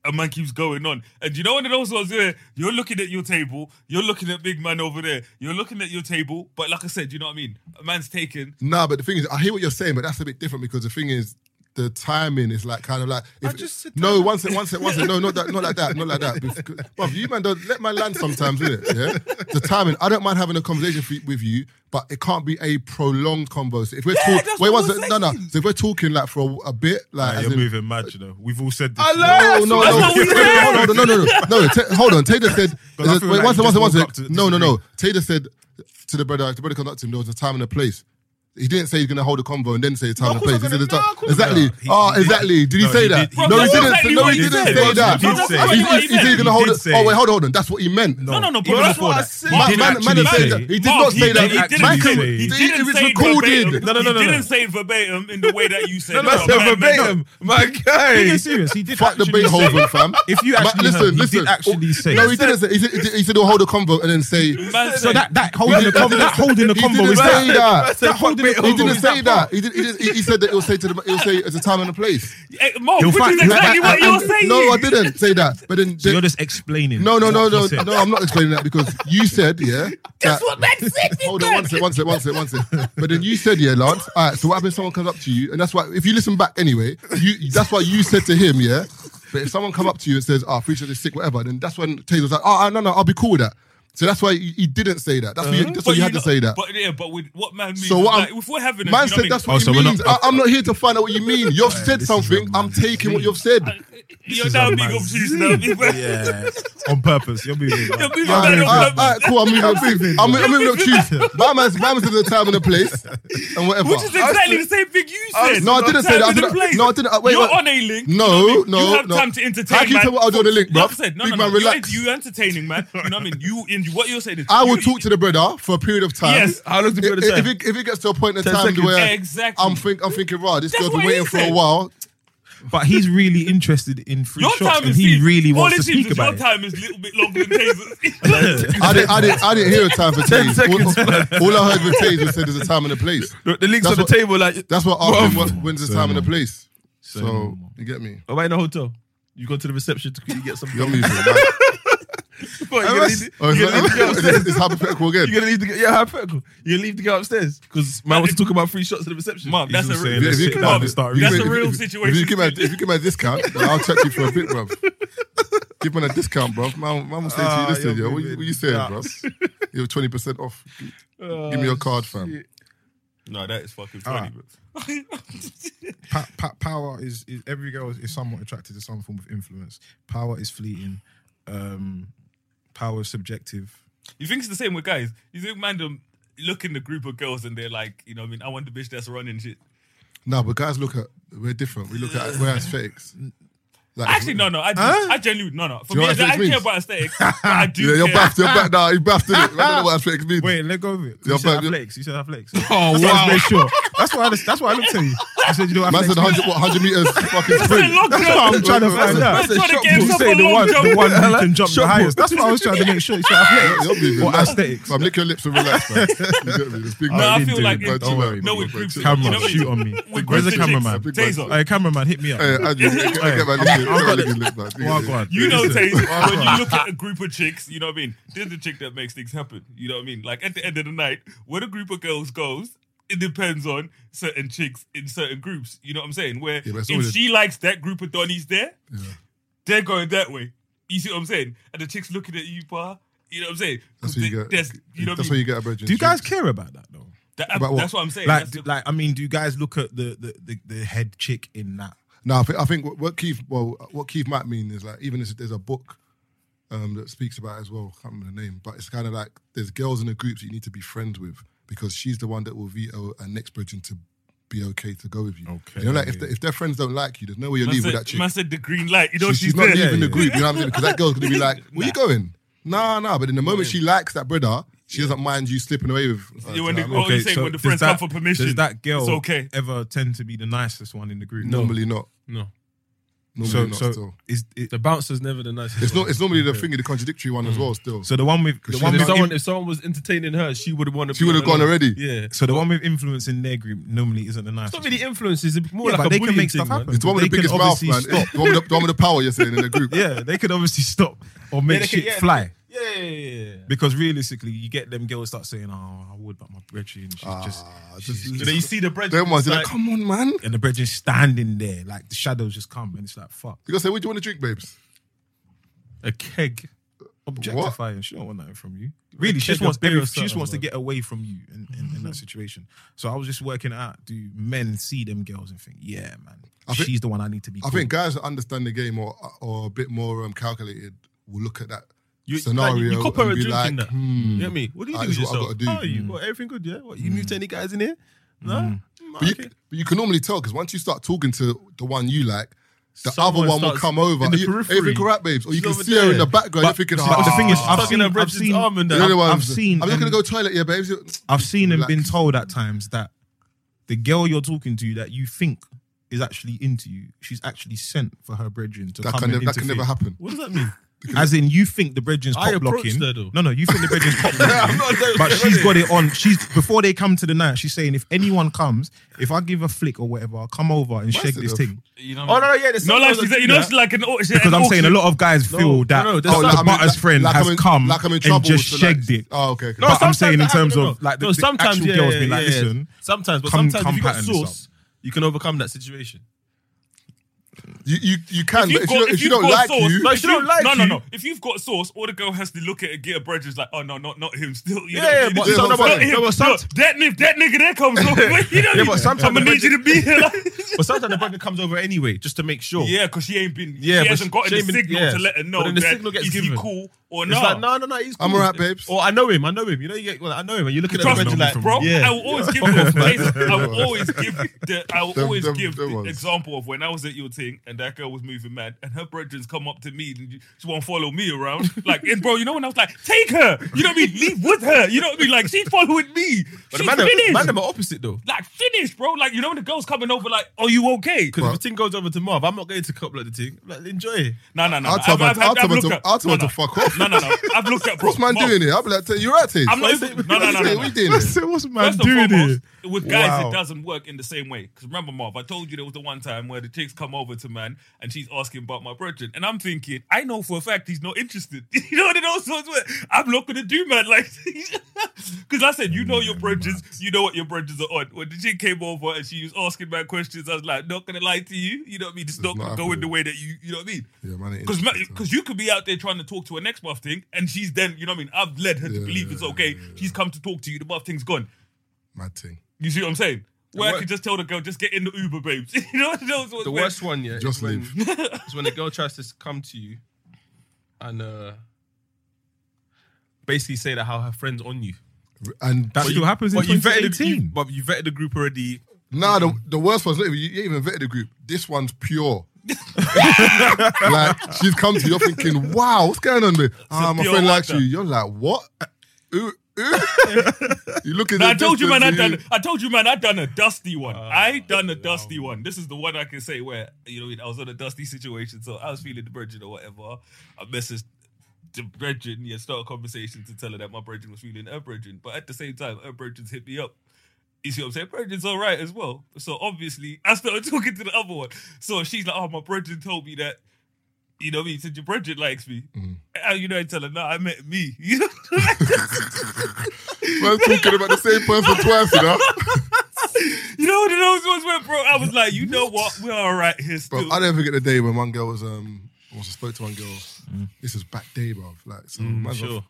Speaker 2: A man keeps going on. And you know one of those ones where you're looking at your table, you're looking at big man over there, you're looking at your table, but like I said, you know what I mean? A man's taken.
Speaker 1: Nah, but the thing is, I hear what you're saying, but that's a bit different because the thing is, the timing is like kind of like if,
Speaker 6: just said
Speaker 1: no one sec, one sec, one sec. No, not that, not like that, not like that. Because- Bruv, you man, don't let my land sometimes, innit? Yeah, the timing. I don't mind having a conversation for, with you, but it can't be a prolonged convo. So if we're talking,
Speaker 2: that's
Speaker 1: wait,
Speaker 2: what
Speaker 1: one
Speaker 2: we're
Speaker 1: sec, no, no. So if we're talking like for a, a bit, like as
Speaker 3: you're
Speaker 1: in-
Speaker 3: moving mad, you know. We've all said this.
Speaker 1: no, no,
Speaker 2: that's
Speaker 1: no.
Speaker 2: what we said.
Speaker 1: Hold on, Oh, no, no, no, no. Ta- hold on. Taylor said.
Speaker 3: Because I
Speaker 1: Wait,
Speaker 3: feel
Speaker 1: wait,
Speaker 3: like
Speaker 1: one
Speaker 3: you
Speaker 1: second, one second, one
Speaker 3: just woke up to
Speaker 1: second. No, no, no.
Speaker 3: disagree.
Speaker 1: Taylor said to the brother, the brother conducted him. There was a time and a place. He didn't say he's going to hold a convo and then say the time and
Speaker 2: of
Speaker 1: place.
Speaker 2: course
Speaker 1: He
Speaker 2: I'm
Speaker 1: said the
Speaker 2: gonna-
Speaker 1: time-
Speaker 2: no, of course
Speaker 1: exactly.
Speaker 3: not. He-
Speaker 1: Oh,
Speaker 3: he did-
Speaker 1: exactly. Did he
Speaker 3: no,
Speaker 1: say
Speaker 3: he
Speaker 1: that?
Speaker 3: did-
Speaker 1: No, he
Speaker 3: he
Speaker 1: didn't.
Speaker 2: did. That's
Speaker 1: say- No, he
Speaker 2: exactly
Speaker 1: didn't
Speaker 2: what he
Speaker 1: say
Speaker 2: said.
Speaker 1: that. He- he-
Speaker 3: He did say-
Speaker 2: That's
Speaker 1: He
Speaker 2: what he
Speaker 1: said he's going to
Speaker 3: said.
Speaker 1: hold
Speaker 3: He
Speaker 1: it.
Speaker 3: did say-
Speaker 1: Oh wait, hold on, hold on. That's what he meant.
Speaker 2: No, no, no, bro.
Speaker 3: even
Speaker 2: That's
Speaker 3: before
Speaker 2: what I
Speaker 3: that,
Speaker 2: said.
Speaker 3: he
Speaker 1: Man,
Speaker 3: did
Speaker 1: man, man
Speaker 3: actually
Speaker 1: said
Speaker 3: say-
Speaker 1: that. He did
Speaker 2: Mark,
Speaker 1: not say that.
Speaker 2: he did- he didn't
Speaker 1: Man,
Speaker 2: say-
Speaker 1: can-
Speaker 2: he
Speaker 1: it
Speaker 2: didn't
Speaker 1: was
Speaker 2: say
Speaker 1: recorded.
Speaker 2: verbatim.
Speaker 6: No, no, no, no,
Speaker 2: He
Speaker 6: no.
Speaker 2: didn't say verbatim in the way that you said.
Speaker 6: That's
Speaker 2: it, bro. Man, man,
Speaker 6: verbatim, my guy.
Speaker 8: Being serious, he did
Speaker 1: Fuck the
Speaker 8: actually say-
Speaker 1: Beethoven, fam.
Speaker 8: If you
Speaker 1: Man,
Speaker 8: actually
Speaker 1: listen,
Speaker 8: heard, he
Speaker 1: listen.
Speaker 8: did actually say.
Speaker 1: No, he didn't say. He said- he did- he said he'll hold a convo and then say.
Speaker 2: man
Speaker 8: So
Speaker 2: said-
Speaker 8: that that holding the convo, that holding the
Speaker 1: He
Speaker 8: convo
Speaker 1: didn't
Speaker 8: is that.
Speaker 1: say that.
Speaker 6: That's
Speaker 8: holding the
Speaker 6: a fucking-
Speaker 1: He
Speaker 8: convo
Speaker 1: didn't
Speaker 8: is
Speaker 1: say
Speaker 8: part.
Speaker 1: that. He, did, he, did, he, he said that it will say to the, it will say it's a time and a place.
Speaker 2: Hey, Mo,
Speaker 8: He'll
Speaker 2: which
Speaker 8: fight-
Speaker 2: is exactly
Speaker 1: I- I-
Speaker 2: what you're
Speaker 1: I-
Speaker 2: saying.
Speaker 1: No, I didn't say that. But then,
Speaker 8: So you're just explaining.
Speaker 1: no, no, no,
Speaker 8: what he
Speaker 1: no,
Speaker 8: said.
Speaker 1: no. I'm not explaining that because you said, yeah.
Speaker 2: That's
Speaker 1: that- *laughs*
Speaker 2: what man said. he
Speaker 1: Hold
Speaker 2: said.
Speaker 1: on, one sec, one sec, one sec, one sec. But then you said, yeah, Lance. All right. So what happens? if Someone comes up to you, and that's why. If you listen back anyway, you that's what you said to him, yeah. But if someone come up to you and says, "Ah, oh, preacher is sick, whatever," then that's when Taylor was like, "Oh, ah, no, no, I'll be cool with that." So that's why he, he didn't say that. That's what you, that's
Speaker 2: But
Speaker 1: what you had
Speaker 2: know-
Speaker 1: to say that.
Speaker 2: But yeah, but with what man means,
Speaker 1: So what
Speaker 2: like,
Speaker 1: I'm-
Speaker 2: if we're having a
Speaker 1: Man
Speaker 2: you know
Speaker 1: said
Speaker 2: what
Speaker 1: that's what he means. I, I'm Oh, not here to find out what you mean. *laughs* You've said something. I'm taking what you've *laughs* said.
Speaker 2: I mean? you're now being obtuse now. man.
Speaker 3: Yeah, on
Speaker 9: *laughs*
Speaker 3: purpose. You're moving
Speaker 2: *laughs* You're
Speaker 3: mad.
Speaker 2: being
Speaker 1: All right, all
Speaker 2: very
Speaker 1: right, all
Speaker 2: obtuse.
Speaker 1: right, cool. I'm moving up. I'm, I'm moving up *laughs* Tuesday. My man's, my man's in the time and the place and whatever.
Speaker 2: Which is exactly the same thing you said.
Speaker 1: no, I didn't say
Speaker 2: Time
Speaker 1: that. I
Speaker 2: and
Speaker 1: didn't-
Speaker 2: place.
Speaker 1: no, I didn't- uh, wait,
Speaker 2: you're
Speaker 1: wait.
Speaker 2: on a link.
Speaker 1: No,
Speaker 2: you know what I mean?
Speaker 1: no,
Speaker 2: You have
Speaker 1: no.
Speaker 2: time to entertain.
Speaker 1: How can you
Speaker 2: man.
Speaker 1: tell what I was doing on the link,
Speaker 2: Like I
Speaker 1: bruv?
Speaker 2: said, no,
Speaker 1: Big man,
Speaker 2: no, no. You're-
Speaker 1: relax.
Speaker 2: You're entertaining, man. You know what I mean? You in what you're saying is
Speaker 1: I will
Speaker 2: you-
Speaker 1: talk to the brother for a period of time.
Speaker 2: Yes.
Speaker 6: How long did
Speaker 1: If,
Speaker 6: you
Speaker 1: if,
Speaker 6: say?
Speaker 1: it, if it gets to a point in time where
Speaker 2: Exactly.
Speaker 1: I'm, think, I'm thinking, right, this
Speaker 2: That's
Speaker 1: girl's been
Speaker 2: what he
Speaker 1: waiting for a
Speaker 2: said.
Speaker 1: while.
Speaker 8: But he's really interested in free
Speaker 2: Your
Speaker 8: shots,
Speaker 2: time
Speaker 8: and
Speaker 2: is
Speaker 8: he
Speaker 2: deep.
Speaker 8: really
Speaker 2: All
Speaker 8: wants
Speaker 2: it
Speaker 8: to
Speaker 2: seems
Speaker 8: speak
Speaker 2: is
Speaker 8: about
Speaker 2: Your
Speaker 8: it.
Speaker 2: time is a little bit longer
Speaker 1: *laughs*
Speaker 2: than Taser's. *laughs*
Speaker 1: I didn't, I didn't, I didn't hear a time for Taze.
Speaker 6: seconds,
Speaker 1: All, all I heard with Taze was said there's a time and a place.
Speaker 6: The the links
Speaker 1: That's
Speaker 6: on the
Speaker 1: what-
Speaker 6: table, like
Speaker 1: That's what asked him what, when's the time and the place. So,
Speaker 8: normal.
Speaker 1: you get me?
Speaker 6: Am I in a hotel? You go to the reception to quickly get some. *laughs*
Speaker 1: You're moving. man.
Speaker 6: What, you're, gonna leave, the-
Speaker 1: Oh,
Speaker 6: you're
Speaker 1: it's,
Speaker 6: gonna leave the girl
Speaker 1: not, *laughs*
Speaker 6: upstairs.
Speaker 1: it's, it's hypothetical again.
Speaker 6: You're gonna leave the girl. Yeah, hypothetical. You're gonna leave the girl upstairs because man wants to talk about free shots at the reception.
Speaker 2: Mom, that's a
Speaker 3: saying
Speaker 2: real.
Speaker 3: let's sit
Speaker 2: Mom,
Speaker 3: down and start
Speaker 2: That's
Speaker 3: reading.
Speaker 2: a real
Speaker 1: if,
Speaker 2: situation.
Speaker 1: If you give me, a- if you give me a discount, then I'll check you for a bit, bro. Give me a discount, bro. Man, man will say to you,
Speaker 3: Ah,
Speaker 1: listen,
Speaker 3: you're
Speaker 1: yo, what, you-
Speaker 3: moving.
Speaker 1: what you saying,
Speaker 3: Nah.
Speaker 1: bro? You're twenty percent off. G- Give
Speaker 2: Ah,
Speaker 1: me your card, fam.
Speaker 2: No, that is fucking funny,
Speaker 9: Alright.
Speaker 2: bro.
Speaker 9: Pa- pa- power is, is every girl is, is somewhat attracted to some form of influence. Power is fleeting. Um, power is subjective.
Speaker 2: You think it's the same with guys? You think man them look in the group of girls and they're like, you know, what I mean, I want the bitch that's running shit.
Speaker 1: No, but guys, look at we're different. We look at we're aesthetics. Like,
Speaker 2: Actually, no, no, I do, I genuinely no, no. For
Speaker 1: Do you know what
Speaker 2: me, I
Speaker 1: aesthetics
Speaker 2: care
Speaker 1: means?
Speaker 2: about aesthetics. but
Speaker 1: *laughs*
Speaker 2: I do.
Speaker 1: Yeah, you're
Speaker 2: care.
Speaker 1: baffed. You're back now. You're baffed in it. I don't know what aesthetics
Speaker 2: *laughs*
Speaker 1: means.
Speaker 9: Wait, let go of it.
Speaker 1: You're
Speaker 9: You said
Speaker 1: back-
Speaker 9: athletics. You said *laughs* athletics.
Speaker 6: Oh wow!
Speaker 9: sure. That's what I. That's what I looked at you. I said, you know,
Speaker 1: Man said
Speaker 9: athletics.
Speaker 1: 100, what, 100
Speaker 2: *laughs*
Speaker 1: meters fucking
Speaker 2: That's
Speaker 1: sprint.
Speaker 2: a long
Speaker 1: *laughs*
Speaker 2: jump.
Speaker 9: I'm trying to
Speaker 1: That's a-
Speaker 9: find out.
Speaker 2: Man's trying to get
Speaker 9: You
Speaker 2: himself
Speaker 9: say
Speaker 2: a
Speaker 9: the
Speaker 2: long
Speaker 9: one,
Speaker 2: jump.
Speaker 9: the one who can jump the
Speaker 6: Shot
Speaker 9: highest. That's what I was trying to make sure.
Speaker 1: *laughs*
Speaker 9: You said athletics.
Speaker 1: You're moving,
Speaker 9: Or
Speaker 1: man.
Speaker 9: aesthetics.
Speaker 1: Fam, lick your lips and relax,
Speaker 8: *laughs*
Speaker 1: man. You get me? This big
Speaker 2: No,
Speaker 1: man.
Speaker 2: I feel like
Speaker 1: Big man, chill
Speaker 2: it- don't
Speaker 1: out,
Speaker 2: worry,
Speaker 1: man.
Speaker 2: no, with
Speaker 1: Big
Speaker 2: groups-
Speaker 1: man, chill out.
Speaker 9: Camera,
Speaker 2: You know what I mean?
Speaker 9: shoot on me.
Speaker 2: With
Speaker 9: Where's the
Speaker 2: groups of
Speaker 9: cameraman?
Speaker 2: chicks.
Speaker 1: Big man.
Speaker 2: Taser.
Speaker 9: Hey, cameraman, hit me up.
Speaker 1: Hey, Andrew, get get my lips in. Get my lips in, lips, man.
Speaker 9: Wagwan.
Speaker 2: You know,
Speaker 9: Listen.
Speaker 2: Tate, when you look at a group of chicks, you know what I mean? There's the chick that makes things happen. You know what I mean? Like at the end of the night, where the group of girls goes, it depends on certain chicks in certain groups. You know what I'm saying? Where
Speaker 1: Yeah, but it's
Speaker 2: if
Speaker 1: always-
Speaker 2: she likes that group of Donnies there, they're going that way. You see what I'm saying? And the chick's looking at you, bar. You know what I'm saying? 'Cause
Speaker 1: That's what you
Speaker 2: they-
Speaker 1: get.
Speaker 2: there's- you know what
Speaker 1: that's
Speaker 2: I
Speaker 1: what
Speaker 2: mean?
Speaker 1: you get a virgin.
Speaker 8: Do you guys
Speaker 1: chick.
Speaker 8: care about that though?
Speaker 2: That-
Speaker 1: about what?
Speaker 2: That's what I'm saying.
Speaker 8: Like,
Speaker 2: That's
Speaker 8: do-
Speaker 2: the-
Speaker 8: like I mean, do you guys look at the the, the, the head chick in that?
Speaker 1: No, I think, I think what- what Keith. Well, what Keith might mean is like even if there's a book um, that speaks about it as well. I can't remember the name, but it's kind of like there's girls in the groups you need to be friends with because she's the one that will veto a next virgin to be okay to go with you.
Speaker 9: Okay.
Speaker 1: You know, like if, the, if their friends don't like you, there's no way you're
Speaker 2: man,
Speaker 1: leaving with
Speaker 2: said,
Speaker 1: that chick.
Speaker 2: man said the green light. You know
Speaker 1: She-
Speaker 2: she's,
Speaker 1: she's not
Speaker 2: there.
Speaker 1: leaving the group. You know what I'm saying? Because that girl's gonna be like, "Where you going?" Nah, nah. But in the moment she likes that brother, She doesn't mind you slipping away with. her, do
Speaker 2: Yeah,
Speaker 1: you
Speaker 2: when
Speaker 1: know what I
Speaker 2: the-
Speaker 1: mean?
Speaker 2: What are you Oh, saying when the friends
Speaker 3: does
Speaker 2: come for permission?
Speaker 3: Does that girl
Speaker 2: It's okay.
Speaker 3: ever tend to be the nicest one in the group?
Speaker 1: normally not.
Speaker 6: No.
Speaker 1: Normally
Speaker 3: So,
Speaker 1: not.
Speaker 3: so
Speaker 1: still.
Speaker 3: is it,
Speaker 6: The bouncer's never the nicest.
Speaker 1: It's
Speaker 6: one.
Speaker 1: not. It's normally the thing, the contradictory one as well. Still,
Speaker 3: so the one with the
Speaker 1: she
Speaker 3: one
Speaker 1: did
Speaker 3: with
Speaker 6: if
Speaker 1: not
Speaker 3: in-
Speaker 6: someone, if someone was entertaining her, she would have wanted.
Speaker 1: she would have gone already.
Speaker 6: Yeah. It's
Speaker 3: so the one with influence in their group normally isn't the nicest.
Speaker 6: not really influences. It's more
Speaker 3: Yeah,
Speaker 6: like
Speaker 3: but
Speaker 6: a
Speaker 3: they can
Speaker 6: bullying
Speaker 3: make
Speaker 6: thing,
Speaker 3: stuff
Speaker 6: man.
Speaker 3: happen.
Speaker 1: It's the one with
Speaker 3: They
Speaker 1: the biggest
Speaker 3: can
Speaker 1: mouth,
Speaker 3: obviously
Speaker 1: man.
Speaker 3: stop.
Speaker 1: The *laughs* one, with the, the one with the power. You're saying in the group.
Speaker 3: yeah, they could obviously stop or make
Speaker 6: they can-
Speaker 3: shit
Speaker 6: yeah,
Speaker 3: fly.
Speaker 6: Yeah, yeah, yeah. yeah.
Speaker 3: Because realistically, you get them girls start saying, "Oh, I would, but my brethren, she's just."
Speaker 1: Ah,
Speaker 3: she's
Speaker 1: just-
Speaker 3: just-
Speaker 6: So then you see the bread.
Speaker 1: Them ones,
Speaker 6: it's
Speaker 1: you're like, come on, man.
Speaker 3: and the brethren standing there, like the shadows just come, and it's like, "Fuck,
Speaker 1: You gotta say, what do you want to drink, babes?
Speaker 6: a keg.
Speaker 3: objectifying. She don't want nothing from you. Really,
Speaker 6: Like,
Speaker 3: she just
Speaker 6: take a
Speaker 3: wants
Speaker 6: beer
Speaker 3: every, she
Speaker 6: or
Speaker 3: just
Speaker 6: something,
Speaker 3: wants to
Speaker 6: bro.
Speaker 3: get away from you in, in,
Speaker 1: Mm-hmm.
Speaker 3: in that situation. So I was just working out: do men see them girls and think, "Yeah, man,
Speaker 1: I
Speaker 3: she's
Speaker 1: think-
Speaker 3: the one I need to be"?
Speaker 1: I think guys that understand the game or or a bit more um, calculated will look at that
Speaker 6: You,
Speaker 1: scenario
Speaker 6: like, you cop her a
Speaker 1: and be
Speaker 6: drink
Speaker 1: like,
Speaker 6: in that.
Speaker 1: hmm.
Speaker 6: You know what I mean? What do you
Speaker 1: Ah,
Speaker 6: do
Speaker 1: this
Speaker 6: with
Speaker 1: is what I gotta
Speaker 6: yourself?
Speaker 1: do. Hmm.
Speaker 6: Oh, you got everything good, yeah? What, you new to any guys in here? No? Mm,
Speaker 1: But, *laughs*
Speaker 6: okay.
Speaker 1: you, but you can normally tell because once you start talking to the one you like, the
Speaker 6: Someone
Speaker 1: other one will
Speaker 6: starts
Speaker 1: come over.
Speaker 6: in the
Speaker 1: you,
Speaker 6: periphery.
Speaker 1: Everything correct, babes. Or you
Speaker 6: She's
Speaker 1: can
Speaker 6: over
Speaker 1: see her in
Speaker 6: there.
Speaker 1: the background. you're thinking,
Speaker 3: but the thing is,
Speaker 1: "Ah,
Speaker 3: I've
Speaker 6: Tugging
Speaker 3: seen,
Speaker 6: her
Speaker 3: I've
Speaker 6: brethren's
Speaker 3: seen,
Speaker 6: arm and
Speaker 1: the
Speaker 6: that.
Speaker 1: other
Speaker 3: I've
Speaker 1: ones,
Speaker 3: seen,
Speaker 1: I'm not
Speaker 3: and-
Speaker 1: gonna go toilet, yeah, babes.
Speaker 3: I've seen and been
Speaker 1: Relax.
Speaker 3: told at times that the girl you're talking to that you think is actually into you, she's actually sent for her brethren to
Speaker 1: That
Speaker 3: come
Speaker 1: can,
Speaker 3: and
Speaker 1: never, that can never
Speaker 3: interfere.
Speaker 1: happen.
Speaker 6: What does that
Speaker 1: *laughs*
Speaker 6: mean?
Speaker 3: As in, you think the brethren's
Speaker 6: I
Speaker 3: pop
Speaker 6: approached
Speaker 3: blocking.
Speaker 6: her, though.
Speaker 3: No, no, you think the brethren's
Speaker 1: *laughs*
Speaker 3: pop
Speaker 6: I'm
Speaker 3: blocking.
Speaker 6: *laughs* not saying-
Speaker 3: But she's got it on. She's before they come to the night. She's saying if anyone comes, if I give a flick or whatever, I'll come over and shake
Speaker 1: it
Speaker 3: this
Speaker 1: a-
Speaker 3: thing.
Speaker 2: You know
Speaker 6: Oh, no, no, yeah. there's
Speaker 2: No,
Speaker 6: some
Speaker 2: like
Speaker 6: girls
Speaker 2: she's, you
Speaker 6: that do
Speaker 2: know,
Speaker 6: that.
Speaker 2: it's like an auction.
Speaker 3: Because I'm saying a lot of guys feel that
Speaker 6: no, there's
Speaker 3: oh,
Speaker 6: some-
Speaker 3: the
Speaker 1: I mean,
Speaker 3: butter's friend
Speaker 1: like I'm
Speaker 3: has
Speaker 1: in-
Speaker 3: come
Speaker 1: like I'm in
Speaker 3: and
Speaker 1: trouble
Speaker 3: just
Speaker 1: to, like-
Speaker 3: shagged it.
Speaker 1: Oh, okay. okay.
Speaker 6: No,
Speaker 3: but I'm
Speaker 6: sometimes
Speaker 3: saying in
Speaker 6: that
Speaker 3: terms
Speaker 6: happens,
Speaker 3: of like the,
Speaker 6: no,
Speaker 3: the
Speaker 6: sometimes,
Speaker 3: actual
Speaker 6: yeah,
Speaker 3: girls
Speaker 6: yeah,
Speaker 3: being like,
Speaker 6: yeah, yeah.
Speaker 3: listen,
Speaker 6: Sometimes, but
Speaker 3: come-
Speaker 6: sometimes
Speaker 3: come
Speaker 6: if you got
Speaker 3: pattern this
Speaker 6: sauce, you can overcome that
Speaker 1: *laughs*
Speaker 6: situation.
Speaker 1: you, you, you can, but
Speaker 2: If you've
Speaker 1: if,
Speaker 2: got-
Speaker 1: you, don't- if you
Speaker 2: you've
Speaker 1: don't
Speaker 2: got
Speaker 1: like
Speaker 2: sauce,
Speaker 1: you,
Speaker 6: No, she don't like
Speaker 2: no, no,
Speaker 6: you.
Speaker 2: no. If you've got sauce, all the girl has to look at a get a bread is like, oh no, not not him. Still, you
Speaker 6: Yeah,
Speaker 2: know,
Speaker 6: yeah,
Speaker 2: you
Speaker 6: but
Speaker 2: know,
Speaker 1: some-
Speaker 2: not
Speaker 1: but-
Speaker 2: him.
Speaker 6: no, but some-
Speaker 2: Look, that if that nigga there comes over, *laughs* you know,
Speaker 6: Yeah, but sometimes
Speaker 2: I'm gonna
Speaker 6: the
Speaker 2: need you to be here. Like,
Speaker 6: But sometimes the brother comes over anyway, just to make sure.
Speaker 2: yeah, because she ain't been,
Speaker 6: Yeah,
Speaker 2: she
Speaker 6: but
Speaker 2: hasn't gotten
Speaker 6: she
Speaker 2: the
Speaker 6: ain't been-
Speaker 2: signal
Speaker 6: yeah.
Speaker 2: to let her know
Speaker 6: But then the
Speaker 2: that
Speaker 6: signal gets
Speaker 2: is he
Speaker 6: given.
Speaker 2: cool or
Speaker 6: It's
Speaker 2: not.
Speaker 6: like, no, no, no, he's cool.
Speaker 1: I'm alright, babes.
Speaker 6: Or I know him, I know him. You know, you get, well, I know him. And you look at the
Speaker 2: Trust
Speaker 6: brother
Speaker 2: me,
Speaker 6: like,
Speaker 2: bro.
Speaker 6: yeah.
Speaker 2: I will always
Speaker 1: *laughs*
Speaker 2: give those cases. I will
Speaker 1: ones.
Speaker 2: always give the I will
Speaker 1: *laughs* Them-
Speaker 2: always
Speaker 1: them-
Speaker 2: give
Speaker 1: them
Speaker 2: the
Speaker 1: ones.
Speaker 2: example of when I was at your thing and that girl was moving mad and her brethren's come up to me and she won't follow me around.
Speaker 1: *laughs*
Speaker 2: Like, and bro, you know when I was like, take her. You know what I mean? Leave with her. You know what I mean? Like she's following me.
Speaker 6: But
Speaker 2: She's
Speaker 6: the man,
Speaker 2: finished.
Speaker 6: man, them are opposite though.
Speaker 2: like finished, bro. Like you know when the girl's coming over, like, are you okay?
Speaker 6: Because if
Speaker 1: Bro.
Speaker 6: the thing goes over to Marv, I'm not going to couple of the thing. Like, enjoy it.
Speaker 2: No, no, no.
Speaker 1: I'll
Speaker 2: no.
Speaker 1: tell man
Speaker 2: I've- I've- I've
Speaker 1: to-
Speaker 2: looked at-
Speaker 1: I'll tell
Speaker 2: no,
Speaker 1: man to
Speaker 2: no.
Speaker 1: fuck off.
Speaker 2: No, no, no. I've looked at. bro,
Speaker 1: What's man
Speaker 2: bro,
Speaker 1: doing here? I'll be like, tell you, you're right, *laughs*
Speaker 2: I'm not even. No, no, no, no, no.
Speaker 1: We doing this.
Speaker 3: what's
Speaker 2: First
Speaker 3: man
Speaker 2: and
Speaker 3: doing here?
Speaker 2: foremost, with guys
Speaker 3: Wow.
Speaker 2: it doesn't work in the same way. Because remember, Marv, I told you there was the one time where the chicks come over to man and she's asking about my brethren, and I'm thinking, I know for a fact he's not interested. *laughs* You know what it also is? where I'm not gonna do man *laughs* like because I said you know your brethren, you know what your brethren are on. When the chick came over and she was asking man questions, I was like, not gonna lie to you. You know what I mean? It's not
Speaker 1: not
Speaker 2: gonna go in the
Speaker 1: happening.
Speaker 2: way that you you know what I mean.
Speaker 1: Yeah, man, it is
Speaker 2: Because
Speaker 1: interesting.
Speaker 2: because you could be out there trying to talk to her next month thing, and she's then you know what I mean. I've led her to
Speaker 1: Yeah,
Speaker 2: believe it's
Speaker 1: yeah,
Speaker 2: okay. She's come to talk to you. The buff thing's gone.
Speaker 1: Mad thing.
Speaker 2: You see what I'm saying? Where I
Speaker 6: wor-
Speaker 2: could just tell the girl, just get in the Uber, babes. *laughs* you know, that was
Speaker 6: The
Speaker 2: where-
Speaker 6: worst one, yeah,
Speaker 1: Just
Speaker 6: is when,
Speaker 1: leave.
Speaker 6: is when a girl tries to come to you and uh, basically say that how her friend's on you.
Speaker 1: And
Speaker 3: That still happens in
Speaker 6: But you vetted, the, you,
Speaker 3: 2018.
Speaker 6: but you vetted the group already.
Speaker 1: Nah,
Speaker 2: Mm-hmm.
Speaker 1: the, the worst one's not even, you ain't even vetted the group. This one's
Speaker 2: *laughs*
Speaker 1: pure. like, she's come to you, you're thinking, wow, what's going on there? Ah, my
Speaker 2: pure
Speaker 1: friend likes you.
Speaker 2: water.
Speaker 1: You're like, what? Uh, Ooh, ooh.
Speaker 2: *laughs*
Speaker 1: you look at
Speaker 2: Nah,
Speaker 1: the
Speaker 2: I told you, man. I
Speaker 1: distance
Speaker 2: done.
Speaker 1: and
Speaker 2: I told you, man. I done a dusty one. I done a dusty one. This is the one I can say where you know I was on a dusty situation, so I was feeling the bridging or whatever. I messaged the bridging, yeah, start a conversation to tell her that my bridging was feeling her bridging, but at the same time, her bridging's hit me up. You see what I'm saying? Bridget's all right as well. So obviously, I started *laughs* talking to the other one. So she's like, oh, my Bridget told me that, you know what I mean? She Said, your Bridget likes me. And, you know, I tell her, no, I met me. *laughs* You know?
Speaker 1: you- Man's talking about the same person twice, you know?
Speaker 2: you know what those ones were, bro? I was like, you know what? We're all right here
Speaker 1: Bro,
Speaker 2: still.
Speaker 1: I don't forget the day when one girl was, um, once I spoke to one girl, this is back day, bruv. Like, so, man's off-
Speaker 6: sure.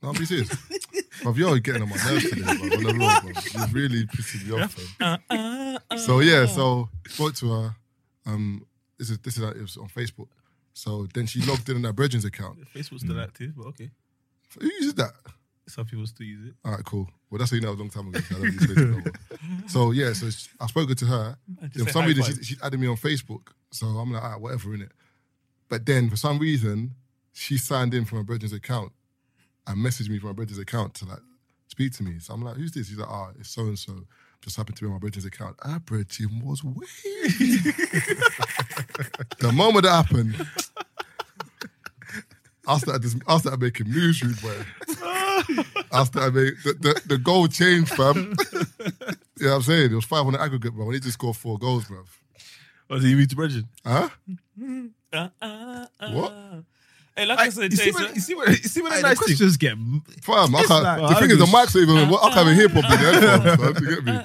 Speaker 1: No, I'm being serious. bruv, you're getting on my nerves today, bruv. On the road, bruv. You're really pissing me off, man. So yeah, so spoke to her. Um, this is this is it was on Facebook. So then she logged in on her brethren's account.
Speaker 6: Facebook's still active, but okay.
Speaker 1: Who uses that?
Speaker 6: Some people still use it.
Speaker 1: All right, cool. Well, that's how you know it was a long time ago. so I don't use Facebook no more. so yeah, so she- I spoke to her. Then for
Speaker 2: said
Speaker 1: some
Speaker 2: high
Speaker 1: reason,
Speaker 2: five.
Speaker 1: she, she added me on Facebook. So I'm like, all right, whatever, innit? But then for some reason, she signed in from her brethren's account and messaged me from her brethren's account to like speak to me. So I'm like, who's this? He's like, ah, it's so and so. Just happened to be on my brethren's account. Our brethren was weird. *laughs* the moment that happened, I started, this, I started making moves, rude boy. I started making, the, the, the goal changed, fam. *laughs* you know what I'm saying? It was five on the aggregate, bro. I need to score four goals, bro.
Speaker 6: Oh, so you mean to Bridget?
Speaker 1: Huh?
Speaker 2: Uh, uh, uh.
Speaker 1: What?
Speaker 2: Hey, like I said,
Speaker 6: You see
Speaker 2: Jason.
Speaker 6: what you see what you see what a
Speaker 3: the
Speaker 6: nice thing.
Speaker 3: questions get
Speaker 1: Fam, I can't,
Speaker 3: like-
Speaker 1: the thing is, the mic's not even, I can't even hear properly. the headphones, fam. You get me?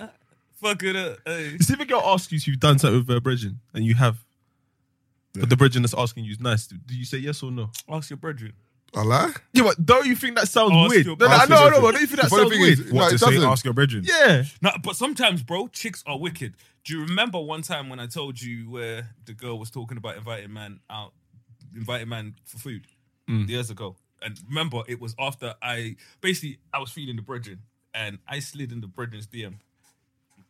Speaker 2: Fuck it up. Hey.
Speaker 6: You see if a girl asks you if you've done something with a Bridget and you have, but the Bridget that's asking you is nice. Do you say yes or no?
Speaker 2: Ask your brethren.
Speaker 1: I lie?
Speaker 6: Yeah, but don't you think that sounds
Speaker 2: Ask
Speaker 6: weird?
Speaker 2: your-
Speaker 6: No, no,
Speaker 1: ask
Speaker 6: no,
Speaker 1: your
Speaker 6: no,
Speaker 1: brethren.
Speaker 6: Don't you think
Speaker 1: The
Speaker 6: that
Speaker 1: funny
Speaker 6: sounds
Speaker 1: thing
Speaker 6: weird?
Speaker 1: is, no, it doesn't.
Speaker 3: ask your brethren.
Speaker 6: yeah.
Speaker 2: No, but sometimes, bro, chicks are wicked. Do you remember one time when I told you where the girl was talking about inviting man out, inviting man for food years ago? And remember, it was after I basically I was feeding the brethren, and I slid in the brethren's DM.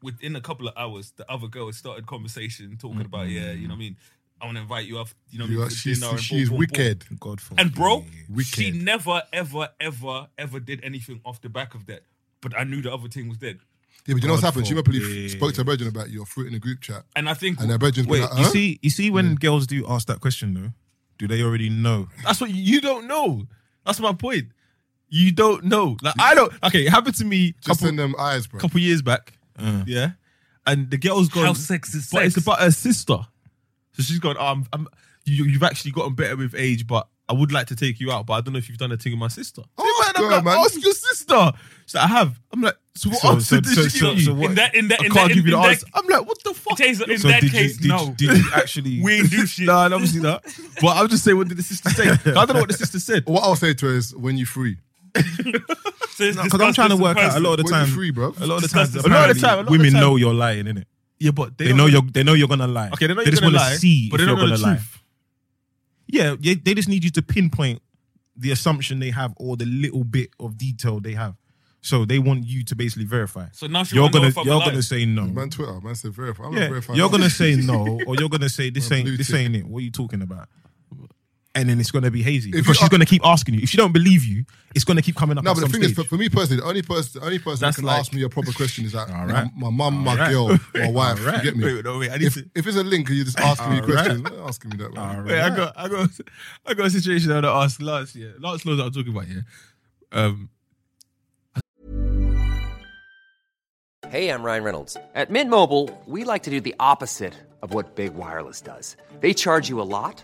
Speaker 2: Within a couple of hours, the other girl had started conversation talking about, yeah, you know what I mean. I want to invite you up, you know, what I
Speaker 1: You
Speaker 2: mean,
Speaker 1: are,
Speaker 2: for
Speaker 1: she's
Speaker 2: dinner and
Speaker 1: she's
Speaker 2: boom, boom, boom.
Speaker 1: wicked.
Speaker 3: God for
Speaker 2: And bro,
Speaker 1: Wicked.
Speaker 2: she never, ever, ever, ever did anything off the back of that. But I knew the other thing was dead.
Speaker 1: Yeah, but you know what's happened? She probably f- spoke to her virgin about your fruit in the group chat,
Speaker 2: And I think
Speaker 1: and her virgin's been
Speaker 3: Wait,
Speaker 1: like, huh?
Speaker 3: you see, you see, when girls do ask that question though, do they already know?
Speaker 6: That's what you don't know. That's my point. You don't know. Like I don't. Okay, it happened to me a
Speaker 1: just
Speaker 6: couple,
Speaker 1: send them eyes, bro.
Speaker 6: couple years back. Yeah, and the girl's gone.
Speaker 1: um,
Speaker 2: How sex is
Speaker 6: But
Speaker 2: sex.
Speaker 6: it's about her sister. So she's gone. Oh, I'm, I'm, you, you've actually gotten better with age, but I would like to take you out. But I don't know if you've done a thing with my sister.
Speaker 1: Oh,
Speaker 6: and I'm
Speaker 1: God,
Speaker 6: like,
Speaker 1: man.
Speaker 6: ask your sister. She's like, I have. I'm like, so what
Speaker 3: So-
Speaker 6: answer
Speaker 3: so-
Speaker 6: did
Speaker 3: so-
Speaker 6: she
Speaker 3: so-
Speaker 6: give you?
Speaker 3: so what-
Speaker 2: in that in that
Speaker 6: I
Speaker 2: in
Speaker 6: can't
Speaker 2: that,
Speaker 6: give you the
Speaker 2: in
Speaker 6: answer. I'm like, what the fuck?
Speaker 2: That, Jason, in
Speaker 3: So
Speaker 2: that
Speaker 3: did
Speaker 2: case,
Speaker 3: you did,
Speaker 2: no.
Speaker 3: did you
Speaker 6: *laughs*
Speaker 3: actually?
Speaker 2: we ain't do shit.
Speaker 6: No, and obviously not. But I'm just saying, what did the sister *laughs* say? I don't know what the sister said.
Speaker 1: What I'll say to her is, when you free,
Speaker 2: Because
Speaker 3: Because I'm trying to work out a lot of the
Speaker 1: when you
Speaker 3: time.
Speaker 1: free, bro.
Speaker 3: A lot of the
Speaker 2: Discuss
Speaker 3: times,
Speaker 6: this. A lot of
Speaker 3: apparently,
Speaker 6: the time, a lot of
Speaker 3: women
Speaker 6: the time.
Speaker 3: know you're lying, innit?
Speaker 6: Yeah, but
Speaker 3: They know you're. They know you're gonna lie.
Speaker 6: Okay, they know
Speaker 3: they
Speaker 6: you're
Speaker 3: just
Speaker 6: gonna
Speaker 3: wanna
Speaker 6: lie,
Speaker 3: see
Speaker 6: but they
Speaker 3: if
Speaker 6: don't
Speaker 3: you're
Speaker 6: know
Speaker 3: gonna
Speaker 6: the
Speaker 3: lie.
Speaker 6: truth.
Speaker 3: Yeah, yeah, they just need you to pinpoint the assumption they have or the little bit of detail they have. So they want you to basically verify.
Speaker 2: So now she
Speaker 3: you're
Speaker 2: wanna know
Speaker 3: gonna
Speaker 2: if I'm
Speaker 3: you're
Speaker 2: alive.
Speaker 3: gonna say no.
Speaker 1: Man, Twitter, man, said verify. I'm not
Speaker 3: yeah,
Speaker 1: verifying.
Speaker 3: you're gonna
Speaker 1: *laughs*
Speaker 3: say
Speaker 6: *laughs*
Speaker 3: no, or you're gonna say this
Speaker 1: My
Speaker 3: ain't
Speaker 1: blue
Speaker 3: this
Speaker 1: tick.
Speaker 3: ain't it. What are you talking about? And then it's gonna be hazy
Speaker 1: If
Speaker 3: because
Speaker 1: you-
Speaker 3: she's gonna keep asking you. If she don't believe you, it's gonna keep coming up.
Speaker 1: No,
Speaker 3: at
Speaker 1: but the
Speaker 3: some
Speaker 1: thing is,
Speaker 3: stage.
Speaker 1: for, for me personally, the only person, the only person that
Speaker 6: That's
Speaker 1: can
Speaker 6: like-
Speaker 1: ask me a proper question is that
Speaker 3: All right.
Speaker 1: my, my mum, my
Speaker 3: All right.
Speaker 6: *laughs*
Speaker 1: girl, my wife. You
Speaker 3: right.
Speaker 1: get me?
Speaker 6: no, wait. I need
Speaker 1: If,
Speaker 6: to-
Speaker 1: if it's a link, and
Speaker 6: *laughs*
Speaker 1: you're just asking me
Speaker 3: All right.
Speaker 1: questions. Don't ask me that. Man.
Speaker 6: Wait, I got, I got, I got a situation I want to ask Lance. Yeah, Lance knows what I'm talking about. Yeah, um,
Speaker 10: Hey, I'm Ryan Reynolds. At Mint Mobile, we like to do the opposite of what Big Wireless does. They charge you a lot,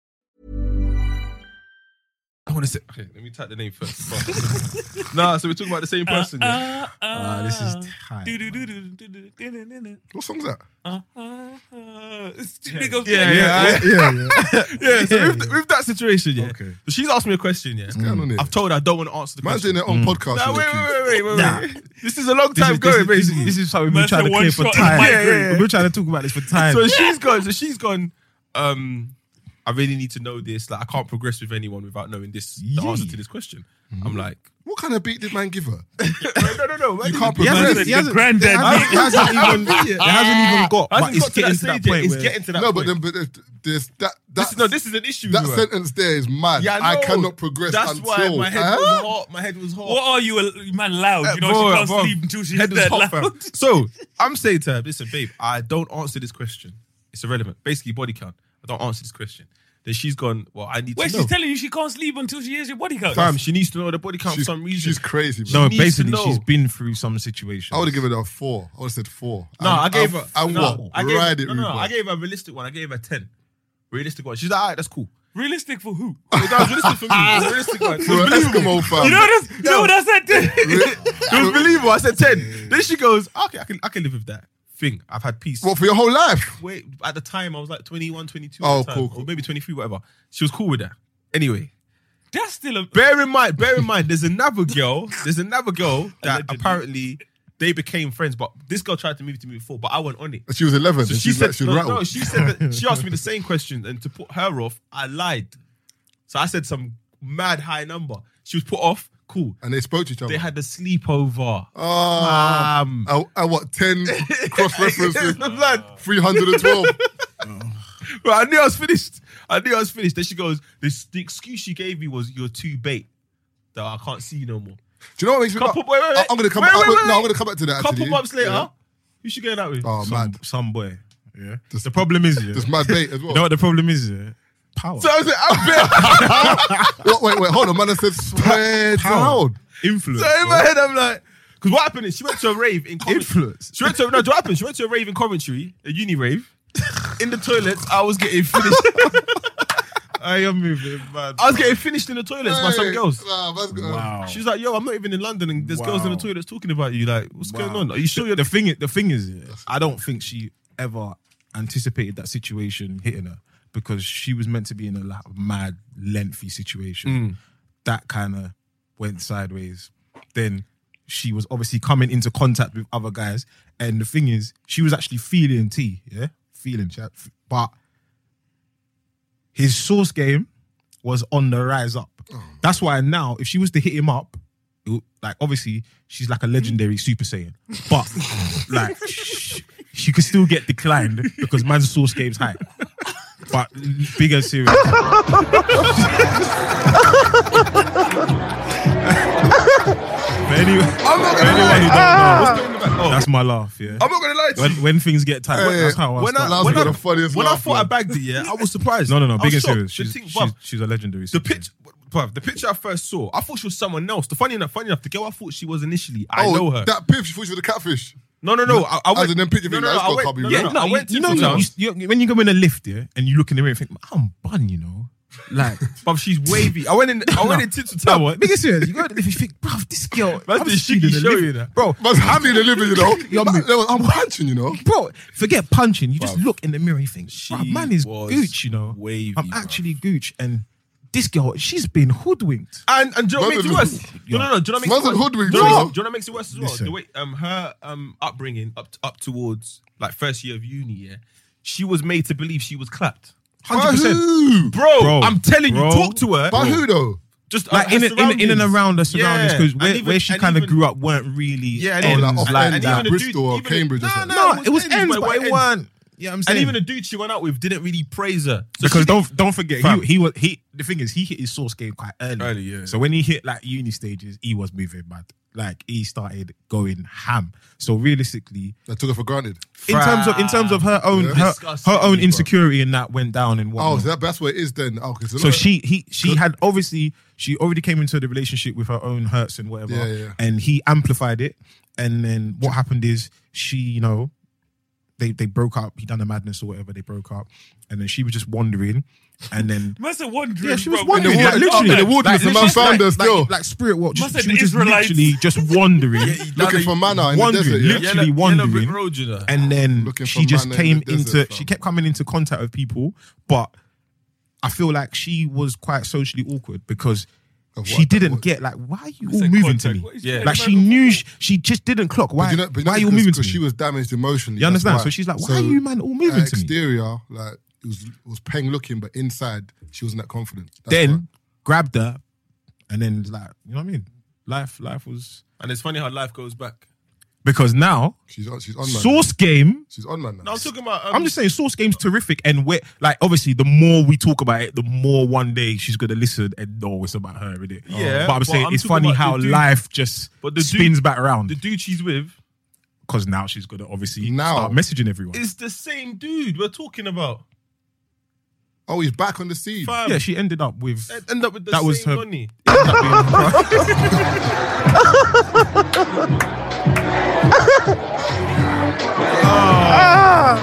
Speaker 6: I want to say. Okay, let me type the name first. Fuck. *laughs* Uh, nah, so we're talking about the same person. yeah?
Speaker 3: Ah, this is tight.
Speaker 1: What song's that?
Speaker 6: yeah, yeah, yeah, yeah. So with, with that situation, yeah.
Speaker 1: Okay.
Speaker 6: So she's asked me a question. Yeah,
Speaker 1: going on here?
Speaker 6: I've told her I don't want to answer the
Speaker 1: Man's
Speaker 6: question.
Speaker 1: doing their
Speaker 3: Mm.
Speaker 1: own podcast.
Speaker 6: Nah,
Speaker 1: you know,
Speaker 6: Uh, wait,
Speaker 1: Keith.
Speaker 6: wait, wait, wait, wait, wait.
Speaker 3: Nah.
Speaker 6: This is a long
Speaker 3: This
Speaker 6: time
Speaker 3: is-
Speaker 6: going,
Speaker 3: this, is-
Speaker 6: basically.
Speaker 3: This is how we've been
Speaker 2: Man
Speaker 3: trying
Speaker 2: said
Speaker 3: to
Speaker 2: one
Speaker 3: clear for
Speaker 2: shot in the
Speaker 3: time.
Speaker 2: mic,
Speaker 3: Yeah, yeah,
Speaker 2: really.
Speaker 3: yeah. We're trying to talk about this for time.
Speaker 6: so she's gone. So she's gone. Um, I really need to know this. Like, I can't progress with anyone without knowing this. The answer to this question. I'm like,
Speaker 1: What kind of beat did man give her?
Speaker 6: *laughs* no, no, no.
Speaker 1: You can't
Speaker 3: He
Speaker 1: progress.
Speaker 3: hasn't, he hasn't, it hasn't, it hasn't
Speaker 6: *laughs*
Speaker 3: even, it hasn't
Speaker 2: Ah.
Speaker 6: Ah,
Speaker 3: even got. But it's getting to that point.
Speaker 6: It's
Speaker 3: where-
Speaker 6: getting to that
Speaker 1: No, but
Speaker 6: point.
Speaker 1: then, but there's- there's that.
Speaker 6: this,
Speaker 1: That's,
Speaker 6: is- no, this is an issue.
Speaker 1: that
Speaker 6: Nua.
Speaker 1: sentence there is mad.
Speaker 6: Yeah, I,
Speaker 1: I
Speaker 6: know.
Speaker 1: cannot progress
Speaker 6: That's
Speaker 1: until.
Speaker 6: why my head
Speaker 1: Huh?
Speaker 6: was hot. My head was hot.
Speaker 2: What are you, a man? Loud, you know
Speaker 6: Uh, Bro,
Speaker 2: she can't
Speaker 6: bro,
Speaker 2: sleep until she's
Speaker 6: head was
Speaker 2: dead. Loud.
Speaker 6: hot, fam. *laughs* So I'm saying to her, listen, babe, I don't answer this question. It's irrelevant. Basically, body count. I don't answer this question. Then she's gone. Well, I need
Speaker 2: Wait,
Speaker 6: to
Speaker 2: she's
Speaker 6: know.
Speaker 2: telling you she can't sleep until she hears your body count.
Speaker 6: Fam, she needs to know the body count
Speaker 1: She's,
Speaker 6: for some reason.
Speaker 1: she's crazy. Bro.
Speaker 3: No,
Speaker 6: needs to
Speaker 3: basically,
Speaker 6: know. Oh,
Speaker 3: she's been through some situations.
Speaker 1: I would have given her a four. I would have said four.
Speaker 6: No,
Speaker 1: And-
Speaker 6: I gave
Speaker 1: and-
Speaker 6: her.
Speaker 1: And
Speaker 6: no,
Speaker 1: what?
Speaker 6: I gave,
Speaker 1: Ride it,
Speaker 6: no, no,
Speaker 1: rude boy.
Speaker 6: I gave her a realistic one. I gave her ten. Realistic one. She's like, all right, that's cool. *laughs*
Speaker 2: Realistic for who?
Speaker 6: That was realistic for me. It was a realistic *laughs* one. It was
Speaker 1: For an
Speaker 6: believable.
Speaker 1: Eskimo fam.
Speaker 2: You know what that's- you know what I said? *laughs* to-
Speaker 6: It was believable. *laughs* I said ten. Then she goes, okay, I can, I can live with that thing. I've had peace.
Speaker 1: What for your whole life?
Speaker 6: Wait, at the time I was like 21, 22.
Speaker 1: Oh,
Speaker 6: at the time,
Speaker 1: cool, cool.
Speaker 6: Or maybe 23, whatever. She was cool with that. Anyway,
Speaker 2: That's still a. *laughs*
Speaker 6: bear in mind, bear in mind, there's another girl. There's another girl that
Speaker 2: Allegedly.
Speaker 6: apparently They became friends, but this girl tried to move to me before, but I went on it.
Speaker 1: And she was 11.
Speaker 6: So
Speaker 1: and
Speaker 6: she
Speaker 1: she's
Speaker 6: said,
Speaker 1: like, she was
Speaker 6: no,
Speaker 1: rattled.
Speaker 6: no, she said that she
Speaker 1: *laughs*
Speaker 6: asked me the same question, and to put her off, I lied. So I said some mad high number. She was put off. Cool.
Speaker 1: and they spoke to each other.
Speaker 6: They had a sleepover.
Speaker 1: Ah,
Speaker 6: Um,
Speaker 1: I, I what
Speaker 6: *laughs*
Speaker 1: 10 cross references,
Speaker 6: the blood. *laughs*
Speaker 1: 312.
Speaker 6: Well, I knew I was finished. I knew I was finished. Then she goes, this, the excuse she gave me was you're too bait. That I can't see you no more.
Speaker 1: Do you know what makes me
Speaker 6: Couple-
Speaker 1: laugh?
Speaker 6: wait, wait,
Speaker 1: I- I'm gonna come.
Speaker 6: wait,
Speaker 1: I-
Speaker 6: wait,
Speaker 1: wait,
Speaker 6: wait.
Speaker 1: No, I'm gonna come back to that.
Speaker 6: couple
Speaker 1: actually.
Speaker 6: months later,
Speaker 1: Yeah.
Speaker 6: who she going out with?
Speaker 1: Oh man,
Speaker 3: Some boy. Yeah.
Speaker 1: Just-
Speaker 3: the problem is, yeah.
Speaker 1: there's mad bait as
Speaker 3: You
Speaker 1: well. *laughs*
Speaker 3: know what the problem is, yeah? Power.
Speaker 6: So I was like, *laughs* I'm bait.
Speaker 1: Wait, wait, wait, hold on, man. I said spread out.
Speaker 3: Influence.
Speaker 6: so in my head, I'm like, because what happened is she went to a rave in Coventry.
Speaker 3: Influence.
Speaker 6: She went to no. do you know What happened? She went to a rave in Coventry, a uni rave. In the toilets, I was getting finished.
Speaker 3: I am moving, man.
Speaker 6: I was getting finished in the toilets by some
Speaker 1: Hey,
Speaker 6: girls.
Speaker 1: Nah, that's good.
Speaker 3: Wow.
Speaker 6: She's like, "Yo, I'm not even in London, and there's girls in the
Speaker 3: Wow.
Speaker 6: toilets talking about you. Like, what's going on? Are you sure you're
Speaker 3: the thing? The thing is, yeah, I don't think she ever anticipated that situation hitting her because she was meant to be in a like, mad, lengthy situation. That kind of went sideways. Then she was obviously coming into contact with other guys, and the thing is, she was actually feeling T, yeah, feeling, she had- but his source game was on the rise up. That's why now, if she was to hit him up, it would- like obviously she's like a legendary Super Saiyan, but like she, she could still get declined because man's source game's high. But bigger serious. But anyway, for anyone who don't know, that's my laugh. Yeah,
Speaker 6: Ah. I'm not gonna lie to
Speaker 3: when,
Speaker 6: you.
Speaker 3: when things get tight,
Speaker 1: Hey,
Speaker 3: that's how I
Speaker 6: When
Speaker 3: start.
Speaker 1: That's
Speaker 6: I,
Speaker 1: the last
Speaker 6: when,
Speaker 1: bit
Speaker 6: I,
Speaker 1: of funniest
Speaker 6: when I
Speaker 1: laugh,
Speaker 6: thought I
Speaker 1: man.
Speaker 6: bagged it, yeah, I was surprised.
Speaker 3: No, no, no.
Speaker 6: I
Speaker 3: Big
Speaker 6: was
Speaker 3: and
Speaker 6: shocked.
Speaker 3: serious.
Speaker 6: The
Speaker 3: She's,
Speaker 6: thing-
Speaker 3: she's,
Speaker 6: bruv,
Speaker 3: she's a legendary.
Speaker 6: the
Speaker 3: singer.
Speaker 6: pitch, bruv, the picture I first saw, I thought she was someone else. The funny enough, funny enough, the girl I thought she was initially, I
Speaker 1: oh,
Speaker 6: know her.
Speaker 1: That piff, she thought she was a catfish.
Speaker 6: no, no, no. I, I
Speaker 1: As
Speaker 6: went,
Speaker 1: in them picture
Speaker 6: no,
Speaker 1: being
Speaker 6: no,
Speaker 1: like,
Speaker 6: no,
Speaker 1: this
Speaker 6: I
Speaker 1: girl
Speaker 6: went,
Speaker 1: can't be
Speaker 6: no,
Speaker 1: real.
Speaker 6: no, no, I
Speaker 3: you-
Speaker 6: went
Speaker 3: you know,
Speaker 6: to Town.
Speaker 3: you, you, when you go in a lift, yeah, and you look in the mirror and think, I'm bun, you know, like.
Speaker 6: Bruv, she's wavy. I went in. *laughs* I went in Tinseltown. Town.
Speaker 3: Big and serious. You go in the lift, you think, bruv, this girl.
Speaker 6: *laughs* That's
Speaker 3: I'm
Speaker 6: the
Speaker 3: seeing
Speaker 6: shiggy
Speaker 3: the
Speaker 6: show,
Speaker 3: lift."
Speaker 6: you know.
Speaker 3: bro.
Speaker 1: Man's handy in the living, you
Speaker 3: *laughs*
Speaker 1: know.
Speaker 3: You're
Speaker 1: Man,
Speaker 3: mute.
Speaker 1: they were- I'm punching, you know.
Speaker 3: Bro, forget punching. You just look in the mirror and think,
Speaker 6: She
Speaker 3: bruv, man is
Speaker 6: was
Speaker 3: gooch, you know.
Speaker 6: wavy,
Speaker 3: I'm
Speaker 6: bruv.
Speaker 3: actually gooch, and this girl, she's been hoodwinked.
Speaker 6: And and do you know what makes it
Speaker 1: Man's
Speaker 6: worse? No, no, no. Do you know what makes
Speaker 1: Man's
Speaker 6: it
Speaker 1: a
Speaker 6: worse?
Speaker 1: hoodwink,
Speaker 6: Do you know what
Speaker 1: bro.
Speaker 6: makes- do you know what makes it worse as well? The way um her um upbringing up up towards like first year of uni, yeah, she was made to believe she was clapped.
Speaker 1: By who?
Speaker 6: Bro,
Speaker 3: Bro,
Speaker 6: I'm telling
Speaker 3: bro.
Speaker 6: you, talk to her.
Speaker 1: By who though?
Speaker 6: Just
Speaker 3: Like
Speaker 6: Uh, her
Speaker 3: in, in, in and
Speaker 6: surroundings.
Speaker 3: around the surroundings,
Speaker 6: Yeah,
Speaker 3: because
Speaker 6: and
Speaker 3: where,
Speaker 6: even-
Speaker 3: where she
Speaker 6: and
Speaker 3: kind of
Speaker 6: even-
Speaker 3: grew up weren't really
Speaker 6: Yeah, and
Speaker 3: ends
Speaker 6: even-
Speaker 1: Oh, like off
Speaker 3: like
Speaker 1: ends,
Speaker 3: that.
Speaker 1: like
Speaker 6: even a dude-
Speaker 1: Bristol or
Speaker 6: even a-
Speaker 1: Cambridge or
Speaker 6: No,
Speaker 1: something.
Speaker 6: no.
Speaker 3: No, it was
Speaker 6: ends,
Speaker 3: ends,
Speaker 6: but
Speaker 3: but
Speaker 6: it
Speaker 3: it
Speaker 6: ends.
Speaker 3: weren't. Yeah, I'm
Speaker 6: And
Speaker 3: saying.
Speaker 6: even the dude she went out with didn't really praise her. So
Speaker 3: because
Speaker 6: she-
Speaker 3: don't don't forget
Speaker 6: Fam.
Speaker 3: he, he was he the thing is he hit his source game quite early.
Speaker 6: Early, yeah.
Speaker 3: So when he hit like uni stages, he was moving mad. Like he started going ham. So realistically,
Speaker 1: I took it for granted.
Speaker 3: in terms of in terms of her own
Speaker 1: Yeah.
Speaker 3: her,
Speaker 6: Disgusting,
Speaker 3: her own
Speaker 6: bro.
Speaker 3: insecurity and that went down and
Speaker 1: Oh,
Speaker 3: whatnot.
Speaker 1: so that, that's where it is then. Oh, 'cause a
Speaker 3: so
Speaker 1: lot of-
Speaker 3: she he she had obviously she already came into the relationship with her own hurts and whatever,
Speaker 1: Yeah, yeah.
Speaker 3: and he amplified it. And then what happened is she, you know, they they broke up. He done the madness or whatever. They broke up, and then she was just wandering, and then
Speaker 2: Must have wondered.
Speaker 3: yeah, she was
Speaker 2: bro.
Speaker 3: wandering.
Speaker 1: In the
Speaker 3: Like,
Speaker 1: wilderness,
Speaker 3: literally,
Speaker 1: in the wilderness, the man
Speaker 3: literally,
Speaker 1: found
Speaker 3: like,
Speaker 1: her still.
Speaker 3: Like, like spirit watch. She
Speaker 2: Must have
Speaker 3: was
Speaker 2: the
Speaker 3: just
Speaker 2: Israelites.
Speaker 3: literally
Speaker 2: *laughs*
Speaker 3: just wandering,
Speaker 1: looking for manna in the
Speaker 3: wandering,
Speaker 1: desert. Yeah?
Speaker 3: literally
Speaker 6: Yellow- Yellow
Speaker 3: wandering.
Speaker 6: Brick Road, you know.
Speaker 3: and then
Speaker 1: Looking for
Speaker 3: she just
Speaker 1: manna in
Speaker 3: came
Speaker 1: the desert,
Speaker 3: into.
Speaker 1: fam.
Speaker 3: She kept coming into contact with people, but I feel like she was quite socially awkward because.
Speaker 1: Of
Speaker 3: She
Speaker 1: what?
Speaker 3: didn't
Speaker 1: What?
Speaker 3: get like why are you all
Speaker 2: said
Speaker 3: moving
Speaker 2: contact.
Speaker 3: to me?
Speaker 2: What is Yeah.
Speaker 3: like she knew she, she just didn't clock. Why?
Speaker 1: But you know, but you know,
Speaker 3: why are you all
Speaker 1: because-
Speaker 3: moving to
Speaker 1: because
Speaker 3: me?
Speaker 1: She was damaged emotionally.
Speaker 3: You
Speaker 1: that's
Speaker 3: understand?
Speaker 1: why.
Speaker 3: So she's like, why are you man all moving
Speaker 1: her
Speaker 3: to me?
Speaker 1: Exterior, like it was it was peng looking, but inside she wasn't that confident. That's
Speaker 3: then
Speaker 1: why.
Speaker 3: grabbed her, and then like you know what I mean? Life, life was
Speaker 6: And it's funny how life goes back.
Speaker 3: because now
Speaker 1: she's on, she's on man.
Speaker 3: Source Game.
Speaker 1: She's on man now.
Speaker 6: No, I'm talking about. Um,
Speaker 3: I'm just saying, Source Game's terrific, and we're like, obviously, the more we talk about it, the more one day she's gonna listen and know it's about her, isn't it?
Speaker 6: Yeah,
Speaker 3: but I'm
Speaker 6: but
Speaker 3: saying
Speaker 6: I'm
Speaker 3: it's
Speaker 6: talking
Speaker 3: funny
Speaker 6: about
Speaker 3: how
Speaker 6: the dude-
Speaker 3: life just
Speaker 6: But the dude-
Speaker 3: spins back around
Speaker 6: the dude she's with.
Speaker 3: because now she's gonna obviously
Speaker 1: Now.
Speaker 3: start messaging everyone.
Speaker 6: It's the same dude we're talking about.
Speaker 1: oh, he's back on the scene. *laughs*
Speaker 6: Fam,
Speaker 3: yeah, she ended up with.
Speaker 6: I'd end up with the
Speaker 3: That
Speaker 6: same
Speaker 3: was her-
Speaker 6: money.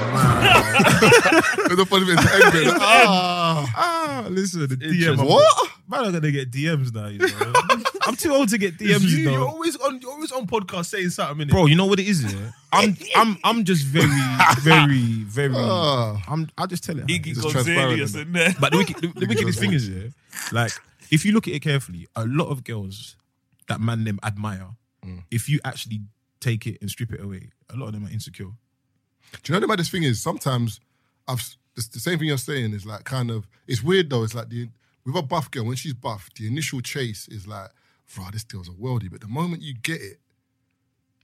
Speaker 1: There's a funny bit to end with.
Speaker 3: *laughs*
Speaker 1: Ah,
Speaker 3: ah, listen, the DM.
Speaker 6: just-
Speaker 1: what?
Speaker 3: Man, I'm gonna get DMs now. You know? *laughs* I'm too old to get DMs.
Speaker 6: you,
Speaker 3: though.
Speaker 6: are always on. You're always on podcast saying something.
Speaker 3: bro. You know what it is. Yeah?
Speaker 6: *laughs*
Speaker 3: I'm, I'm, I'm just very, very, very.
Speaker 1: Ah.
Speaker 3: I'm, I just tell it. how it
Speaker 2: Iggy
Speaker 3: is.
Speaker 1: Just transparent,
Speaker 2: Gonzalez
Speaker 1: isn't it?
Speaker 2: in there.
Speaker 3: But the, wicked, the, the
Speaker 1: Iggy
Speaker 3: wickedest
Speaker 1: Azalea.
Speaker 3: thing is, yeah, like if Mm. you look at it carefully, a lot of girls that man them admire, if you actually take it and strip it away. A lot of them are insecure.
Speaker 1: Do you know the maddest thing is sometimes I've the, the same thing you're saying is like kind of it's weird though. It's like the with a buff girl when she's buff, the initial chase is like, "Bruh, this girl's a worldie," but the moment you get it,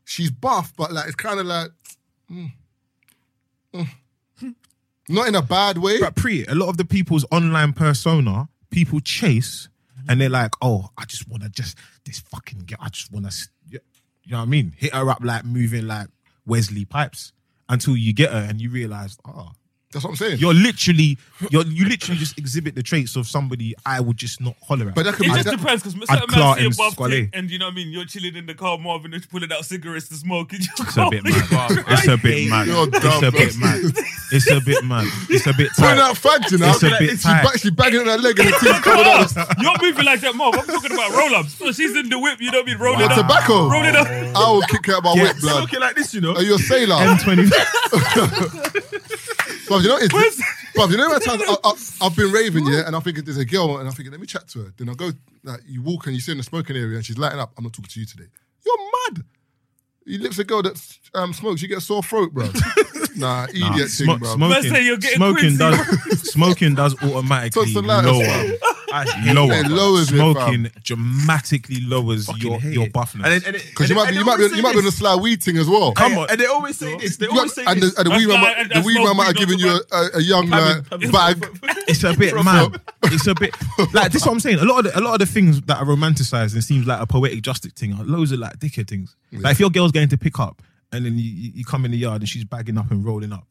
Speaker 1: she's buff, but like it's kind of like, mm, mm.
Speaker 3: *laughs*
Speaker 1: not in a bad way.
Speaker 3: But pre, a lot of the people's online persona, people chase, and they're like, "Oh, I just want to just this fucking girl. I just want to, you know what I mean? Hit her up like moving like Wesley Pipes." Until you get her and you realize, oh,
Speaker 1: That's what I'm saying.
Speaker 3: You're literally, you're you literally just exhibit the traits of somebody I would just not holler at.
Speaker 1: but that could
Speaker 2: It
Speaker 1: be
Speaker 2: just
Speaker 1: that,
Speaker 2: depends because
Speaker 3: I'd
Speaker 2: certain man
Speaker 3: clout
Speaker 2: see
Speaker 3: him,
Speaker 2: above
Speaker 3: Squally.
Speaker 2: tick, and you know what I mean. You're chilling in the car, Marvin, and pulling out cigarettes to smoke. And you're
Speaker 3: It's a bit mad. It's a bit mad.
Speaker 1: You're
Speaker 3: It's
Speaker 1: dumb,
Speaker 3: a bit
Speaker 1: bro.
Speaker 3: mad. It's a bit mad. It's a bit
Speaker 1: pulling
Speaker 3: tight.
Speaker 1: out fags, you know.
Speaker 3: It's a bit
Speaker 1: she's,
Speaker 3: tight.
Speaker 1: ba- she's bagging on her leg and the teeth coming
Speaker 3: *laughs*
Speaker 1: out.
Speaker 2: *laughs* You're moving like that, Marv. I'm talking about roll ups. So she's in the whip. You know what I mean? Rolling
Speaker 1: The
Speaker 2: up.
Speaker 1: tobacco.
Speaker 2: Rolling up.
Speaker 1: I will kick out my whip, blood.
Speaker 6: Looking like this, you know.
Speaker 1: Are you a sailor?
Speaker 3: M20. *laughs*
Speaker 1: Bruv, you know what it *laughs*
Speaker 2: Where's-
Speaker 1: is? Bruv, you know what times I, I, I've been raving, yeah, and I think there's a girl, and I think let me chat to her. Then I go, like, you walk and you sit in the smoking area, and she's lighting up. I'm not talking to you today. You're mad. You lips a girl that um, smokes, you get a sore throat, bro. nah, idiot
Speaker 3: Nah,
Speaker 1: thing,
Speaker 3: smo-
Speaker 1: bro.
Speaker 2: Let's say you're
Speaker 3: smoking,
Speaker 2: getting quincy.
Speaker 3: smoking does smoking does automatically
Speaker 1: Toss the lighters,
Speaker 3: lower,
Speaker 1: fam.
Speaker 3: lower.
Speaker 1: It lowers it,
Speaker 3: smoking dramatically lowers your
Speaker 6: hate
Speaker 3: your
Speaker 6: it.
Speaker 3: buffness.
Speaker 6: And, and, and,
Speaker 1: Because you might be, you might be, you might be on the sly weed thing as well.
Speaker 3: Come on,
Speaker 6: And they always say this. They
Speaker 1: You might-
Speaker 6: always say
Speaker 1: and
Speaker 6: this.
Speaker 1: the, and the
Speaker 2: That's
Speaker 1: weed man,
Speaker 2: why-
Speaker 1: might-
Speaker 2: and
Speaker 1: the
Speaker 2: that's
Speaker 1: weed
Speaker 2: why
Speaker 1: man might have
Speaker 2: weed
Speaker 1: given you
Speaker 2: doesn't
Speaker 1: a, a, a young uh,
Speaker 6: Pam- Pam-
Speaker 1: bag.
Speaker 3: it's a bit mad. It's a bit like this. Is what I'm saying. A lot of the, a lot of the things that are romanticized and seems like a poetic justice thing are loads of like dickhead things. Like if your girl's going to pick up and then you, you you come in the yard and she's bagging up and rolling up,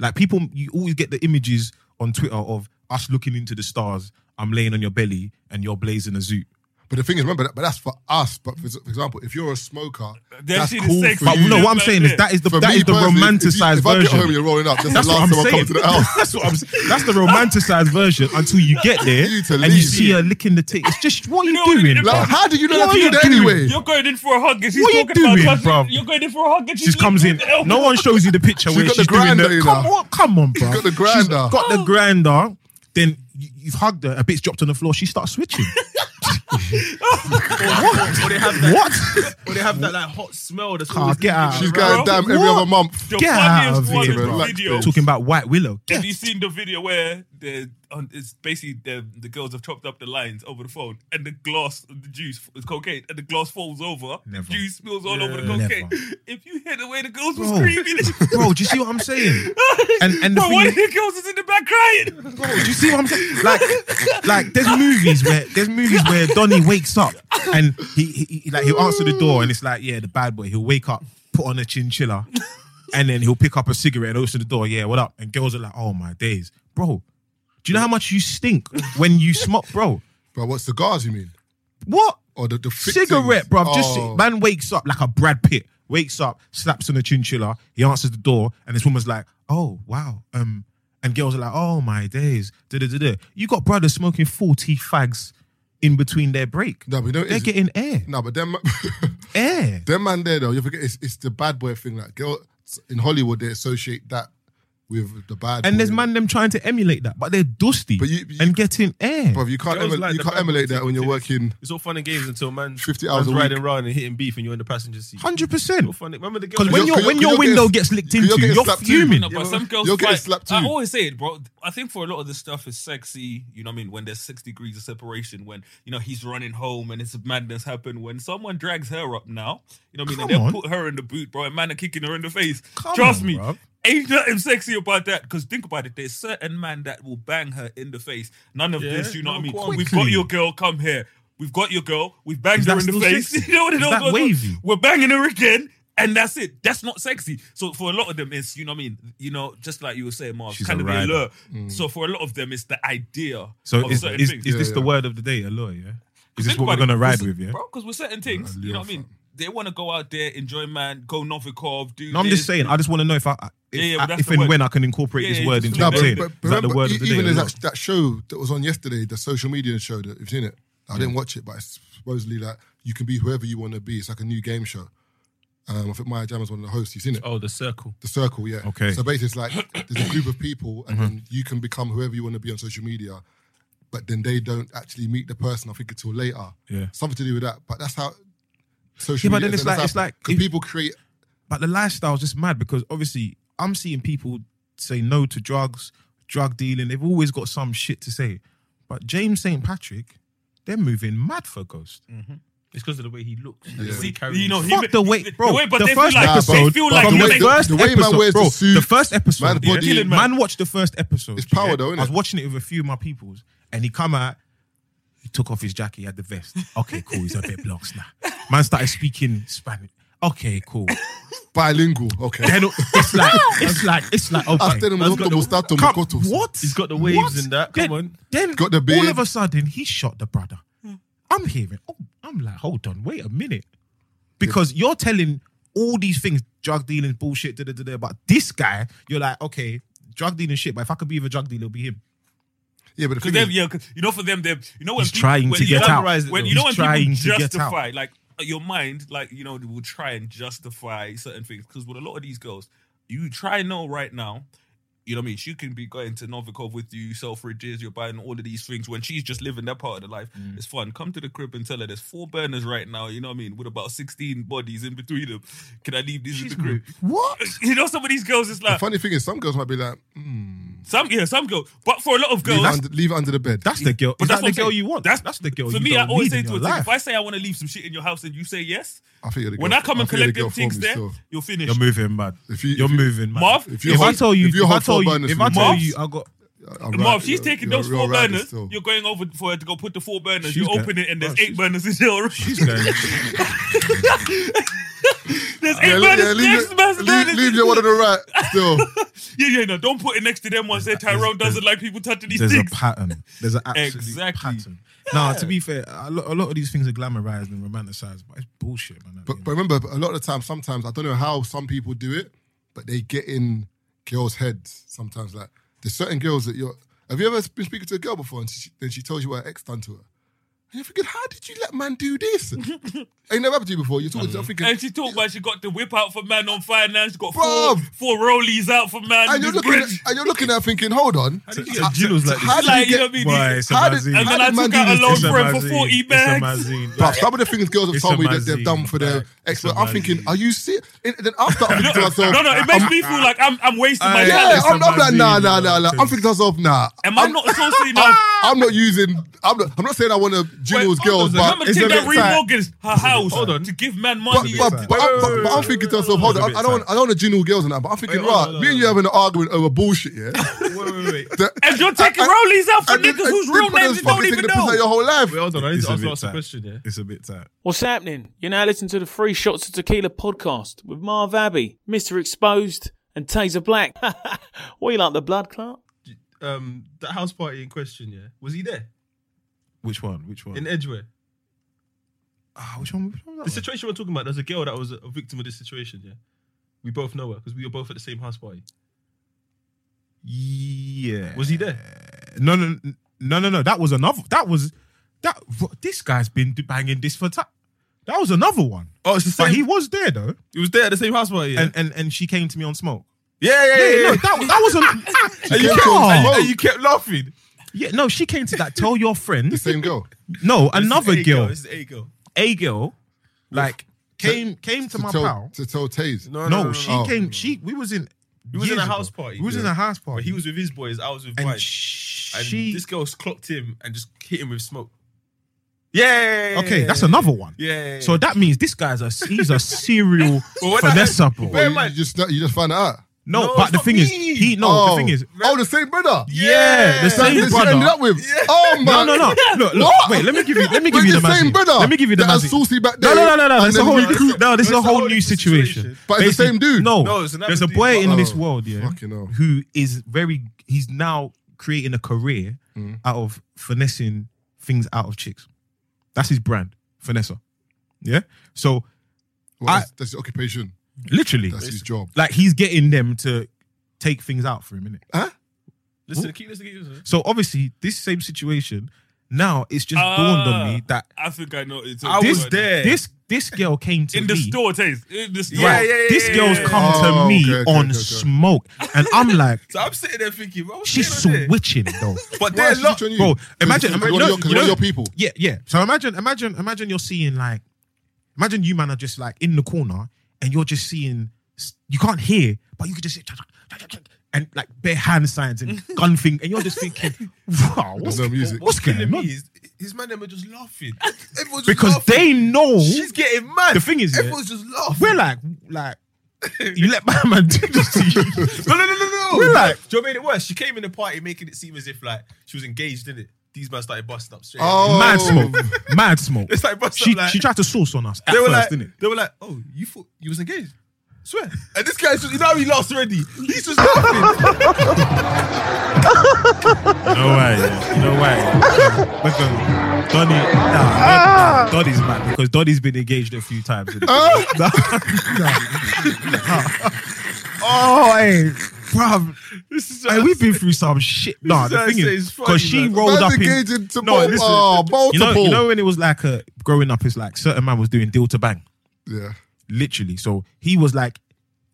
Speaker 3: like people, you always get the images on Twitter of us looking into the stars. I'm laying on your belly and you're blazing a zoot.
Speaker 1: But the thing is, remember that, but that's for us. But for, for example, if you're a smoker,
Speaker 2: Then
Speaker 1: that's
Speaker 2: she's
Speaker 1: cool
Speaker 2: sexy.
Speaker 1: for
Speaker 3: But
Speaker 1: you.
Speaker 3: no, what I'm
Speaker 2: Yeah,
Speaker 3: saying
Speaker 2: yeah.
Speaker 3: is that is the
Speaker 1: For
Speaker 3: that
Speaker 1: me
Speaker 3: is the
Speaker 1: personally, if you-
Speaker 3: romanticized
Speaker 1: if I get
Speaker 3: version.
Speaker 1: home, you're rolling up. That's,
Speaker 3: That's
Speaker 1: the
Speaker 3: what
Speaker 1: last
Speaker 3: I'm
Speaker 1: time I come
Speaker 3: saying.
Speaker 1: to the house.
Speaker 3: That's what I'm saying. That's the romanticized version until you get there
Speaker 1: *laughs* You to
Speaker 3: and you
Speaker 1: leave.
Speaker 3: see her licking the tit. It's just what are you
Speaker 2: know what it-
Speaker 3: doing?
Speaker 2: it-
Speaker 1: Like,
Speaker 3: bruv?
Speaker 1: how do you know
Speaker 3: What
Speaker 1: that
Speaker 3: are
Speaker 1: you
Speaker 3: you
Speaker 1: did
Speaker 3: doing?
Speaker 1: anyway?
Speaker 2: You're going in for a hug. And she's
Speaker 3: What are you
Speaker 2: talking about
Speaker 3: doing,
Speaker 2: touching-
Speaker 3: bruv?
Speaker 2: You're going in for a hug. And she's
Speaker 3: She just comes in.
Speaker 2: looking at-
Speaker 3: No one shows you the picture
Speaker 1: She's
Speaker 3: where
Speaker 1: got
Speaker 3: she's
Speaker 1: the grinder,
Speaker 3: doing
Speaker 1: you
Speaker 3: the.
Speaker 1: know.
Speaker 3: Come on, come on, bro.
Speaker 1: got the grinder.
Speaker 3: got the grinder. Then you- you've hugged her. A bit's dropped on the floor. She starts
Speaker 1: *laughs*
Speaker 3: switching.
Speaker 6: Or they have that.
Speaker 3: what?
Speaker 6: Or they have that like hot smell. That's
Speaker 3: Ah,
Speaker 6: always
Speaker 3: get out.
Speaker 1: She's
Speaker 6: Bro.
Speaker 1: going damn every
Speaker 3: What?
Speaker 1: other month.
Speaker 2: The
Speaker 3: Get out
Speaker 2: funniest
Speaker 3: of
Speaker 2: one
Speaker 3: here,
Speaker 2: is the
Speaker 1: bro.
Speaker 2: video.
Speaker 3: Talking about White Willow.
Speaker 2: Have you seen the video where the on, it's basically the the girls have chopped up the lines over the phone and the glass of the juice is cocaine and the glass falls over,
Speaker 3: Never.
Speaker 2: juice spills all over the
Speaker 3: Never.
Speaker 2: cocaine. If you hear the way the girls were
Speaker 3: Bro. *laughs*
Speaker 2: screaming,
Speaker 3: Bro, do you see what I'm saying? And and the
Speaker 2: but
Speaker 3: thing
Speaker 2: one
Speaker 3: is-
Speaker 2: of the girls is in the back crying.
Speaker 3: Bro, Oh, do you see what I'm saying? Like, like there's movies where there's movies where Donnie wakes up and he, he, he- like he'll answer the door and it's like, yeah, the bad boy. He'll wake up, put on a chinchilla, and then he'll pick up a cigarette and open the door. Yeah, what up? And girls are like, oh my days, bro. Do you know how much you stink when you smoke, bro?
Speaker 1: Bro, what cigars you mean?
Speaker 3: What
Speaker 1: Or the, the thick
Speaker 3: cigarette,
Speaker 1: things?
Speaker 3: bro? Just
Speaker 1: Oh.
Speaker 3: man wakes up like a Brad Pitt. Wakes up, slaps on a chinchilla. He answers the door, and this woman's like, "Oh wow." Um, and girls are like, "Oh my days." Da da da da. You got brothers smoking forty fags in between their break.
Speaker 1: No, but you know what it
Speaker 3: they're
Speaker 1: is?
Speaker 3: getting air,
Speaker 1: No, but them, *laughs*
Speaker 3: air.
Speaker 1: them man there though, you forget it's, it's the bad boy thing. Like girl in Hollywood, they associate that with the bad. boy.
Speaker 3: And there's man them trying to emulate that, but they're dusty
Speaker 1: But you- you-
Speaker 3: and getting air.
Speaker 1: Bro, you can't
Speaker 6: Girls
Speaker 1: emul-
Speaker 6: like
Speaker 1: you
Speaker 6: the
Speaker 1: can't
Speaker 6: bad boy
Speaker 1: emulate that when you're
Speaker 6: thing.
Speaker 1: working.
Speaker 6: It's all fun and games until man
Speaker 1: 50
Speaker 6: man's
Speaker 1: hours a week.
Speaker 6: riding around and hitting beef and you're in the passenger seat.
Speaker 3: Hundred percent.
Speaker 6: All fun- Remember the girl?
Speaker 3: Because
Speaker 1: You're-
Speaker 3: when your
Speaker 1: you're-
Speaker 3: when your
Speaker 1: you're
Speaker 3: window
Speaker 1: getting-
Speaker 3: gets licked
Speaker 1: you're
Speaker 3: into,
Speaker 1: getting
Speaker 3: you're
Speaker 1: slapped too.
Speaker 3: fuming.
Speaker 2: No, but some girls
Speaker 1: You're getting
Speaker 2: fight-
Speaker 1: slapped
Speaker 2: I
Speaker 1: too.
Speaker 2: always say it, bro. I think for a lot of this stuff is sexy. You know what I mean? When there's six degrees of separation, when you know he's running home and it's madness happen. When someone drags her up now, you know what I mean?
Speaker 3: Come
Speaker 2: and
Speaker 3: on.
Speaker 2: they put her in the boot, bro, and man are kicking her in the face.
Speaker 3: Come
Speaker 2: Trust
Speaker 3: on,
Speaker 2: me.
Speaker 3: bruv.
Speaker 2: Ain't nothing sexy about that. Because think about it, there's certain man that will bang her in the face. None of
Speaker 6: Yeah,
Speaker 2: this, you know
Speaker 6: no,
Speaker 2: what I mean?
Speaker 6: quite.
Speaker 2: We've got your girl, come here. We've got your girl. We've banged
Speaker 3: Is
Speaker 2: her
Speaker 3: that
Speaker 2: in the
Speaker 3: still
Speaker 2: face. *laughs*
Speaker 3: sexy?
Speaker 2: You know what it
Speaker 3: Is
Speaker 2: all
Speaker 3: that
Speaker 2: goes on.
Speaker 3: wavy?
Speaker 2: We're banging her again, and that's it. That's not sexy. So for a lot of them, it's you know what I mean. You know, just like you were saying, Marv,
Speaker 3: She's
Speaker 2: kind
Speaker 3: a
Speaker 2: of the
Speaker 3: rider. Mm.
Speaker 2: allure. So for a lot of them, it's the idea.
Speaker 3: So
Speaker 2: of
Speaker 3: is,
Speaker 2: certain
Speaker 3: is,
Speaker 2: things.
Speaker 3: is this
Speaker 1: Yeah,
Speaker 3: the
Speaker 1: yeah.
Speaker 3: word of the day, Allure? Yeah. Is this
Speaker 2: Think
Speaker 3: what we're
Speaker 2: about it.
Speaker 3: gonna ride
Speaker 2: Listen,
Speaker 3: with? Yeah.
Speaker 2: Bro, because we're certain things. you know what I mean. They want to go out there, enjoy, man, go Novikov, do.
Speaker 3: No, I'm
Speaker 2: this.
Speaker 3: just saying. I just want to know if I, I- if,
Speaker 2: Yeah, yeah, but that's
Speaker 3: if
Speaker 2: the
Speaker 3: and
Speaker 2: word.
Speaker 3: when I can incorporate
Speaker 2: Yeah,
Speaker 3: this
Speaker 2: yeah,
Speaker 3: word
Speaker 2: just
Speaker 3: into
Speaker 2: do
Speaker 3: what
Speaker 2: that.
Speaker 3: I'm saying.
Speaker 1: but,
Speaker 3: Is that the
Speaker 1: remember,
Speaker 3: word
Speaker 1: e-
Speaker 3: of the
Speaker 1: even
Speaker 3: day?
Speaker 1: there's
Speaker 3: or
Speaker 1: that, that show that was on yesterday, the social media show that you've seen it. I didn't watch it, but it's supposedly like you can be whoever you want to be. It's like a new game show. Um, I think Maya Jam is one of the hosts. You've seen it.
Speaker 6: Oh, the circle.
Speaker 1: The circle, yeah.
Speaker 3: Okay. Mm-hmm.
Speaker 1: So basically, it's like there's a group of people, and then you can become whoever you want to be on social media, but then they don't actually meet the person. I think until later.
Speaker 3: Yeah.
Speaker 1: Something to do with that, but that's how social
Speaker 3: Yeah, but
Speaker 1: media,
Speaker 3: then it's
Speaker 1: that's
Speaker 3: like- it's
Speaker 1: how-
Speaker 3: like
Speaker 1: 'cause
Speaker 3: if-
Speaker 1: people create
Speaker 3: But the lifestyle's just mad because obviously I'm seeing people say no to drugs, drug dealing. They've always got some shit to say. But James St. Patrick, they're moving mad for Ghost.
Speaker 6: It's because of the way he looks. and the
Speaker 1: Yeah.
Speaker 6: way he carries
Speaker 2: You know, he-
Speaker 6: himself.
Speaker 3: Fuck
Speaker 2: *laughs*
Speaker 3: the way,
Speaker 2: the
Speaker 3: bro.
Speaker 2: way- but
Speaker 3: the
Speaker 2: they feel
Speaker 3: first
Speaker 2: like-
Speaker 3: episode,
Speaker 2: they feel like
Speaker 3: from
Speaker 2: you're
Speaker 3: the,
Speaker 2: making-
Speaker 3: first
Speaker 1: the way man
Speaker 3: episode,
Speaker 1: wears
Speaker 3: bro,
Speaker 1: the suit,
Speaker 3: the first episode,
Speaker 1: man body-
Speaker 2: Killing man.
Speaker 3: man watched the first episode.
Speaker 1: It's power though, innit?
Speaker 3: I was watching it with a few of my peoples, and he come out. He took off his jacket. He had the vest. Okay, cool. He's a bit blocks now. Man started speaking Spanish. Okay, cool.
Speaker 1: bilingual. Okay.
Speaker 3: *laughs* Then it's
Speaker 2: *laughs*
Speaker 3: like it's like it's like okay.
Speaker 1: Hasta el momento mostato
Speaker 3: Come-
Speaker 1: mocotos.
Speaker 3: what?
Speaker 6: He's got the waves
Speaker 3: What?
Speaker 6: and that. Come
Speaker 3: Then,
Speaker 6: on.
Speaker 3: then
Speaker 1: Got the
Speaker 3: all
Speaker 1: beard.
Speaker 3: of a sudden he shot the brother. I'm hearing. Oh, I'm like, hold on, wait a minute, because you're telling all these things, drug dealing, bullshit, da da da da. But this guy, you're like, okay, drug dealing shit. But if I could be with a drug dealer, it'll be him.
Speaker 1: Yeah, but the thing
Speaker 2: Because them,
Speaker 1: is,
Speaker 2: yeah, 'cause you know, for them, they you know when
Speaker 3: He's
Speaker 2: people,
Speaker 3: trying
Speaker 2: when
Speaker 3: to
Speaker 2: you
Speaker 3: get out.
Speaker 2: When you
Speaker 3: He's
Speaker 2: know when
Speaker 3: trying
Speaker 2: people
Speaker 3: to get out.
Speaker 2: justify, like uh, your mind, like you know, will try and justify certain things. Because with a lot of these girls, you try and know right now. You know what I mean? She can be going to Novikov with you, Selfridges, you're buying all of these things when she's just living that part of the life.
Speaker 3: Mm.
Speaker 2: It's fun. Come to the crib and tell her there's four burners right now, you know what I mean, with about 16 bodies in between them. Can I leave these in the crib?
Speaker 3: What?
Speaker 2: *laughs* You know, some of these girls, it's
Speaker 1: the
Speaker 2: like,
Speaker 1: funny thing is, some girls might be like, mm,
Speaker 2: some, yeah, some girls. But for a lot of
Speaker 1: leave,
Speaker 2: girls,
Speaker 1: it under, leave it under the bed.
Speaker 3: That's the girl.
Speaker 2: But
Speaker 3: Is
Speaker 2: that's
Speaker 3: that
Speaker 2: what
Speaker 3: the
Speaker 2: I'm
Speaker 3: girl
Speaker 2: saying.
Speaker 3: you want.
Speaker 2: That's-
Speaker 3: That's, the girl.
Speaker 2: For
Speaker 3: you
Speaker 2: me,
Speaker 3: don't
Speaker 2: I always
Speaker 3: need
Speaker 2: say
Speaker 3: in
Speaker 2: to
Speaker 3: your
Speaker 2: a thing,
Speaker 3: life.
Speaker 2: if I say I want to leave some shit in your house and you say yes,
Speaker 1: I think you're the
Speaker 2: when
Speaker 1: girl-
Speaker 2: I come and
Speaker 1: think you're the
Speaker 2: collect them
Speaker 1: girl for
Speaker 2: things
Speaker 1: me
Speaker 2: there,
Speaker 1: still.
Speaker 2: you're finished.
Speaker 3: You're moving mad.
Speaker 1: If you-
Speaker 3: you're
Speaker 1: if you-
Speaker 3: moving mad.
Speaker 2: Marv,
Speaker 1: If
Speaker 3: If,
Speaker 1: you
Speaker 3: I
Speaker 1: hold-
Speaker 3: tell you,
Speaker 1: if
Speaker 3: if,
Speaker 1: you
Speaker 3: I
Speaker 1: hold four
Speaker 3: tell you,
Speaker 1: burners
Speaker 3: if
Speaker 1: for
Speaker 3: I
Speaker 1: me,
Speaker 3: tell
Speaker 2: Marv?
Speaker 3: you, I got
Speaker 1: I'm
Speaker 2: Mom,
Speaker 1: right,
Speaker 2: if she's
Speaker 1: you're-
Speaker 2: taking
Speaker 1: you're
Speaker 2: those
Speaker 1: a real
Speaker 2: four
Speaker 1: rider
Speaker 2: burners,
Speaker 1: still.
Speaker 2: you're going over for her to go put the four burners.
Speaker 3: She's
Speaker 2: you
Speaker 3: going-
Speaker 2: open it and there's
Speaker 3: bro,
Speaker 2: eight burners in there already.
Speaker 3: she's going. *laughs*
Speaker 2: There's eight
Speaker 1: Yeah, leave- yeah,
Speaker 2: burners
Speaker 1: leave
Speaker 2: next man's
Speaker 1: it- leave-
Speaker 2: burners.
Speaker 1: leave your one on the right
Speaker 2: *laughs*
Speaker 1: still.
Speaker 2: yeah, yeah, no, don't put it next to them ones that Tyrone doesn't like people touching these
Speaker 6: *laughs*
Speaker 3: There's
Speaker 2: things.
Speaker 3: a pattern. There's an absolute
Speaker 2: Exactly.
Speaker 3: pattern. Now, to be fair, a lot, a lot of these things are glamorized and romanticized, but it's bullshit, man. at the
Speaker 1: But,
Speaker 3: end.
Speaker 1: but remember, a lot of the time, sometimes I don't know how some people do it, but they get in girls' heads sometimes. Like there's certain girls that you're. Have you ever been speaking to a girl before and she, then she tells you what her ex done to her? And you're thinking, how did you let man do
Speaker 2: *laughs*
Speaker 1: this? Ain't never happened to you before. You're talking. to I'm thinking,
Speaker 2: Mm-hmm. And she talked about she got the whip out for man on finance. She got four,
Speaker 1: Bruv.
Speaker 2: four rollies out for man.
Speaker 1: and
Speaker 2: And
Speaker 1: you're looking, at, and you're looking at her thinking, hold on, how did
Speaker 3: you get Jinos like this?
Speaker 1: you
Speaker 2: like, you know
Speaker 1: get-
Speaker 2: what I mean?
Speaker 3: Why,
Speaker 2: These-
Speaker 3: it's a
Speaker 1: how did-
Speaker 3: magazine.
Speaker 2: And
Speaker 1: how
Speaker 2: then I
Speaker 1: did man
Speaker 2: took
Speaker 1: do
Speaker 2: out a
Speaker 1: this?
Speaker 2: loan
Speaker 3: It's a
Speaker 2: for him for
Speaker 3: magazine.
Speaker 2: 40
Speaker 3: It's a
Speaker 2: bags.
Speaker 6: *laughs*
Speaker 3: magazine.
Speaker 1: Bruv, some of the things girls have
Speaker 3: It's
Speaker 1: told me that
Speaker 3: amazing,
Speaker 1: they've done for their
Speaker 3: like,
Speaker 1: ex.
Speaker 3: it's
Speaker 1: I'm thinking,
Speaker 3: amazing.
Speaker 1: are you serious? And then after I'm thinking to myself,
Speaker 2: No, no, it makes me feel like I'm, I'm wasting my
Speaker 3: Aye.
Speaker 2: talent.
Speaker 1: yeah,
Speaker 3: it's
Speaker 1: I'm, I'm like,
Speaker 3: amazing,
Speaker 1: nah, nah, nah, nah.
Speaker 3: like,
Speaker 1: I'm thinking to myself, nah.
Speaker 2: Am I
Speaker 1: I'm-
Speaker 2: not associated enough?
Speaker 1: *laughs* I'm not using. I'm not, I'm not saying I want to jingles girls, but
Speaker 2: remember Tim that Reed Morgan's her house
Speaker 6: Hold on.
Speaker 2: to give man
Speaker 1: but,
Speaker 2: money.
Speaker 1: but, but, I'm, but, but I'm thinking to myself, hold on, I, I don't, want, I don't want to jingle girls and that, but I'm thinking, right, me and you having an argument over bullshit, yeah?
Speaker 6: Wait, wait, wait.
Speaker 1: That-
Speaker 2: and you're taking
Speaker 1: and-
Speaker 2: rollies out for
Speaker 1: and then-
Speaker 2: niggas whose
Speaker 1: then
Speaker 2: real
Speaker 1: put
Speaker 2: names
Speaker 1: those
Speaker 2: you don't
Speaker 1: fucking things
Speaker 2: even
Speaker 1: in the piss out Your
Speaker 2: know.
Speaker 1: whole life.
Speaker 6: Wait, hold on. I need
Speaker 3: It's
Speaker 6: to
Speaker 3: a
Speaker 6: ask
Speaker 3: bit
Speaker 6: lots of
Speaker 3: tight.
Speaker 6: question here.
Speaker 3: It's a bit tight.
Speaker 11: What's happening? You're now listening to the Free Shots of Tequila podcast with Marv Abbey, Mr. Exposed, and Taser Black. what you like, the blood clot?
Speaker 6: Um, that house party in question, yeah, was he there
Speaker 3: Which one? Which one?
Speaker 6: in Edgeware?
Speaker 3: Ah, which one? Which one
Speaker 6: The
Speaker 3: was that one?
Speaker 6: situation we're talking about, there's a girl that was a victim of this situation, yeah. We both know her because we were both at the same house party.
Speaker 3: Yeah.
Speaker 6: Was he there?
Speaker 3: No, no, no, no, no. That was another. That was that. This guy's been banging this for time. That was another one.
Speaker 6: Oh, it's the
Speaker 3: But
Speaker 6: same-
Speaker 3: he was there though,
Speaker 6: He was there at the same house party, yeah.
Speaker 3: and and and she came to me on smoke.
Speaker 6: yeah, yeah, yeah, yeah.
Speaker 3: No, that, that
Speaker 6: *laughs*
Speaker 3: was a.
Speaker 6: And you,
Speaker 3: Yeah.
Speaker 6: kept, and- and you kept laughing.
Speaker 3: Yeah, no, she came to that. Tell your friend.
Speaker 1: Same girl.
Speaker 3: No, another
Speaker 6: This is A
Speaker 3: girl,
Speaker 6: This is a girl.
Speaker 3: a girl, like came came
Speaker 1: To
Speaker 3: to my
Speaker 1: tell,
Speaker 3: pal.
Speaker 1: to tell Taze.
Speaker 3: No, she
Speaker 1: no.
Speaker 3: came. She we was in.
Speaker 6: He was in
Speaker 3: years
Speaker 6: a house
Speaker 3: ago.
Speaker 6: party.
Speaker 3: We was in a house party.
Speaker 6: But he was with his boys. I was with mine.
Speaker 3: and
Speaker 6: And
Speaker 3: she.
Speaker 6: this girl clocked him and just hit him with smoke. Yeah.
Speaker 3: okay, that's another one.
Speaker 6: Yeah, yeah, yeah.
Speaker 3: So that means this guy's a he's a
Speaker 6: *laughs*
Speaker 3: serial
Speaker 6: But when I
Speaker 3: finesse,
Speaker 6: had-
Speaker 3: bro.
Speaker 6: Bear in
Speaker 1: you,
Speaker 6: mind-
Speaker 1: just, you just found out.
Speaker 3: No,
Speaker 6: No,
Speaker 3: but
Speaker 6: it's
Speaker 3: the
Speaker 6: not
Speaker 3: thing is,
Speaker 6: me.
Speaker 3: he no.
Speaker 1: oh.
Speaker 3: The thing is,
Speaker 1: oh, the same brother.
Speaker 3: yeah, the
Speaker 1: That's
Speaker 3: same
Speaker 1: what you ended
Speaker 3: brother.
Speaker 1: up with. Oh man.
Speaker 3: No, no, no. Look, look.
Speaker 1: What?
Speaker 3: Wait, let me give you. Let me
Speaker 1: We're
Speaker 3: give you the
Speaker 1: the same
Speaker 3: magic.
Speaker 1: brother.
Speaker 3: Let me give you the
Speaker 1: That had
Speaker 3: magic.
Speaker 1: saucy back
Speaker 3: No,
Speaker 1: there,
Speaker 3: no, no, no, no.
Speaker 1: and
Speaker 3: It's a
Speaker 1: then
Speaker 3: whole
Speaker 1: we
Speaker 3: new,
Speaker 1: cooked.
Speaker 3: no. This is
Speaker 6: No,
Speaker 3: a
Speaker 6: it's a
Speaker 3: whole
Speaker 6: whole
Speaker 3: new
Speaker 6: new
Speaker 3: situation.
Speaker 6: situation.
Speaker 1: But it's the
Speaker 3: Basically-
Speaker 1: same dude.
Speaker 3: No,
Speaker 6: No, it's another
Speaker 3: there's a
Speaker 6: dude.
Speaker 3: boy in
Speaker 1: Uh-oh.
Speaker 3: this world, yeah,
Speaker 1: Fucking hell.
Speaker 3: who is very. He's now creating a career out of finessing things out of chicks. That's his brand, finesse. Yeah. So
Speaker 1: Well,
Speaker 3: I-
Speaker 1: that's, that's his occupation.
Speaker 3: literally,
Speaker 1: That's his job.
Speaker 3: like he's getting them to take things out for him, innit?
Speaker 6: Listen, keep listening. keep listening.
Speaker 3: So obviously, this same situation now it's just
Speaker 2: Ah.
Speaker 3: dawned on me that
Speaker 2: I think I know it's
Speaker 6: I
Speaker 2: okay.
Speaker 6: was there.
Speaker 3: this this girl came to
Speaker 2: in
Speaker 3: me.
Speaker 2: the store, Taze. In the store.
Speaker 6: Yeah, yeah, yeah.
Speaker 3: this girl's come
Speaker 1: Oh,
Speaker 3: to me
Speaker 1: okay, okay,
Speaker 3: on
Speaker 1: okay, okay.
Speaker 3: smoke, and
Speaker 6: *laughs*
Speaker 3: I'm like,
Speaker 6: So I'm sitting there thinking, bro, what's
Speaker 3: she's
Speaker 6: going on there?
Speaker 3: switching though.
Speaker 6: But
Speaker 1: Why
Speaker 6: they're
Speaker 1: is she
Speaker 6: not.
Speaker 1: on you?
Speaker 3: Bro,
Speaker 1: Because
Speaker 3: imagine,
Speaker 1: it's
Speaker 3: imagine
Speaker 1: one of your- 'cause
Speaker 3: you
Speaker 1: one
Speaker 3: know,
Speaker 1: of your people.
Speaker 3: Yeah, yeah. So imagine, imagine, imagine you're seeing like Imagine you man are just like in the corner and you're just seeing you can't hear, but you could just see and like bare hand signs
Speaker 6: *laughs*
Speaker 3: and gun thing, and you're just thinking, *laughs* wow, what's,
Speaker 1: no music.
Speaker 3: what's going
Speaker 6: me
Speaker 3: on?
Speaker 6: is his man them are just *laughs* laughing. Everyone's just
Speaker 3: Because
Speaker 6: laughing.
Speaker 3: they know
Speaker 6: she's getting mad.
Speaker 3: the thing is, yeah,
Speaker 6: everyone's just laughing.
Speaker 3: we're like, like you let my man do this to
Speaker 6: *laughs*
Speaker 3: you.
Speaker 6: no, no, no, no, no.
Speaker 3: We're like-
Speaker 6: Joe made it worse. She came in the party making it seem as if like she was engaged, didn't it? These men started busting up straight. away.
Speaker 1: Oh, *laughs*
Speaker 3: Mad smoke, mad smoke.
Speaker 6: It's like busting
Speaker 3: She,
Speaker 6: up like
Speaker 3: she tried to source on us at
Speaker 6: they were
Speaker 3: first,
Speaker 6: like,
Speaker 3: didn't it?
Speaker 6: They were like, oh, you thought you was engaged. Swear. And this guy's just, you know how he laughs already. He's just laughing.
Speaker 3: *laughs*
Speaker 12: No way. yeah. No way. Because Donny,
Speaker 6: Ah.
Speaker 12: nah, Don- nah, Donny's mad because Donny's been engaged a few times. innit?
Speaker 3: Oh, hey, bruv. Hey, we've been through some shit. Nah, the
Speaker 6: what I
Speaker 3: thing
Speaker 6: say,
Speaker 3: is,
Speaker 6: it's funny,
Speaker 3: because she
Speaker 6: man.
Speaker 3: rolled
Speaker 1: Man's
Speaker 3: up in.
Speaker 1: engaging to mul-
Speaker 6: ah,
Speaker 1: oh,
Speaker 3: you know,
Speaker 1: multiple.
Speaker 3: you know when it was like a, growing up, it's like certain man was doing deal to bang,
Speaker 1: yeah.
Speaker 3: literally. So he was like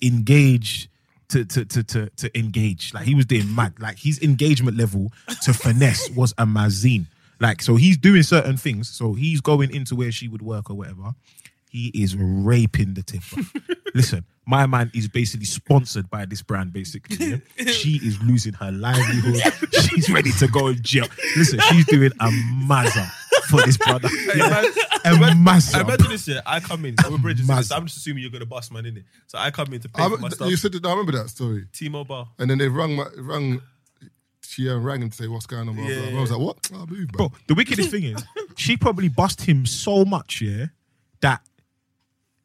Speaker 3: engaged to to to to, to engage. Like he was doing mad. Like his engagement level to finesse was a mazine. Like so, he's doing certain things. So he's going into where she would work or whatever. He is raping the tip. Listen, my man is basically sponsored by this brand. Basically, yeah? she is losing her livelihood. She's ready to go in jail. Listen, she's doing a mazza for this brother. A
Speaker 6: I
Speaker 3: mazza.
Speaker 6: imagine this year, I come in, I'm, Bridges,
Speaker 3: Mad.
Speaker 6: I'm just assuming you're going to bust, man, innit? So I come in to pay
Speaker 1: I,
Speaker 6: for my stuff.
Speaker 1: you said that, I remember that story.
Speaker 6: T-Mobile.
Speaker 1: And then they rang my rang. She uh, rang and say, "What's going on?" Blah, blah, blah. I was like, "What?" I believe, bro.
Speaker 3: Bro, the wickedest thing is she probably bust him so much, yeah, that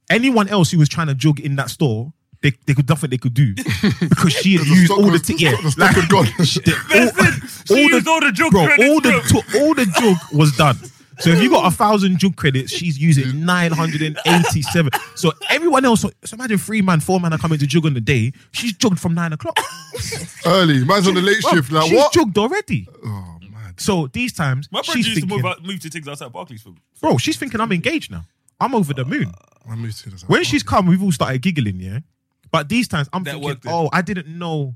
Speaker 3: anyone else who was trying to jog in that store, they, they could nothing they
Speaker 1: *laughs*
Speaker 3: could do because she had
Speaker 1: The
Speaker 3: used
Speaker 1: stock
Speaker 3: all the
Speaker 1: was-
Speaker 3: t- yeah,
Speaker 1: the stock had gone.
Speaker 3: she- *laughs* the- all,
Speaker 2: She used all the jug
Speaker 3: bro,
Speaker 2: credits,
Speaker 3: all the
Speaker 2: bro.
Speaker 3: to- all the jug was done. So if you got a
Speaker 2: *laughs*
Speaker 3: thousand jug credits, she's using nine hundred and eighty-seven. So everyone else, so imagine three man, four man are coming to jug on the day. She's jugged from nine o'clock.
Speaker 1: Early, man's on the late
Speaker 3: Bro,
Speaker 1: shift. Like
Speaker 3: she's
Speaker 1: what?
Speaker 3: jugged already.
Speaker 1: oh man,
Speaker 3: So these times,
Speaker 2: My brother
Speaker 3: she's
Speaker 2: used to
Speaker 3: thinking,
Speaker 2: move, out, move to things outside Barclays for
Speaker 3: Bro, she's thinking I'm engaged now. I'm over the moon.
Speaker 1: I moved to this.
Speaker 3: When she's come, we've all started giggling, yeah. But these times, I'm
Speaker 2: That
Speaker 3: thinking,
Speaker 2: worked it.
Speaker 3: oh, I didn't know.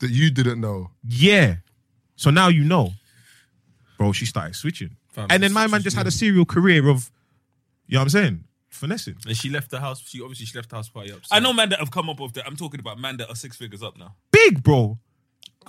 Speaker 1: that you didn't know.
Speaker 3: Yeah. So now you know, bro. She started switching, and then my man just had a serial career of, you know what I'm saying, finessing.
Speaker 6: And she left the house. She obviously she left the house party up.
Speaker 2: I know men that have come up off that. I'm talking about men that are six figures up now.
Speaker 3: Big, bro.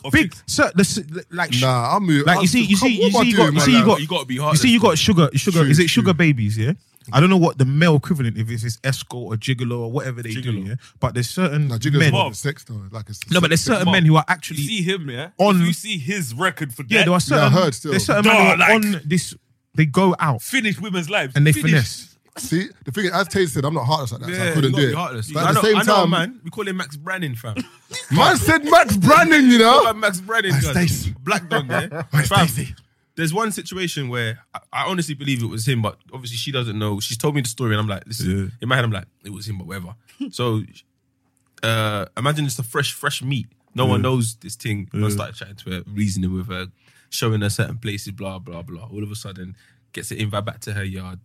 Speaker 2: Of
Speaker 3: Big.
Speaker 2: six-
Speaker 3: So the s- like, sh-
Speaker 1: Nah, I moved.
Speaker 3: like
Speaker 1: I,
Speaker 3: you see, you
Speaker 1: come- what
Speaker 3: see, you
Speaker 1: am I
Speaker 3: see, you
Speaker 1: doing,
Speaker 3: got, you
Speaker 1: man?
Speaker 3: see, you
Speaker 1: Like,
Speaker 3: got,
Speaker 6: You got to be
Speaker 3: you
Speaker 6: hard.
Speaker 3: see, you got sugar, sugar.
Speaker 1: True,
Speaker 3: is it
Speaker 1: true.
Speaker 3: sugar babies? Yeah. I don't know what the male equivalent if it's it's escort or gigolo or whatever they do.
Speaker 2: Gigolo.
Speaker 3: Yeah. But there's certain
Speaker 1: Nah,
Speaker 3: men.
Speaker 1: Jigga's not sex though. Like it's
Speaker 3: No, but there's certain men who are actually
Speaker 2: You see him, yeah.
Speaker 3: On-
Speaker 2: if you see his record for
Speaker 3: yeah.
Speaker 2: that.
Speaker 3: There are certain
Speaker 1: heard still.
Speaker 3: there's certain men who
Speaker 2: Duh,
Speaker 3: are
Speaker 2: like-
Speaker 3: on this. They go out
Speaker 2: finish women's lives
Speaker 3: and they
Speaker 2: Finish.
Speaker 3: finesse.
Speaker 1: See, the thing is, as Tay said, I'm not heartless like that, so I couldn't do it.
Speaker 6: Heartless.
Speaker 1: But
Speaker 6: I
Speaker 1: at
Speaker 6: know,
Speaker 1: the same
Speaker 6: I know a
Speaker 1: time, man.
Speaker 6: man. We call him Max Brannon, fam.
Speaker 3: *laughs*
Speaker 1: said Max Brandon, you
Speaker 6: What
Speaker 1: know.
Speaker 6: about Max Brennan?
Speaker 1: Where's
Speaker 6: guys?
Speaker 1: Stacey?
Speaker 6: Black dog, yeah.
Speaker 1: Where's
Speaker 6: Fam,
Speaker 1: Stacey?
Speaker 6: There's one situation where I, I honestly believe it was him, but obviously she doesn't know. She's told me the story, and I'm like, listen. In my head, I'm like, it was him, but whatever. so, uh, imagine it's the fresh, fresh meat. No one knows this thing. I started chatting to her, reasoning with her, showing her certain places, blah blah blah. All of a sudden, gets an invite back to her yard.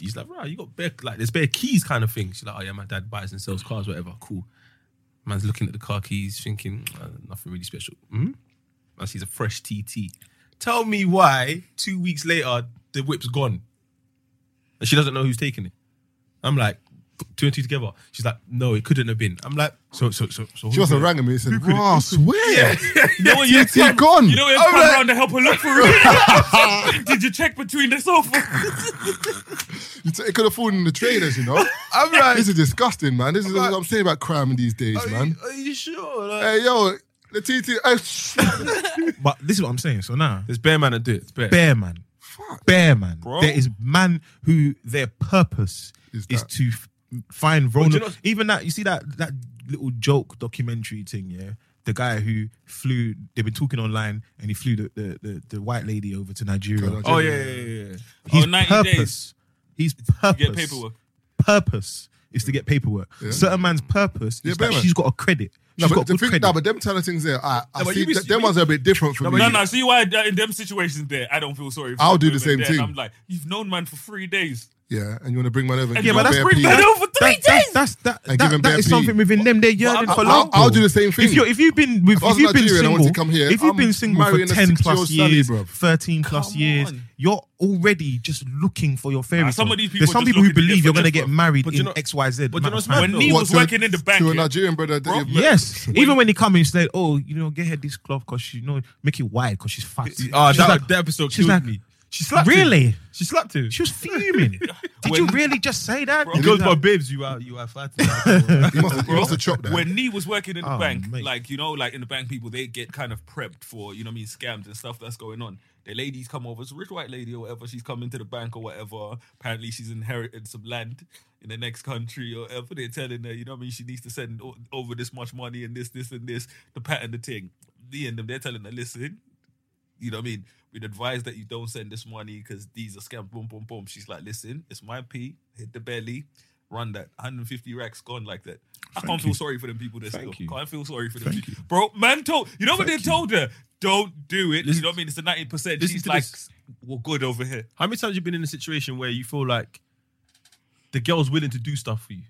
Speaker 6: He's like, right, you got bare like there's bare keys kind of thing. She's like, oh yeah, my dad buys and sells cars, whatever. Cool. Man's looking at the car keys, thinking uh, nothing really special. Hmm? Man sees a fresh TT. Tell me why two weeks later the whip's gone, and she doesn't know who's taking it. I'm like, put two and two together. She's like, no, it couldn't have been. I'm like, so so so so.
Speaker 1: She must have rang him and said, "Bro, I swear,
Speaker 6: *laughs*
Speaker 2: You know when you
Speaker 1: he
Speaker 2: come,
Speaker 1: gone."
Speaker 2: you know
Speaker 6: Oh,
Speaker 2: when you come around to help her look for
Speaker 6: *laughs*
Speaker 2: it. Did you check between the sofa?
Speaker 1: It's- It could have fallen in the trainers, you know.
Speaker 6: *laughs* I'm like, Oh,
Speaker 1: This is disgusting, man. This is
Speaker 6: Right.
Speaker 1: what I'm saying about crime in these days,
Speaker 6: are,
Speaker 1: man.
Speaker 6: You, are you sure? Like,
Speaker 1: Hey, yo, the eh, TT. *laughs* Hey,
Speaker 3: But this is what I'm saying. So now,
Speaker 6: There's bear man that do it. It's bear.
Speaker 3: bear man, bear man. There is man who their purpose
Speaker 1: Is
Speaker 3: is,
Speaker 1: that-
Speaker 3: to f- find vulnerable.
Speaker 6: not-
Speaker 3: Even that you see that that little joke documentary thing. Yeah, the guy who flew. They've been talking online, and he flew the the, the, the white lady over to Nigeria.
Speaker 6: Oh yeah, yeah, yeah, yeah.
Speaker 3: His
Speaker 2: Oh, 90
Speaker 3: purpose. His purpose.
Speaker 2: Get paperwork.
Speaker 3: Purpose is to get paperwork. Certain man's purpose
Speaker 1: Yeah,
Speaker 3: is
Speaker 1: bear
Speaker 3: that
Speaker 1: man.
Speaker 3: she's got a credit.
Speaker 1: No,
Speaker 3: She's
Speaker 1: but
Speaker 3: got
Speaker 1: the
Speaker 3: good
Speaker 1: thing,
Speaker 3: credit.
Speaker 1: no, but them telling things there, I, I
Speaker 6: No, but
Speaker 1: see
Speaker 6: you be-
Speaker 1: th-
Speaker 6: you
Speaker 1: them
Speaker 6: be-
Speaker 1: ones are a bit different from me.
Speaker 2: No, no. See why uh, in them situations there, I don't feel sorry. for
Speaker 1: I'll
Speaker 2: the
Speaker 1: do the
Speaker 2: women
Speaker 1: same
Speaker 2: there,
Speaker 1: thing. *laughs*
Speaker 2: And I'm like, you've known man for three days.
Speaker 1: yeah, and you want to bring man over. And
Speaker 3: Yeah,
Speaker 1: give him
Speaker 3: but
Speaker 1: a
Speaker 3: that's
Speaker 1: bare
Speaker 3: bringing
Speaker 1: P.
Speaker 3: man
Speaker 2: over three
Speaker 3: That- that's that's that,
Speaker 1: And give
Speaker 3: that,
Speaker 1: him
Speaker 3: that
Speaker 1: bare
Speaker 3: is
Speaker 1: P.
Speaker 3: something within them. They're yearning
Speaker 1: I'll-
Speaker 3: for
Speaker 1: I'll-
Speaker 3: love.
Speaker 1: I'll
Speaker 3: bro.
Speaker 1: do the same thing.
Speaker 3: If you if you've been with,
Speaker 1: I was
Speaker 3: if you've
Speaker 1: Nigerian and
Speaker 3: been
Speaker 1: I
Speaker 3: single,
Speaker 1: wanted to come here,
Speaker 3: if you've
Speaker 1: I'm
Speaker 3: been single for
Speaker 1: marrying a
Speaker 3: ten plus
Speaker 1: 60-year-old Sunny,
Speaker 3: years,
Speaker 1: bruv.
Speaker 3: thirteen plus
Speaker 2: Come
Speaker 3: years,
Speaker 2: on.
Speaker 3: you're already just looking for your fairy.
Speaker 2: Nah, some
Speaker 3: tale.
Speaker 2: of these people
Speaker 3: There's some
Speaker 2: just
Speaker 3: people who
Speaker 2: looking to get
Speaker 3: believe you're going to
Speaker 2: finessed,
Speaker 3: get
Speaker 2: bruv.
Speaker 3: married
Speaker 6: But
Speaker 3: in
Speaker 6: you know-
Speaker 3: X Y Z.
Speaker 6: but you know what's
Speaker 3: amount of
Speaker 2: mad,
Speaker 3: time.
Speaker 2: though? He
Speaker 1: What,
Speaker 2: was
Speaker 1: to a-
Speaker 2: working in the bank,
Speaker 1: To a
Speaker 2: yeah?
Speaker 1: Nigerian brother that
Speaker 2: Bro,
Speaker 1: you've met.
Speaker 3: Yes, even when he come in, he's like, "Oh, you know, get her this cloth because she, you know, make it wide because she's fat."
Speaker 6: Ah,
Speaker 3: She's
Speaker 6: that,
Speaker 3: like-
Speaker 6: that episode
Speaker 3: she's
Speaker 6: killed
Speaker 3: like-
Speaker 6: me. She slapped him.
Speaker 3: Really?
Speaker 6: She slapped him.
Speaker 3: She was fuming. Did you really just say that?
Speaker 6: He
Speaker 3: Because
Speaker 6: goes,
Speaker 3: that-
Speaker 6: my babes, you are you are flat. That's
Speaker 1: He must have, he must have chopped that.
Speaker 2: When Nee was working in the
Speaker 3: Oh,
Speaker 2: bank,
Speaker 3: mate.
Speaker 2: like you know, like in the bank, people they get kind of prepped for you know what I mean scams and stuff that's going on. The ladies come over, it's a rich white lady or whatever. She's come into the bank or whatever. Apparently, she's inherited some land in the next country or whatever. They're telling her, you know what I mean, she needs to send o- over this much money and this, this, and this to pattern the thing. Me and them, they're telling her, listen, you know what I mean? We'd advise that you don't send this money because these are scam. Boom, boom, boom. She's like, listen, it's my P. Hit the belly, run that. 150 racks gone like that. I can't feel sorry for them people that still.
Speaker 3: you.
Speaker 2: Can't feel sorry for them. Bro, man told, you know what they told her? Don't do it. you
Speaker 6: Listen-
Speaker 2: know what I mean? It's a 90%.
Speaker 6: listen
Speaker 2: She's
Speaker 6: to
Speaker 2: like,
Speaker 6: this.
Speaker 2: we're good over here.
Speaker 6: How many times you been in a situation where you feel like the girl's willing to do stuff for you?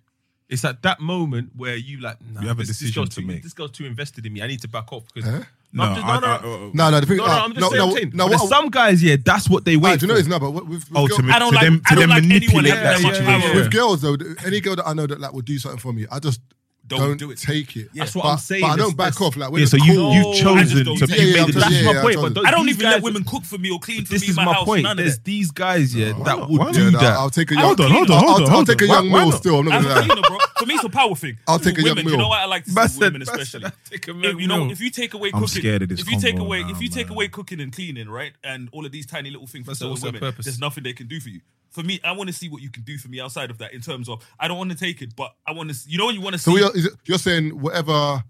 Speaker 6: It's at that moment where you like, nah,
Speaker 3: You have a
Speaker 6: this, this
Speaker 3: decision
Speaker 6: girl's
Speaker 3: to
Speaker 6: too-
Speaker 3: make.
Speaker 6: This girl's too invested in me. I need to back off because
Speaker 1: Huh?
Speaker 6: no, I'm just- no, no,
Speaker 1: No, no, the thing,
Speaker 6: no, no,
Speaker 1: uh,
Speaker 6: I'm just saying. I'm saying.
Speaker 1: no,
Speaker 6: There's
Speaker 1: what,
Speaker 6: some guys, yeah, that's what they
Speaker 1: Ah,
Speaker 6: wait.
Speaker 1: do you know
Speaker 6: for.
Speaker 1: it's not? But with, with
Speaker 3: Oh,
Speaker 1: girl-
Speaker 3: to, ma-
Speaker 2: I don't
Speaker 3: to
Speaker 2: like-
Speaker 3: them,
Speaker 2: I
Speaker 3: to
Speaker 2: don't
Speaker 3: them
Speaker 2: like anyone
Speaker 3: manipulate
Speaker 2: having
Speaker 3: that
Speaker 2: that much
Speaker 3: situation.
Speaker 2: power.
Speaker 1: with girls though, th- any girl that I know that like will do something for me, I just
Speaker 2: Don't
Speaker 1: don't,
Speaker 2: do it.
Speaker 1: take it.
Speaker 6: That's what
Speaker 1: but,
Speaker 6: I'm saying.
Speaker 1: But I
Speaker 6: That's-
Speaker 1: don't back
Speaker 6: that's-
Speaker 1: off. Like when
Speaker 3: Yeah,
Speaker 1: it's
Speaker 3: so you
Speaker 1: cold,
Speaker 3: you've
Speaker 2: I just
Speaker 3: chosen
Speaker 2: don't
Speaker 3: to
Speaker 2: do
Speaker 1: yeah, yeah,
Speaker 3: you
Speaker 1: I'm
Speaker 3: made the
Speaker 1: just-
Speaker 3: decision.
Speaker 6: That's
Speaker 1: yeah,
Speaker 6: my
Speaker 1: yeah,
Speaker 6: point,
Speaker 1: I'm telling
Speaker 6: but don't-
Speaker 2: I don't
Speaker 6: these
Speaker 2: even let
Speaker 6: guys-
Speaker 2: women cook for me or clean for
Speaker 6: This
Speaker 2: me
Speaker 6: is
Speaker 2: in my,
Speaker 6: my
Speaker 2: house.
Speaker 6: point.
Speaker 2: None of
Speaker 6: There's
Speaker 2: that.
Speaker 6: these guys, yeah, that
Speaker 1: not?
Speaker 6: would
Speaker 1: Why
Speaker 6: do
Speaker 1: not?
Speaker 6: that.
Speaker 1: I'll take a
Speaker 2: I
Speaker 1: young.
Speaker 2: don't clean up.
Speaker 1: I'll- I'll take a young male still. I'm not
Speaker 2: I'm a
Speaker 1: gonna
Speaker 2: cleaner,
Speaker 1: lie.
Speaker 2: bro. For me, it's a power thing.
Speaker 1: I'll take a
Speaker 2: women,
Speaker 1: young
Speaker 2: You know
Speaker 1: male.
Speaker 2: what I like to see
Speaker 6: Man
Speaker 2: with
Speaker 6: said-
Speaker 2: women,
Speaker 6: man said,
Speaker 2: especially.
Speaker 6: "I'll take a
Speaker 2: if,
Speaker 6: milk
Speaker 2: you know,
Speaker 6: meal."
Speaker 2: if you take away
Speaker 3: I'm
Speaker 2: cooking,
Speaker 3: scared of this
Speaker 2: if you take
Speaker 3: convo
Speaker 2: away,
Speaker 3: now,
Speaker 2: if you take
Speaker 3: man.
Speaker 2: away cooking and cleaning, right, and all of these tiny little things for
Speaker 6: That's
Speaker 2: certain
Speaker 6: also
Speaker 2: women,
Speaker 6: purpose.
Speaker 2: there's nothing they can do for you. For me, I want to see what you can do for me outside of that. In terms of, I don't want to take it, but I want to. You know, when you want to
Speaker 1: So
Speaker 2: see.
Speaker 1: we are, is it- you're saying whatever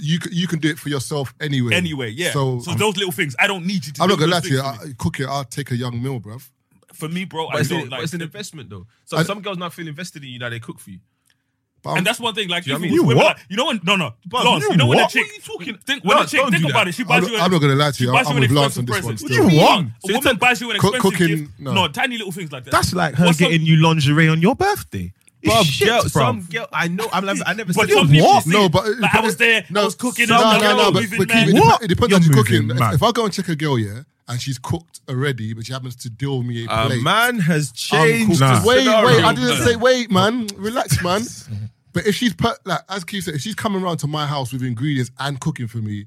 Speaker 1: you c- you can do it for yourself anyway.
Speaker 2: Anyway, yeah. So,
Speaker 1: So,
Speaker 2: those little things, I don't need you to.
Speaker 1: I'm
Speaker 2: do
Speaker 1: not gonna lie
Speaker 2: those
Speaker 1: to you.
Speaker 2: things for me.
Speaker 1: I, cook it. I'll take a young meal, bruv.
Speaker 2: For me, bro,
Speaker 6: But
Speaker 2: I
Speaker 6: it's,
Speaker 2: don't
Speaker 6: an,
Speaker 2: like.
Speaker 6: but it's an investment though. So
Speaker 1: I-
Speaker 6: some girls now feel invested in you that they cook for you.
Speaker 1: But
Speaker 2: and that's one thing, like
Speaker 6: Do you
Speaker 2: even
Speaker 6: know what I
Speaker 2: with
Speaker 6: mean?
Speaker 2: women,
Speaker 6: You
Speaker 2: like, you know when no no, Lance, you, know when a
Speaker 6: what?
Speaker 2: chick
Speaker 6: What are you talking-
Speaker 2: Think, when a
Speaker 6: Lance,
Speaker 2: chick
Speaker 6: don't
Speaker 2: think
Speaker 6: do
Speaker 2: about
Speaker 6: that.
Speaker 2: it, she buys
Speaker 1: I'm,
Speaker 2: you.
Speaker 1: not-
Speaker 2: an-
Speaker 1: I'm not gonna lie to
Speaker 2: she
Speaker 1: you.
Speaker 2: buys
Speaker 1: I'm
Speaker 2: you an
Speaker 1: with Lance on
Speaker 2: expensive
Speaker 1: this one.
Speaker 2: present.
Speaker 1: still.
Speaker 3: What do you want?
Speaker 2: A woman buys you an
Speaker 1: cook-
Speaker 2: expensive
Speaker 1: cooking,
Speaker 2: gift. No.
Speaker 1: no.
Speaker 2: tiny little things like that.
Speaker 3: That's like her
Speaker 2: What's some-
Speaker 3: getting you lingerie on your birthday. It's
Speaker 6: Bruv,
Speaker 3: shit,
Speaker 6: girl-
Speaker 3: bruv.
Speaker 6: some girl, I know. I'm, like- I never
Speaker 2: But
Speaker 6: said
Speaker 2: some
Speaker 6: it.
Speaker 2: people
Speaker 1: What?
Speaker 2: see
Speaker 1: No,
Speaker 2: it.
Speaker 1: but it
Speaker 2: Like, I
Speaker 1: depends-
Speaker 2: was there. I
Speaker 1: no,
Speaker 2: was cooking.
Speaker 1: No,
Speaker 2: I'm
Speaker 1: no, no.
Speaker 2: like,
Speaker 1: But,
Speaker 2: moving
Speaker 1: but
Speaker 2: mad.
Speaker 1: keep, it,
Speaker 3: What?
Speaker 1: dep- it depends on
Speaker 3: You're
Speaker 1: you cooking.
Speaker 3: moving
Speaker 1: If-
Speaker 3: mad.
Speaker 1: If I go and check a girl, yeah, and she's cooked already, but she happens to deal me a
Speaker 6: A
Speaker 1: plate.
Speaker 6: man has
Speaker 1: Uncooked.
Speaker 6: changed. the
Speaker 1: Wait,
Speaker 6: scenario.
Speaker 1: wait. I didn't say wait,
Speaker 3: *laughs*
Speaker 1: man. Relax, man. But if she's put like as Keith said, if she's coming around to my house with ingredients and cooking for me,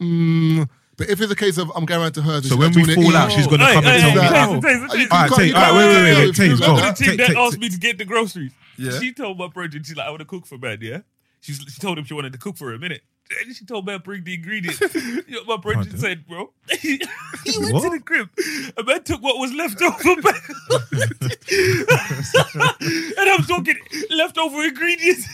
Speaker 1: mm, but if it's a case of I'm going around to uh, hers, and
Speaker 3: So
Speaker 1: she's
Speaker 3: when
Speaker 1: like,
Speaker 3: we
Speaker 1: "Do you wanna
Speaker 3: fall
Speaker 1: eat?"
Speaker 3: out, she's gonna
Speaker 2: Hey,
Speaker 3: come
Speaker 2: hey,
Speaker 3: and tell
Speaker 2: hey, Taser,
Speaker 3: me. that.
Speaker 1: no.
Speaker 2: Taser, Taser,
Speaker 1: You
Speaker 3: All right,
Speaker 1: can't-
Speaker 3: take,
Speaker 1: you
Speaker 3: all right, wait, wait, wait, wait,
Speaker 1: can't-
Speaker 3: Taser,
Speaker 2: Remember
Speaker 3: go.
Speaker 6: Oh,
Speaker 2: the chick
Speaker 3: Take-
Speaker 2: that
Speaker 3: take-
Speaker 2: asked me to get the groceries?
Speaker 6: Yeah.
Speaker 2: She told my brethren, she's like, I want to cook for man, yeah? She's, she told him she wanted to cook for a minute. And she told man, bring the
Speaker 6: *laughs*
Speaker 2: ingredients. You know what my brethren
Speaker 3: Pardon?
Speaker 2: said, bro, *laughs* he went to
Speaker 3: What?
Speaker 2: the crib and man took what was left over
Speaker 6: *laughs*
Speaker 2: back. and I'm talking leftover ingredients.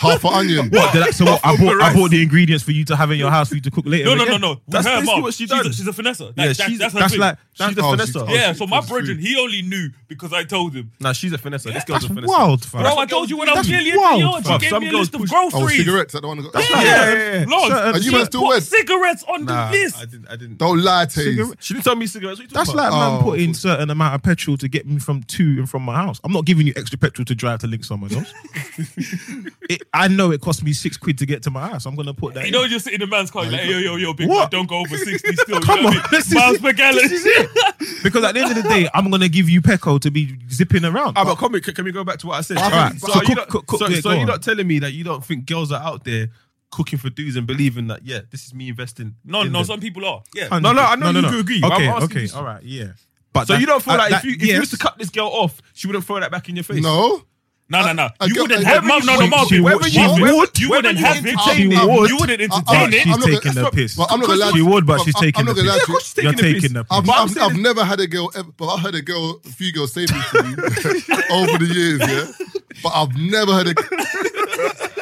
Speaker 1: half an onion.
Speaker 3: What, did I- so what, I bought I bought the ingredients for you to have in your house for you to cook later.
Speaker 2: no, no,
Speaker 3: again?
Speaker 2: no, no. With
Speaker 6: That's
Speaker 2: her
Speaker 6: basically
Speaker 2: mom,
Speaker 6: what she
Speaker 2: she's,
Speaker 6: done.
Speaker 2: a, she's a finesser. That,
Speaker 6: Yeah,
Speaker 2: that-
Speaker 6: she's-
Speaker 2: that's her
Speaker 3: That's
Speaker 2: thing.
Speaker 3: like that's
Speaker 1: She's
Speaker 3: the
Speaker 1: oh,
Speaker 3: finesse.
Speaker 1: she's-
Speaker 3: though.
Speaker 1: oh,
Speaker 2: yeah,
Speaker 1: she-
Speaker 2: so my
Speaker 1: she's
Speaker 2: brethren,
Speaker 1: free.
Speaker 2: he only knew because I told him.
Speaker 6: Nah, she's a finesse. This girl's
Speaker 3: That's
Speaker 6: a finesse.
Speaker 3: wild, fam.
Speaker 2: Bro, I told you when I was
Speaker 3: That's
Speaker 2: nearly at
Speaker 3: wild,
Speaker 2: the yard, she
Speaker 6: fam.
Speaker 2: gave
Speaker 6: Some
Speaker 2: me a
Speaker 6: girls
Speaker 2: list of
Speaker 6: push-
Speaker 1: Oh,
Speaker 2: groceries.
Speaker 1: cigarettes. I don't want to go.
Speaker 2: Yeah,
Speaker 3: yeah, yeah.
Speaker 2: Lord,
Speaker 3: Certain-
Speaker 1: Are you
Speaker 2: she
Speaker 1: man still
Speaker 2: put
Speaker 1: wed?
Speaker 2: cigarettes on
Speaker 6: Nah,
Speaker 2: the list.
Speaker 6: I didn't. I didn't.
Speaker 1: Don't lie, Taze.
Speaker 3: Cigarette-
Speaker 6: She didn't tell me cigarettes. What are you
Speaker 3: That's
Speaker 6: talking
Speaker 3: like
Speaker 6: about?
Speaker 3: man
Speaker 1: Oh.
Speaker 3: putting certain amount of petrol to get me from to and from my house. I'm not giving you extra petrol to drive to link someone else. it, I know it cost me six quid to get to my house. I'm gonna put that.
Speaker 2: You
Speaker 3: in.
Speaker 2: know, just sit in the man's car, you're like, yo, yo, yo, big man,
Speaker 3: What?
Speaker 2: don't go
Speaker 1: *laughs*
Speaker 2: over 60 still.
Speaker 3: Come
Speaker 2: you know what
Speaker 3: on,
Speaker 2: I mean?
Speaker 3: this is
Speaker 2: miles
Speaker 3: it.
Speaker 2: per gallon.
Speaker 3: This is it. because at the end of the day, I'm gonna give you peco to be zipping around.
Speaker 6: Ah, but come, here, can, can we go back to what I said?
Speaker 1: All right,
Speaker 6: So,
Speaker 1: so
Speaker 6: are you
Speaker 3: cook-
Speaker 6: not-
Speaker 3: cook- cook-
Speaker 6: so,
Speaker 3: yeah,
Speaker 6: so
Speaker 3: go
Speaker 6: you're
Speaker 3: on.
Speaker 6: not telling me that you don't think girls are out there cooking for dudes and believing that, yeah, this is me investing.
Speaker 2: No,
Speaker 6: in
Speaker 2: no,
Speaker 6: them.
Speaker 2: some *laughs* people are. Yeah.
Speaker 3: Hundred-
Speaker 6: No, no, I know you could agree, but I'm
Speaker 3: Okay,
Speaker 6: asking
Speaker 3: okay,
Speaker 6: you-
Speaker 3: all right, yeah. But
Speaker 6: So
Speaker 3: that-
Speaker 6: you don't feel
Speaker 3: uh,
Speaker 6: like if
Speaker 3: that-
Speaker 6: you if you
Speaker 3: yes.
Speaker 6: was to cut this girl off, she wouldn't throw that back in your face.
Speaker 1: No.
Speaker 2: No, no, no.
Speaker 1: I- I
Speaker 2: You
Speaker 1: get-
Speaker 2: wouldn't
Speaker 1: I
Speaker 2: have
Speaker 1: get-
Speaker 2: no, no, no,
Speaker 1: she-
Speaker 2: Marvin.
Speaker 3: she
Speaker 2: Marvin,
Speaker 3: would- she would-
Speaker 2: You
Speaker 6: whether
Speaker 2: wouldn't
Speaker 6: you
Speaker 2: have
Speaker 6: entertain
Speaker 2: it.
Speaker 3: it,
Speaker 2: You
Speaker 3: would.
Speaker 1: I'm
Speaker 2: wouldn't entertain
Speaker 1: not-
Speaker 3: she's
Speaker 2: it.
Speaker 1: I'm not
Speaker 3: taking
Speaker 1: gonna-
Speaker 3: the piss.
Speaker 1: But I'm not gonna lie to
Speaker 3: she
Speaker 1: you.
Speaker 3: would, but
Speaker 1: I'm-
Speaker 3: she's
Speaker 1: I'm
Speaker 3: taking
Speaker 1: not
Speaker 3: the
Speaker 1: gonna lie
Speaker 3: piss.
Speaker 1: to you.
Speaker 3: You're taking the
Speaker 1: I've,
Speaker 3: piss.
Speaker 6: I'm
Speaker 1: I've,
Speaker 6: saying
Speaker 1: I've
Speaker 6: is-
Speaker 1: never had a girl, ever, but I've had a girl, a few girls say this to me *laughs* over the years, yeah. But I've never had a.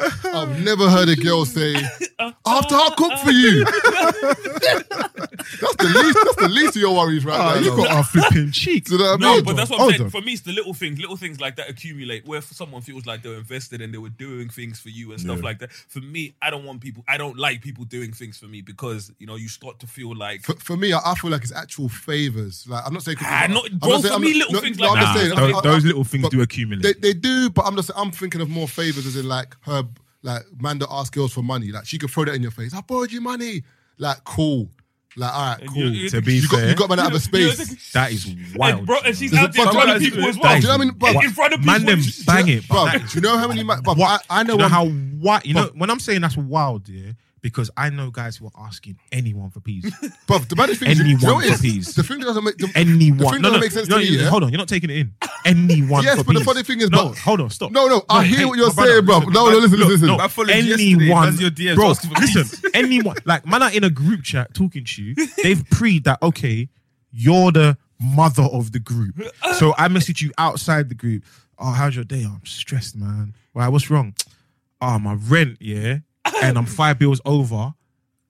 Speaker 1: I've never heard a girl say, "After I cook for you," That's the least. That's the least of your worries, right?
Speaker 3: Ah,
Speaker 1: there,
Speaker 3: you
Speaker 1: though.
Speaker 3: got our flipping cheeks.
Speaker 1: Do you know what I
Speaker 2: No,
Speaker 1: mean?
Speaker 2: but that's what I'm
Speaker 3: Hold
Speaker 2: saying.
Speaker 3: on.
Speaker 2: For me, it's the little things, little things like that accumulate where for someone feels like they're invested and they were doing things for you and stuff like that. For me, I don't want people, I don't like people doing things for me because, you know, you start to feel like.
Speaker 1: for, for me, I, I feel like it's actual favors. Like I'm not saying.
Speaker 2: Ah, not-
Speaker 1: I'm
Speaker 2: bro, for
Speaker 1: I'm
Speaker 2: me, little things like
Speaker 1: I'm just
Speaker 2: that.
Speaker 1: saying-
Speaker 2: Nah,
Speaker 1: I'm-
Speaker 3: Those,
Speaker 1: I'm-
Speaker 3: those little things
Speaker 1: but
Speaker 3: do accumulate.
Speaker 1: They, they do, but I'm just. I'm thinking of more favors as in like her, like man that asks girls for money. Like she could throw that in your face. I borrowed you money. Like cool. Like all right, cool.
Speaker 2: you-
Speaker 3: to be
Speaker 1: You got
Speaker 3: fair,
Speaker 1: you got man out of space.
Speaker 3: that is wild.
Speaker 2: And, bro, and she's
Speaker 1: There's
Speaker 2: out
Speaker 1: a
Speaker 2: there in
Speaker 1: bunch
Speaker 2: front
Speaker 1: of
Speaker 2: of people
Speaker 1: guys
Speaker 2: as
Speaker 1: who-
Speaker 2: well.
Speaker 1: Do you know what I mean? Bro,
Speaker 2: in front of people.
Speaker 3: man, them
Speaker 2: she-
Speaker 3: bang it,
Speaker 1: Bro,
Speaker 3: but
Speaker 1: do you know how many? ma- Bro, I, I know,
Speaker 3: you know
Speaker 1: one-
Speaker 3: how wild. You know when I'm saying that's wild, yeah, because I know guys who are asking anyone for peas.
Speaker 1: Bro, the maddest thing is,
Speaker 3: Anyone
Speaker 1: you know what it
Speaker 3: for
Speaker 1: is?
Speaker 3: peas.
Speaker 1: The thing that doesn't make the,
Speaker 3: Anyone.
Speaker 1: The thing that
Speaker 3: no,
Speaker 1: doesn't
Speaker 3: no,
Speaker 1: make sense
Speaker 3: no,
Speaker 1: to me.
Speaker 3: you-
Speaker 1: yeah?
Speaker 3: Hold on, you're not taking it in. Anyone.
Speaker 1: Yes,
Speaker 3: for
Speaker 1: but the
Speaker 3: peas.
Speaker 1: funny thing is,
Speaker 3: no,
Speaker 1: bro-
Speaker 3: hold on, stop.
Speaker 1: No, no, I hear what you're
Speaker 3: my brother,
Speaker 1: saying, bro. No, no, listen,
Speaker 3: look,
Speaker 1: listen,
Speaker 3: no,
Speaker 1: listen.
Speaker 6: followed you yesterday,
Speaker 3: anyone,
Speaker 6: man's your DMs
Speaker 3: bro,
Speaker 6: asking for peas.
Speaker 3: listen, anyone, like man, are in a group chat talking to you. They've pre that okay, you're the mother of the group. So I message you outside the group. Oh, how's your day? "Oh, I'm stressed, man. Why? What's wrong? Oh, my rent, yeah,
Speaker 2: *laughs*
Speaker 3: and I'm five bills over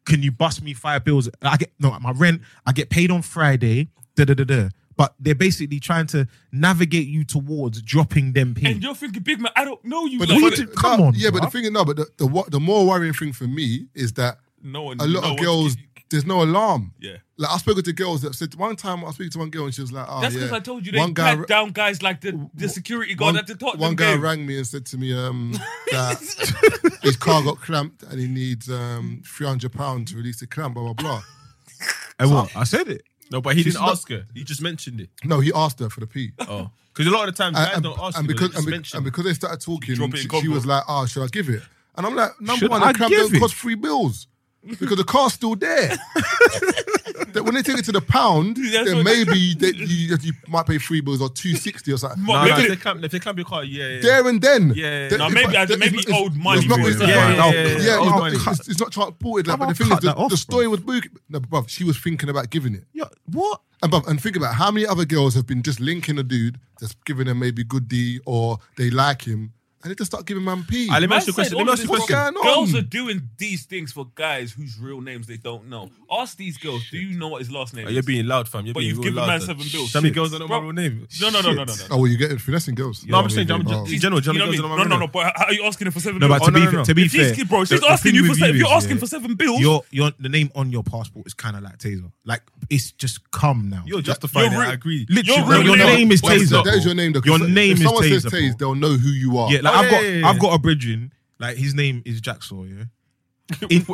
Speaker 3: can you bust me five bills? I get no my rent. I get paid on Friday. Da da da da. But they're basically trying to navigate you towards dropping them
Speaker 2: And
Speaker 3: pins.
Speaker 2: you're thinking, big man, I don't know you.
Speaker 1: But
Speaker 2: like,
Speaker 1: the
Speaker 3: What you
Speaker 1: funny-
Speaker 3: do- come
Speaker 1: no,
Speaker 3: on,
Speaker 1: Yeah, but the
Speaker 3: bruv.
Speaker 1: thing is, no, but the, the, what, the more worrying thing for me is that
Speaker 2: no one,
Speaker 1: a lot
Speaker 2: Mm, no
Speaker 1: of
Speaker 2: one-
Speaker 1: girls, there's no alarm.
Speaker 2: Yeah.
Speaker 1: Like, I spoke to girls that said, one time I speak to one girl and she was like, oh,
Speaker 2: That's
Speaker 1: yeah.
Speaker 2: because I told you they
Speaker 1: one guy,
Speaker 2: pat down guys like the, the security guard
Speaker 1: one,
Speaker 2: at the top.
Speaker 1: one guy rang me and said to me um, that his car got clamped and he needs um, 300 pounds to release the clamp, blah, blah, blah.
Speaker 3: And what? I said it.
Speaker 6: No, but he didn't
Speaker 1: not-
Speaker 6: ask her. He just mentioned it.
Speaker 1: No, he asked her for the pee.
Speaker 6: Oh, because a lot of the times guys don't ask.
Speaker 1: and
Speaker 6: you, they
Speaker 1: because
Speaker 6: just
Speaker 1: and, be-
Speaker 6: mention
Speaker 1: and
Speaker 6: it.
Speaker 1: because they started talking,
Speaker 2: Drop it in
Speaker 1: she, she
Speaker 2: Congo.
Speaker 1: was like, "Oh, should I give it?" And I'm like, "Number
Speaker 3: Should
Speaker 1: one, the
Speaker 3: I
Speaker 1: cramp
Speaker 3: give
Speaker 1: doesn't
Speaker 3: it?
Speaker 1: cost three bills because the car's still there. *laughs* that when they take it to the pound,
Speaker 2: That's
Speaker 1: then
Speaker 2: what-
Speaker 1: maybe they, you, you might pay three bills or two sixty or something.
Speaker 6: No, no,
Speaker 2: Maybe
Speaker 6: if
Speaker 2: they-
Speaker 6: they clamp, if they clamp your car, yeah, yeah.
Speaker 1: There and then,
Speaker 6: Yeah, yeah,
Speaker 1: That-
Speaker 6: yeah.
Speaker 2: No, maybe I-
Speaker 1: that-
Speaker 2: maybe
Speaker 1: it's-
Speaker 2: old
Speaker 1: it's
Speaker 2: money,
Speaker 1: not-
Speaker 2: really.
Speaker 1: it's not-
Speaker 6: Yeah,
Speaker 1: it's
Speaker 6: yeah,
Speaker 1: not-
Speaker 6: yeah, yeah,
Speaker 1: yeah, it's
Speaker 6: old
Speaker 1: not-
Speaker 6: money.
Speaker 1: It's, it's not transported. Like,
Speaker 3: Bro,
Speaker 1: but the thing
Speaker 3: cut
Speaker 1: is, the,
Speaker 3: that off,
Speaker 1: the story
Speaker 3: bro.
Speaker 1: was book. No, bruv, she was thinking about giving it.
Speaker 3: Yo, what?
Speaker 1: And, bruv, and think about how many other girls have been just linking a dude that's giving them maybe good D or they like him and they just start giving man pee.
Speaker 6: Ah, let me
Speaker 2: Man
Speaker 6: ask you
Speaker 2: said
Speaker 6: a question.
Speaker 2: all
Speaker 6: Let me
Speaker 2: of
Speaker 6: ask you a
Speaker 1: this
Speaker 6: question.
Speaker 1: wrong. going on?
Speaker 2: Girls are doing these things for guys whose real names they don't know. Ask these girls, do you know what his last name
Speaker 6: Oh,
Speaker 2: is?
Speaker 6: you're being loud, fam. You're
Speaker 2: But
Speaker 6: being
Speaker 2: you've
Speaker 6: real
Speaker 2: given
Speaker 6: loud,
Speaker 2: man
Speaker 6: though.
Speaker 2: seven bills.
Speaker 6: How many girls don't know my
Speaker 2: Bro.
Speaker 6: real name?
Speaker 2: no, no, no, no, no, no.
Speaker 1: Oh, well, you're getting finessing girls.
Speaker 6: No, I'm just saying, I'm
Speaker 1: Oh.
Speaker 6: just, in general,
Speaker 2: You know what I
Speaker 6: general girls
Speaker 2: mean?
Speaker 6: don't know
Speaker 2: No,
Speaker 6: my real
Speaker 2: no, no.
Speaker 6: name.
Speaker 2: But how- how are you asking her for seven
Speaker 3: No,
Speaker 2: bills?
Speaker 3: but to
Speaker 6: Oh,
Speaker 3: be
Speaker 6: no, no, no.
Speaker 3: to be
Speaker 2: If she's-
Speaker 3: fair,
Speaker 2: bro, she's
Speaker 3: the- the
Speaker 2: asking
Speaker 3: thing
Speaker 2: you for
Speaker 3: with
Speaker 2: seven- if you're
Speaker 3: is,
Speaker 2: asking for seven bills-
Speaker 3: your your the name on your passport is kind of like Taser. Like it's just come now.
Speaker 6: You're
Speaker 3: Like,
Speaker 6: justifying it.
Speaker 2: real-
Speaker 6: I agree.
Speaker 3: Literally,
Speaker 2: your real
Speaker 3: your
Speaker 2: name-
Speaker 3: name is
Speaker 1: Well,
Speaker 3: Taser.
Speaker 1: That is your name, though. 'cause
Speaker 3: Your
Speaker 1: if
Speaker 3: name is
Speaker 1: someone
Speaker 3: Taser.
Speaker 1: says Taze,
Speaker 3: bro.
Speaker 1: they'll know who you are.
Speaker 3: Yeah, like
Speaker 6: Oh,
Speaker 3: I've
Speaker 6: yeah,
Speaker 3: got
Speaker 6: yeah, yeah.
Speaker 3: I've got a bridging. Like his name is Jacksaw,
Speaker 6: *laughs*
Speaker 3: yeah. In,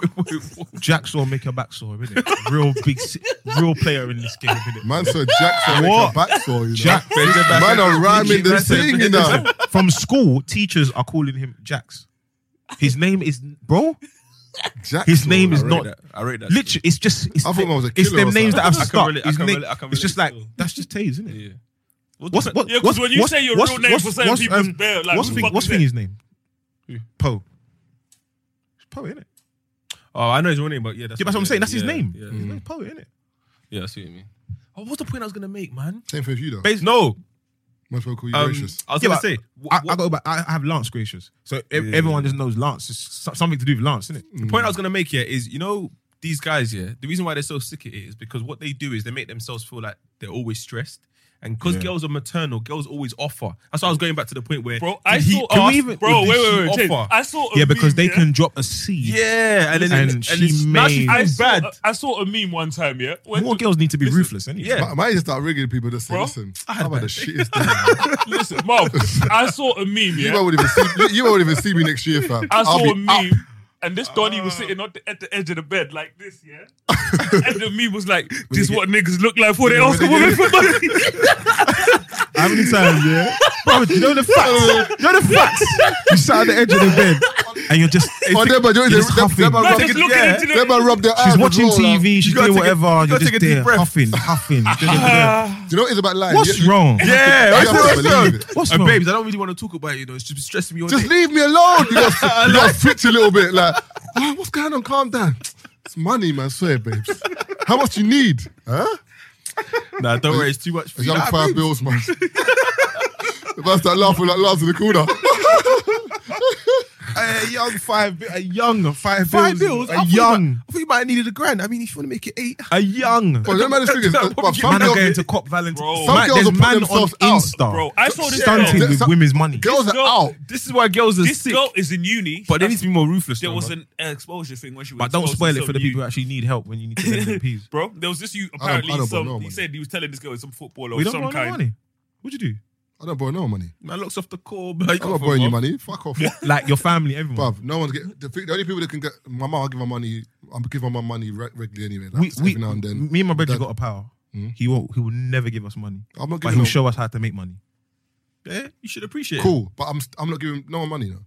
Speaker 3: Jacksaw make a backsaw, innit? Real big, si- real player in this game, innit?
Speaker 1: Man said Jackson
Speaker 3: What?
Speaker 1: make a back saw, you know.
Speaker 3: Jack-
Speaker 1: Man are rhyming the thing, you know.
Speaker 3: From school, teachers are calling him Jax. His name is bro.
Speaker 1: Jack
Speaker 3: His
Speaker 1: saw,
Speaker 3: name
Speaker 1: I
Speaker 3: is
Speaker 1: read
Speaker 3: not
Speaker 1: that.
Speaker 6: I rate that.
Speaker 3: literally. It's just. It's
Speaker 1: I thought
Speaker 3: the-
Speaker 1: man was a
Speaker 3: It's
Speaker 1: killer
Speaker 3: them
Speaker 1: or
Speaker 3: names that
Speaker 1: something.
Speaker 3: have
Speaker 6: I can
Speaker 3: stuck.
Speaker 6: relate- I
Speaker 3: His
Speaker 6: can
Speaker 3: name-
Speaker 6: relate- I can
Speaker 3: It's just
Speaker 6: relate
Speaker 3: like
Speaker 6: still.
Speaker 3: that's just Taze, isn't it?
Speaker 6: Yeah.
Speaker 3: What's what?
Speaker 2: Yeah, 'cause
Speaker 3: what's-
Speaker 2: when you
Speaker 3: what's-
Speaker 2: say your
Speaker 3: what's-
Speaker 2: real name
Speaker 3: what's-
Speaker 2: for certain
Speaker 3: what's,
Speaker 2: people's
Speaker 3: um,
Speaker 2: bare, like,
Speaker 3: what's
Speaker 2: who the
Speaker 3: thing-
Speaker 2: fuck
Speaker 3: what's
Speaker 2: is that?
Speaker 3: thing's name? Poe. It's Poe, innit?
Speaker 6: Oh, I know his real name, but yeah, that's
Speaker 3: Yeah, that's what I'm saying. That's his
Speaker 6: yeah,
Speaker 3: name.
Speaker 6: Yeah, Mm-hmm.
Speaker 3: His name's Poe, innit?
Speaker 6: yeah, I see what you mean. Oh, what's the point I was gonna make, man?
Speaker 1: Same thing as you, though.
Speaker 6: Base, no,
Speaker 1: Might as well call you
Speaker 6: um, I
Speaker 1: gracious.
Speaker 6: was gonna
Speaker 3: but
Speaker 6: say.
Speaker 3: I, I go back. I I have Lance Gracious, so e- everyone just knows Lance. It's so- something to do with Lance, isn't it?
Speaker 6: The point I was gonna make here is, you know, these guys here. The reason why they're so sick at it is because what they do is they make themselves feel like they're always stressed, and because girls are maternal, girls always offer. That's why I was going back to the point where
Speaker 2: Bro, I
Speaker 6: did he
Speaker 2: saw.
Speaker 6: ask-
Speaker 2: us- Bro,
Speaker 6: did
Speaker 2: wait,
Speaker 6: she
Speaker 2: wait, wait. James,
Speaker 6: offer?
Speaker 2: I saw. a
Speaker 3: Yeah, because
Speaker 2: meme,
Speaker 3: they can drop a seed.
Speaker 6: Yeah, and then
Speaker 3: And
Speaker 6: and
Speaker 3: she
Speaker 6: it's- now she
Speaker 3: made-
Speaker 6: feels
Speaker 2: I saw,
Speaker 6: bad.
Speaker 2: I saw a meme one time. Yeah, when
Speaker 3: More girls need to be ruthless, anyway.
Speaker 6: Yeah.
Speaker 1: I might just start ringing people that say,
Speaker 2: Bro,
Speaker 1: listen, I'm about the shittest thing.
Speaker 2: Listen, Marv, I saw a meme.
Speaker 1: You won't
Speaker 2: Yeah,
Speaker 1: even see- you won't even see me next year, fam.
Speaker 2: I
Speaker 1: I'll be
Speaker 2: saw a
Speaker 1: out. Uh.
Speaker 2: meme, and this Donny was sitting on the, at the edge of the bed like this.
Speaker 1: *laughs*
Speaker 2: Yeah, and the meme was like, "This what niggas look like for they ask a woman for money."
Speaker 1: *laughs*
Speaker 3: How many times,
Speaker 2: *laughs*
Speaker 3: yeah? Bro, you know the facts. You know the facts. You sat at the edge of the bed and you're just.
Speaker 1: Oh, them, but they-
Speaker 3: you're
Speaker 1: they-
Speaker 3: just
Speaker 1: them-
Speaker 3: huffing.
Speaker 1: them are
Speaker 2: Man,
Speaker 1: rubbing-
Speaker 2: just looking
Speaker 1: yeah,
Speaker 2: into the-
Speaker 1: them are rubbing their eyes
Speaker 3: She's
Speaker 1: as
Speaker 3: watching
Speaker 1: well, like,
Speaker 3: TV. She's
Speaker 6: gotta
Speaker 3: doing
Speaker 6: take a-
Speaker 3: whatever.
Speaker 6: you
Speaker 3: and You're
Speaker 6: gotta
Speaker 3: just
Speaker 6: take a deep
Speaker 3: there *laughs*
Speaker 6: breath.
Speaker 3: huffing, huffing.
Speaker 1: Do you know what it is about life?
Speaker 3: What's
Speaker 1: You- you-
Speaker 3: wrong?
Speaker 1: Yeah,
Speaker 6: Yeah,
Speaker 1: you have to believe it.
Speaker 3: What's
Speaker 6: Uh,
Speaker 3: wrong?
Speaker 6: babes, I don't really want to talk about it, you know. It's just stressing me all
Speaker 1: Just
Speaker 6: day.
Speaker 1: leave me alone. You got, you got to switch a little bit. Like, "Oh, what's going on? Calm down. It's money, man. Swear, babes. How much you need? Huh?
Speaker 6: Nah, don't worry, it's too much for
Speaker 1: A
Speaker 6: you.
Speaker 1: young
Speaker 6: Nah,
Speaker 1: five
Speaker 6: babes.
Speaker 1: bills, man. if I start laughing like last in the corner.
Speaker 3: a young five, bi- a young five,
Speaker 6: Five bills. I
Speaker 3: a
Speaker 6: thought you
Speaker 3: young,
Speaker 6: might- I thought you might have needed a grand. I mean, if you want to make it eight,
Speaker 3: a young.
Speaker 1: But the maddest
Speaker 3: *laughs*
Speaker 1: thing is, uh, but some
Speaker 3: man are
Speaker 1: girls-
Speaker 3: going to cop Valentine.
Speaker 2: Bro.
Speaker 1: Some
Speaker 3: man,
Speaker 1: girls
Speaker 3: there's
Speaker 1: will put
Speaker 3: man on
Speaker 1: themselves out.
Speaker 3: Insta.
Speaker 2: Bro, I saw this
Speaker 3: stunting
Speaker 2: girl.
Speaker 3: with
Speaker 1: Some-
Speaker 3: women's money.
Speaker 1: Girls are
Speaker 2: girl-
Speaker 1: out.
Speaker 3: This is why girls are
Speaker 2: This girl is in uni.
Speaker 6: but they need to be more ruthless.
Speaker 2: There
Speaker 6: though,
Speaker 2: was
Speaker 6: man.
Speaker 2: an exposure thing when she was.
Speaker 3: But don't
Speaker 2: exposed to
Speaker 3: spoil it for
Speaker 2: some
Speaker 3: the
Speaker 2: new-
Speaker 3: people who actually need help when you need to lend them
Speaker 6: *laughs*
Speaker 3: peas.
Speaker 2: Bro, there was this you
Speaker 1: don't- I
Speaker 2: apparently
Speaker 1: don't
Speaker 2: some,
Speaker 1: know,
Speaker 2: he
Speaker 1: man.
Speaker 2: said he was telling this girl some football or
Speaker 3: We don't
Speaker 2: some
Speaker 3: want no
Speaker 2: kind.
Speaker 3: money. What'd you do?
Speaker 1: I don't borrow no money.
Speaker 6: man locks off the core. But
Speaker 1: I'm not borrowing
Speaker 6: *laughs*
Speaker 1: you money. Fuck off.
Speaker 3: Like your family, everyone.
Speaker 1: Bruv, no one's get the, thing- the only people that can get my mum. I'll give her money. I'm give her my money re- regularly anyway. Like,
Speaker 3: we,
Speaker 1: every
Speaker 3: we,
Speaker 1: now and then.
Speaker 3: me and my brother
Speaker 1: That-
Speaker 3: got a power. He won't. He will never give us money.
Speaker 1: I'm not
Speaker 3: But
Speaker 1: giving
Speaker 3: he'll
Speaker 1: no-
Speaker 3: show us how to make money.
Speaker 6: Yeah, you should appreciate. it.
Speaker 1: Cool, but I'm st- I'm not giving no one money.
Speaker 3: *laughs*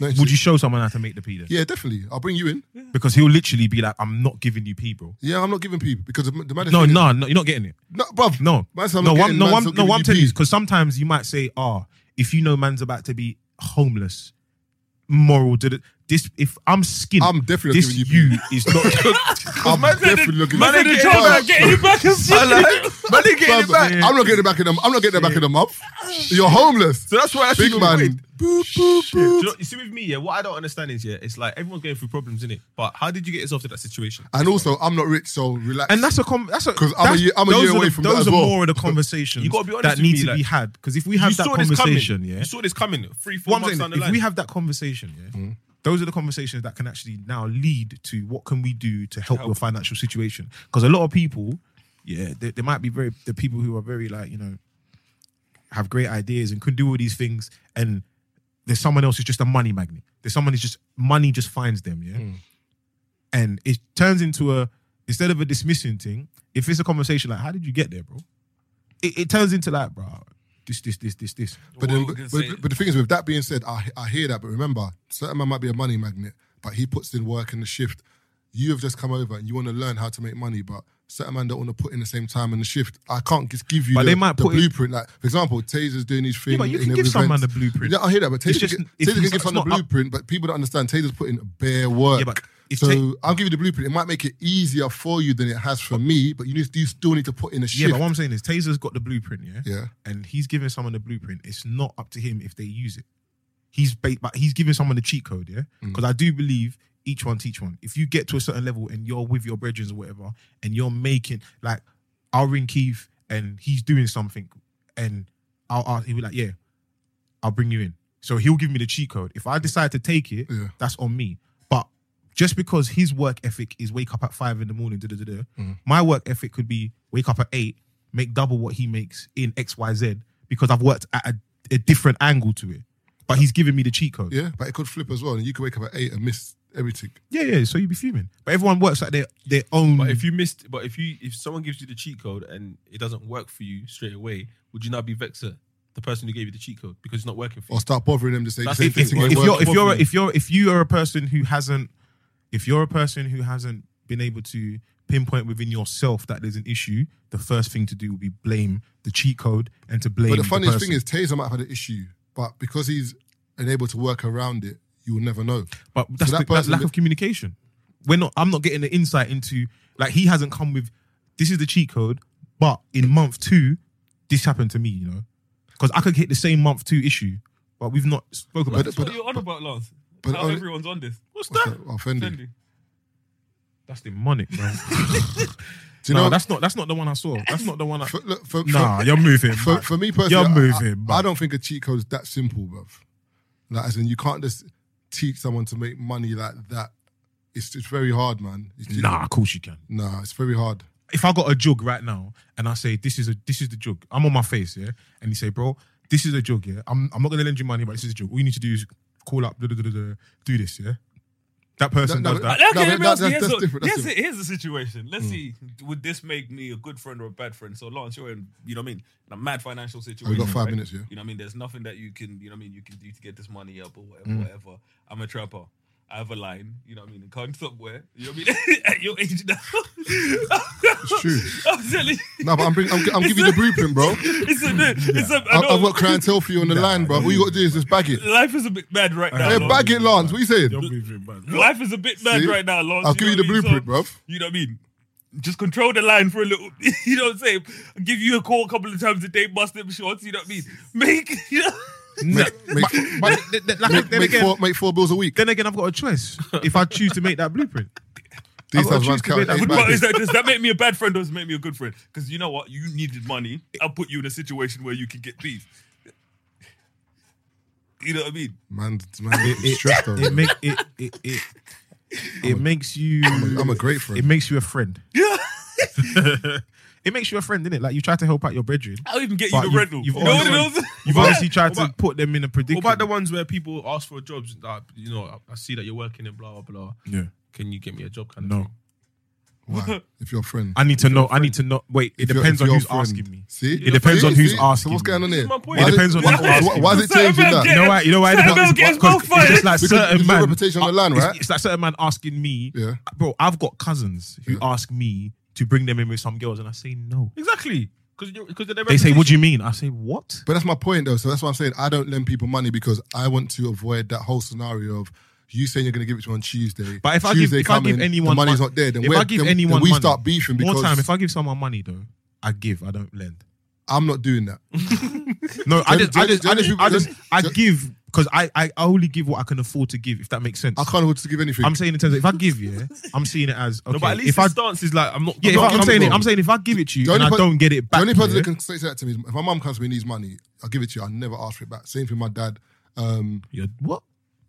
Speaker 1: No. No, it's-
Speaker 3: Would you show someone how to make the pee then?
Speaker 1: Yeah, definitely. I'll bring you in.
Speaker 3: Because he'll literally be like, "I'm not giving you pee, bro."
Speaker 1: Yeah, I'm not giving people because the, the maddest
Speaker 3: No,
Speaker 1: thing is-
Speaker 3: no, no, you're not getting it.
Speaker 1: no, bruv,
Speaker 3: No,
Speaker 1: Man, so I'm
Speaker 3: no,
Speaker 1: not
Speaker 3: one,
Speaker 1: getting-
Speaker 3: no,
Speaker 1: man,
Speaker 3: one,
Speaker 1: so
Speaker 3: no.
Speaker 1: giving
Speaker 3: What I'm
Speaker 1: you
Speaker 3: telling you
Speaker 1: pee.
Speaker 3: is because sometimes you might say, "Ah, if you know man's about to be homeless, moral did it." This, if I'm skinny,
Speaker 1: I'm definitely not
Speaker 3: this
Speaker 1: giving you
Speaker 3: you is not.
Speaker 1: *laughs*
Speaker 3: *laughs*
Speaker 1: I'm definitely not giving
Speaker 2: Man,
Speaker 1: you
Speaker 2: they
Speaker 1: pee.
Speaker 2: told her, get you back and
Speaker 6: I like- man, they getting it
Speaker 1: Bruv,
Speaker 6: back.
Speaker 1: I'm not getting it back in a, I'm not getting it back in a
Speaker 3: *laughs*
Speaker 1: month. You're homeless.
Speaker 6: So that's why I should
Speaker 1: Big
Speaker 6: go
Speaker 1: man.
Speaker 6: wait.
Speaker 1: Shit.
Speaker 6: Do you, know, you see, with me, yeah, what I don't understand is, yeah, it's like everyone's going through problems, innit? But how did you get yourself to that situation?
Speaker 1: And also, I'm not rich, so relax.
Speaker 3: And that's a com- that's a
Speaker 1: 'Cause I'm a
Speaker 3: that's-
Speaker 1: year- I'm a
Speaker 3: those
Speaker 1: year
Speaker 3: are
Speaker 1: away
Speaker 3: the-
Speaker 1: from that
Speaker 3: those
Speaker 1: as
Speaker 3: are
Speaker 1: well.
Speaker 3: more of the conversations
Speaker 6: You gotta be honest
Speaker 3: that
Speaker 6: with
Speaker 3: need
Speaker 6: me,
Speaker 3: to
Speaker 6: like,
Speaker 3: be had because if we have
Speaker 6: you
Speaker 3: that
Speaker 6: saw this
Speaker 3: conversation,
Speaker 6: coming.
Speaker 3: yeah,
Speaker 6: You saw this coming three, four
Speaker 3: what I'm saying,
Speaker 6: months down the
Speaker 3: if
Speaker 6: line.
Speaker 3: we have that conversation, yeah, those are the conversations that can actually now lead to what can we do to help, your financial situation. Because a lot of people, yeah, they, they might be very the people who are very like you know have great ideas and can do all these things, and there's someone else who's just a money magnet. There's someone who's just money just finds them, yeah, and it turns into a instead of a dismissing thing. If it's a conversation like, "How did you get there, bro?" It, it turns into like, "Bro, this, this, this, this, this."
Speaker 1: But, then,
Speaker 2: Well,
Speaker 1: but,
Speaker 2: we can say-
Speaker 1: but, but the thing is, with that being said, I, I hear that. But remember, certain man might be a money magnet, but he puts in work and the shift. You have just come over and you want to learn how to make money, but certain man don't want to put in the same time and the shift. I can't just give you
Speaker 3: But
Speaker 1: the,
Speaker 3: they might
Speaker 1: the
Speaker 3: put in-
Speaker 1: blueprint. Like for example, Taser's doing his thing.
Speaker 3: but you
Speaker 1: in
Speaker 3: can
Speaker 1: the
Speaker 3: give some man
Speaker 1: events.
Speaker 3: the blueprint.
Speaker 1: Yeah, I hear that. But
Speaker 3: It's
Speaker 1: Taser,
Speaker 3: just-
Speaker 1: can,
Speaker 3: if
Speaker 1: Taser can
Speaker 3: he's-
Speaker 1: give some
Speaker 3: it's
Speaker 1: the
Speaker 3: not up-
Speaker 1: blueprint, but people don't understand. Taser's putting bare work.
Speaker 3: Yeah, but if
Speaker 1: so
Speaker 3: Ta-
Speaker 1: I'll give you the blueprint. It might make it easier for you than it has for me, but you, need, you still need to put in a
Speaker 3: Yeah,
Speaker 1: shift.
Speaker 3: but what I'm saying is Taser's got the blueprint, yeah?
Speaker 1: Yeah.
Speaker 3: And he's giving someone the blueprint. It's not up to him if they use it. He's ba- but he's giving someone the cheat code, yeah?
Speaker 1: Mm.
Speaker 3: Because I do believe each one teach one. If you get to a certain level and you're with your brethren or whatever, and you're making like I'll ring Keith and he's doing something and I'll ask he'll be like, Yeah, I'll bring you in. So he'll give me the cheat code. If I decide to take it,
Speaker 1: Yeah.
Speaker 3: that's on me. But just because his work ethic is wake up at five in the morning, da da da da,
Speaker 6: Mm.
Speaker 3: my work ethic could be wake up at eight, make double what he makes in X Y Z because I've worked at a, a different angle to it. But he's giving me the cheat code.
Speaker 1: yeah, but it could flip as well, and you could wake up at eight and miss everything.
Speaker 3: yeah, yeah, So you'd be fuming. But everyone works at their their own.
Speaker 6: but if you missed, but if you, if someone gives you the cheat code and it doesn't work for you straight away, would you now be vexed at the person who gave you the cheat code because it's not working for you?
Speaker 1: or start bothering them to say the
Speaker 6: That's
Speaker 1: same
Speaker 6: the thing.
Speaker 1: thing.
Speaker 3: if,
Speaker 1: It
Speaker 3: if
Speaker 1: won't
Speaker 3: you're
Speaker 1: work.
Speaker 3: if you're if you're if you are a person who hasn't if you're a person who hasn't been able to pinpoint within yourself that there's an issue, the first thing to do will be blame the cheat code and to blame.
Speaker 1: but the
Speaker 3: person.
Speaker 1: funniest thing is, Taser might have had an issue, but because he's unable to work around it, you will never know.
Speaker 3: But that's
Speaker 1: that
Speaker 3: the- that's
Speaker 1: person
Speaker 3: lack
Speaker 1: that-
Speaker 3: of communication. We're not. I'm not getting the insight into like he hasn't come with. This is the cheat code, but in month two, this happened to me. You know, because I could hit the same month two issue, but we've not spoken about.
Speaker 1: But-
Speaker 3: it.
Speaker 2: What are you on about, Lance?
Speaker 1: but
Speaker 2: How
Speaker 1: only-
Speaker 2: everyone's on this. What's
Speaker 1: What's that? Offended.
Speaker 2: Fendi.
Speaker 3: That's demonic, bro.
Speaker 1: Do *laughs* you
Speaker 3: no,
Speaker 1: know?
Speaker 3: that's not. That's not the one I saw. That's not the one. I,
Speaker 1: for, look, for,
Speaker 3: nah,
Speaker 1: for,
Speaker 3: you're moving.
Speaker 1: for,
Speaker 3: man.
Speaker 1: for me personally,
Speaker 3: You're
Speaker 1: I-
Speaker 3: moving,
Speaker 1: I,
Speaker 3: man.
Speaker 1: I don't think a cheat code is that simple, bruv. Like, as in, you can't just teach someone to make money like that. It's it's very hard, man. It's,
Speaker 3: nah, of course you can.
Speaker 1: nah, it's very hard.
Speaker 3: if I got a jug right now and I say this is a this is the jug, I'm on my face, yeah, and you say, bro, this is a jug, yeah. I'm I'm not gonna lend you money, but this is a jug. All you need to do is call up, da, da, da, da, da, do this, yeah. That person
Speaker 1: No, no,
Speaker 3: does that.
Speaker 1: no,
Speaker 2: Okay,
Speaker 1: but
Speaker 2: let me
Speaker 1: that-
Speaker 2: ask
Speaker 1: that's-
Speaker 2: you, here's
Speaker 1: that's
Speaker 2: a-
Speaker 1: different, that's
Speaker 2: here's a-
Speaker 1: different.
Speaker 2: Here's the situation.
Speaker 3: Hmm.
Speaker 2: Let's see. Would this make me a good friend or a bad friend? So, Lance, you're in, you know what I mean, in a mad financial situation.
Speaker 1: We've got five
Speaker 2: right?
Speaker 1: minutes, yeah.
Speaker 2: You know what I mean? There's nothing that you can, you know what I mean, you can do to get this money up or whatever, whatever. I'm a trapper. I have a line, you know what I mean? It can't somewhere. You know what I mean? *laughs* At your age now. *laughs*
Speaker 3: *laughs*
Speaker 2: it's
Speaker 1: true.
Speaker 2: I'm telling you.
Speaker 1: No, but I'm bring, I'm, I'm giving you the blueprint, bro.
Speaker 2: It's a, it's
Speaker 3: Hmm.
Speaker 2: a, I
Speaker 1: I've, I've
Speaker 2: know,
Speaker 1: got clientele for you on the line, bro. All you got to do is just bag it.
Speaker 2: life is a bit bad right now.
Speaker 1: Hey,
Speaker 2: Lance.
Speaker 1: bag it, Lance. What are you saying?
Speaker 2: Life is a bit mad
Speaker 1: See?
Speaker 2: right now, Lance.
Speaker 1: I'll
Speaker 2: know
Speaker 1: give you the
Speaker 2: what I mean?
Speaker 1: blueprint, bruv.
Speaker 2: You know what I mean? Just control the line for a little. *laughs* You know what I'm saying? I'll give you a call a couple of times a day, bust them shorts. You know what I mean? Make. *laughs* You know,
Speaker 1: Make,
Speaker 8: But th- th- like,
Speaker 1: make,
Speaker 8: then
Speaker 1: make,
Speaker 8: again,
Speaker 1: four, make four bills a week.
Speaker 8: then again, I've got a choice if I choose to make that blueprint.
Speaker 1: These
Speaker 8: I've got
Speaker 1: times
Speaker 8: to
Speaker 1: man's
Speaker 8: choose to make
Speaker 1: counting
Speaker 8: that
Speaker 1: eight
Speaker 8: football.
Speaker 2: But is
Speaker 1: bags.
Speaker 2: that, does that make me a bad friend or does it make me a good friend? Because you know what? You needed money. I'll put you in a situation where you can get beef. You know what I mean?
Speaker 1: Man's man, stressed over
Speaker 3: It
Speaker 1: it.
Speaker 3: make it it it, it makes you.
Speaker 1: I'm a great friend.
Speaker 3: It makes you a friend.
Speaker 2: Yeah.
Speaker 3: *laughs* It makes you a friend, innit? Like you try to help out your brethren.
Speaker 2: I'll even
Speaker 6: *laughs*
Speaker 2: get you
Speaker 3: But
Speaker 2: the
Speaker 3: you've-
Speaker 2: rental.
Speaker 3: you've
Speaker 2: You know what
Speaker 3: already-
Speaker 2: it is? *laughs*
Speaker 3: You've
Speaker 6: What?
Speaker 3: obviously tried
Speaker 6: What
Speaker 3: to
Speaker 6: about-
Speaker 3: put them in a
Speaker 6: What
Speaker 3: predicament.
Speaker 6: about the ones where people ask for jobs? That, you know, I, I see that you're working in blah blah blah.
Speaker 3: Yeah.
Speaker 6: Can you get me a job? Kind of
Speaker 3: No.
Speaker 6: thing.
Speaker 1: Why? If you're a friend.
Speaker 3: I need to know. I need to know. Wait, it
Speaker 1: If you're-
Speaker 3: depends
Speaker 1: if
Speaker 3: on
Speaker 1: you're a
Speaker 3: who's
Speaker 1: friend.
Speaker 3: asking me.
Speaker 1: See?
Speaker 3: It depends
Speaker 1: See?
Speaker 3: on who's
Speaker 1: See? So
Speaker 3: asking
Speaker 1: what's
Speaker 3: me.
Speaker 1: going on
Speaker 6: This
Speaker 1: here?
Speaker 6: is my point.
Speaker 1: Why
Speaker 3: It
Speaker 1: is
Speaker 3: depends on
Speaker 1: why-
Speaker 3: who's asking
Speaker 1: why- Why is it
Speaker 2: Certain
Speaker 1: changing
Speaker 2: men
Speaker 1: that?
Speaker 2: get-
Speaker 3: You know why? You know
Speaker 6: *laughs*
Speaker 3: why?
Speaker 2: Certain
Speaker 3: Because
Speaker 2: man gets
Speaker 3: because
Speaker 2: more
Speaker 3: it's just like
Speaker 1: Because
Speaker 3: certain
Speaker 1: there's a
Speaker 3: man.
Speaker 1: reputation on the line,
Speaker 3: it's-
Speaker 1: right?
Speaker 3: It's, like certain man asking me,
Speaker 1: Yeah.
Speaker 3: bro. I've got cousins who ask me to bring them in with some girls, and I say no.
Speaker 6: Exactly. Because
Speaker 3: They say, "What do you mean?" I say, "What?"
Speaker 1: But that's my point, though. So that's why I'm saying I don't lend people money because I want to avoid that whole scenario of you saying you're going to give it to me on Tuesday.
Speaker 3: But if I give,
Speaker 1: Tuesday
Speaker 3: if I give
Speaker 1: coming, the
Speaker 3: anyone,
Speaker 1: money's
Speaker 3: mon-
Speaker 1: not there, then
Speaker 3: if
Speaker 1: we're,
Speaker 3: I give
Speaker 1: then,
Speaker 3: anyone
Speaker 1: then we
Speaker 3: money,
Speaker 1: start beefing because
Speaker 3: more time. If I give someone money though, I give. I don't lend.
Speaker 1: I'm not doing that.
Speaker 3: No, I
Speaker 1: Do you-
Speaker 3: just, I
Speaker 1: do you-
Speaker 3: just, I
Speaker 1: do you-
Speaker 3: just, I
Speaker 1: do you-
Speaker 3: just, I
Speaker 1: do you-
Speaker 3: give because I, I only give what I can afford to give. If that makes *laughs* sense.
Speaker 1: I can't afford to give anything.
Speaker 3: I'm saying in terms of if I give you, I'm seeing it as okay.
Speaker 6: No, but at least
Speaker 3: if
Speaker 6: the
Speaker 3: I,
Speaker 6: stance is like I'm not.
Speaker 3: yeah, if
Speaker 6: not
Speaker 3: I, I'm
Speaker 6: coming
Speaker 3: saying it.
Speaker 6: from-
Speaker 3: I'm saying if I give it to you
Speaker 1: The
Speaker 3: and
Speaker 1: only
Speaker 3: I
Speaker 1: per-
Speaker 3: don't get it
Speaker 1: the
Speaker 3: back,
Speaker 1: only person
Speaker 3: yeah,
Speaker 1: that can say that to me is if my mum comes to me and needs money, I'll give it to you. I never ask for it back. Same for my dad. Um,
Speaker 3: you're- what?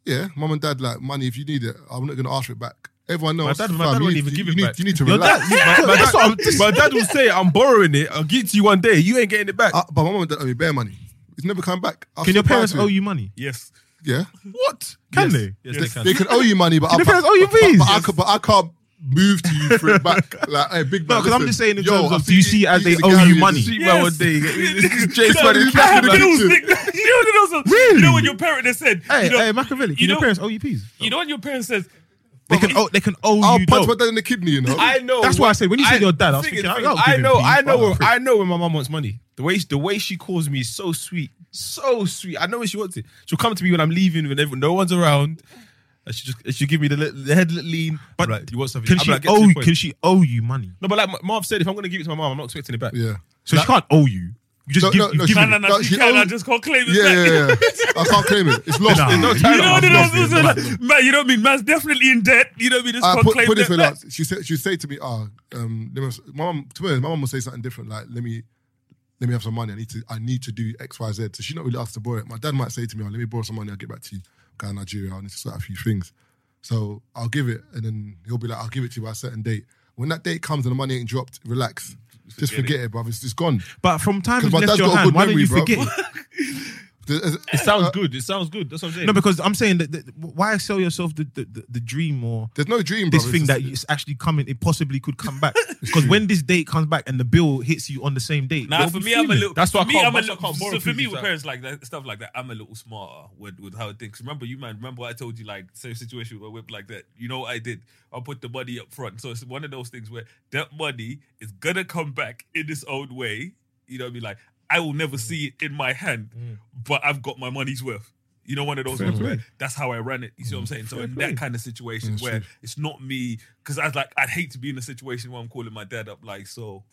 Speaker 1: yeah, mum and dad like money. If you need it, I'm not going to ask for it back. Everyone
Speaker 6: My
Speaker 1: knows.
Speaker 6: dad,
Speaker 1: fam,
Speaker 6: my dad
Speaker 1: you
Speaker 6: won't
Speaker 1: need-
Speaker 6: even
Speaker 1: you
Speaker 6: give it
Speaker 1: need-
Speaker 6: back.
Speaker 1: You need to
Speaker 6: Your
Speaker 1: relax.
Speaker 6: dad- my, my dad, my dad will say, "I'm borrowing it. I'll give it to you one day. You ain't getting it back."
Speaker 1: Uh, but my mum and dad owe me bare money. It's never come back. I'll
Speaker 3: Can
Speaker 1: still
Speaker 3: your
Speaker 1: buy
Speaker 3: parents
Speaker 1: it to
Speaker 3: owe you money?
Speaker 2: Yes.
Speaker 1: Yeah.
Speaker 3: What? Can
Speaker 6: Yes.
Speaker 3: they?
Speaker 6: Yes,
Speaker 1: They,
Speaker 6: they can.
Speaker 1: they can owe you money, but
Speaker 3: Your
Speaker 1: I,
Speaker 3: parents
Speaker 1: but-
Speaker 3: owe you
Speaker 1: but-
Speaker 3: fees.
Speaker 1: But, I, can, but I can't move to you for it
Speaker 3: *laughs*
Speaker 1: back. Like, hey, big
Speaker 3: No,
Speaker 1: man,
Speaker 3: 'cause I'm
Speaker 1: listen,
Speaker 3: just saying in
Speaker 1: yo,
Speaker 3: terms
Speaker 1: I
Speaker 3: of
Speaker 1: see
Speaker 3: do you see as
Speaker 1: see
Speaker 3: they
Speaker 1: the
Speaker 3: owe
Speaker 1: guy
Speaker 3: you
Speaker 1: who
Speaker 3: money?
Speaker 1: is-
Speaker 6: See man one day. This
Speaker 3: *laughs*
Speaker 6: is Jay
Speaker 2: You know,
Speaker 6: Sweaty
Speaker 2: you
Speaker 6: Cash,
Speaker 2: have
Speaker 6: man.
Speaker 2: bills, nigga. *laughs* You know what I'm saying? You know when your parent has said,
Speaker 3: Hey,
Speaker 2: you know,
Speaker 3: hey, Machiavelli, can
Speaker 2: you
Speaker 3: your
Speaker 2: know-
Speaker 3: parents owe you peas?
Speaker 2: you know when your parent says,
Speaker 3: They can owe. They can owe
Speaker 1: I'll
Speaker 3: you.
Speaker 1: punch
Speaker 3: dough.
Speaker 1: my dad in the kidney, you know.
Speaker 6: Oh, I know.
Speaker 3: That's why I said when you said your dad, I was
Speaker 6: thing
Speaker 3: thinking,
Speaker 6: is,
Speaker 3: I- I'll
Speaker 6: I
Speaker 3: give him
Speaker 6: know,
Speaker 3: peas,
Speaker 6: I
Speaker 3: but I'm
Speaker 6: know,
Speaker 3: a prick. *laughs*
Speaker 6: I know when my mom wants money. The way the way she calls me is so sweet, so sweet. I know when she wants it. She'll come to me when I'm leaving, when everyone, no one's around. And she just she give me the, li- the head lean. But right, you want something?
Speaker 3: Can
Speaker 6: I'll be
Speaker 3: she
Speaker 6: like, get to
Speaker 3: owe?
Speaker 6: the
Speaker 3: you-
Speaker 6: point.
Speaker 3: oh, Can she owe you money?
Speaker 6: No, but like Marv said, if I'm going to give it to my mom, I'm not expecting it back.
Speaker 1: yeah.
Speaker 3: So she can't oh, owe you. You just
Speaker 1: No,
Speaker 3: give.
Speaker 1: no,
Speaker 3: you
Speaker 1: no, she-
Speaker 3: give it.
Speaker 2: no, no, no,
Speaker 1: No,
Speaker 2: she
Speaker 1: she
Speaker 2: can, I
Speaker 1: owes-
Speaker 2: just can't claim it
Speaker 1: Yeah,
Speaker 2: back.
Speaker 1: yeah, yeah. I can't claim it. It's lost.
Speaker 3: Nah.
Speaker 1: There's no
Speaker 3: You
Speaker 1: time.
Speaker 2: You know
Speaker 1: I
Speaker 2: what
Speaker 1: lost it.
Speaker 2: I'm saying? Man, you know what I mean? Man's definitely in debt. You know what I mean? Just
Speaker 3: Uh,
Speaker 1: I
Speaker 2: can't
Speaker 1: put,
Speaker 2: claim
Speaker 1: put it
Speaker 2: that
Speaker 1: this way,
Speaker 2: back.
Speaker 1: like, she said, she say to me, "Ah, um, let me have, my mom, to be honest, my mom will say something different. Like, let me, let me have some money. I need to, I need to do X, Y, Z. So she's not really asked to borrow it. My dad might say to me, oh, "Let me borrow some money. I'll get back to you. Go to Nigeria. I need to sort out a few things. So I'll give it, and then he'll be like, "I'll give it to you by a certain date. When that date comes and the money ain't dropped, relax. Just forget it, bruv. It's, it's gone.
Speaker 3: But from time
Speaker 1: Because
Speaker 3: it's
Speaker 1: my
Speaker 3: left
Speaker 1: dad's
Speaker 3: your
Speaker 1: got a
Speaker 3: hand,
Speaker 1: good
Speaker 3: why don't you
Speaker 1: memory,
Speaker 3: forget?
Speaker 1: bruv.
Speaker 3: it?
Speaker 6: *laughs*
Speaker 1: There's- uh,
Speaker 6: It sounds good. It sounds good. That's what I'm saying.
Speaker 3: No, because I'm saying that, that why sell yourself the, the, the, the dream or
Speaker 1: There's no dream,
Speaker 3: this
Speaker 1: bruv.
Speaker 3: thing
Speaker 1: It's
Speaker 3: that
Speaker 1: just-
Speaker 3: is actually coming, it possibly could come
Speaker 6: *laughs*
Speaker 3: back. Because when this date comes back and the bill hits you on the same date,
Speaker 2: Nah,
Speaker 3: you'll
Speaker 2: for
Speaker 3: be
Speaker 2: me, I'm a
Speaker 3: fuming.
Speaker 2: little.
Speaker 6: That's why
Speaker 2: for
Speaker 6: I
Speaker 2: me,
Speaker 6: can't-
Speaker 2: I'm a
Speaker 6: that's why
Speaker 2: little.
Speaker 6: I can't
Speaker 2: So
Speaker 6: borrow
Speaker 2: for me,
Speaker 6: things
Speaker 2: with
Speaker 6: like-
Speaker 2: parents like that stuff like that, I'm a little smarter with with how it thinks. Remember, you man, remember I told you like same situation with a whip like that. You know what I did? I put the money up front. So it's one of those things where that money is gonna come back in its own way. You know what I mean? Like I will never see it in my hand,
Speaker 6: Mm.
Speaker 2: but I've got my money's worth. You know, one of those ones where that's how I ran it. You see what I'm saying? So in that kind of situation where it's not me, because I was like, I'd hate to be in a situation where I'm calling my dad up like, so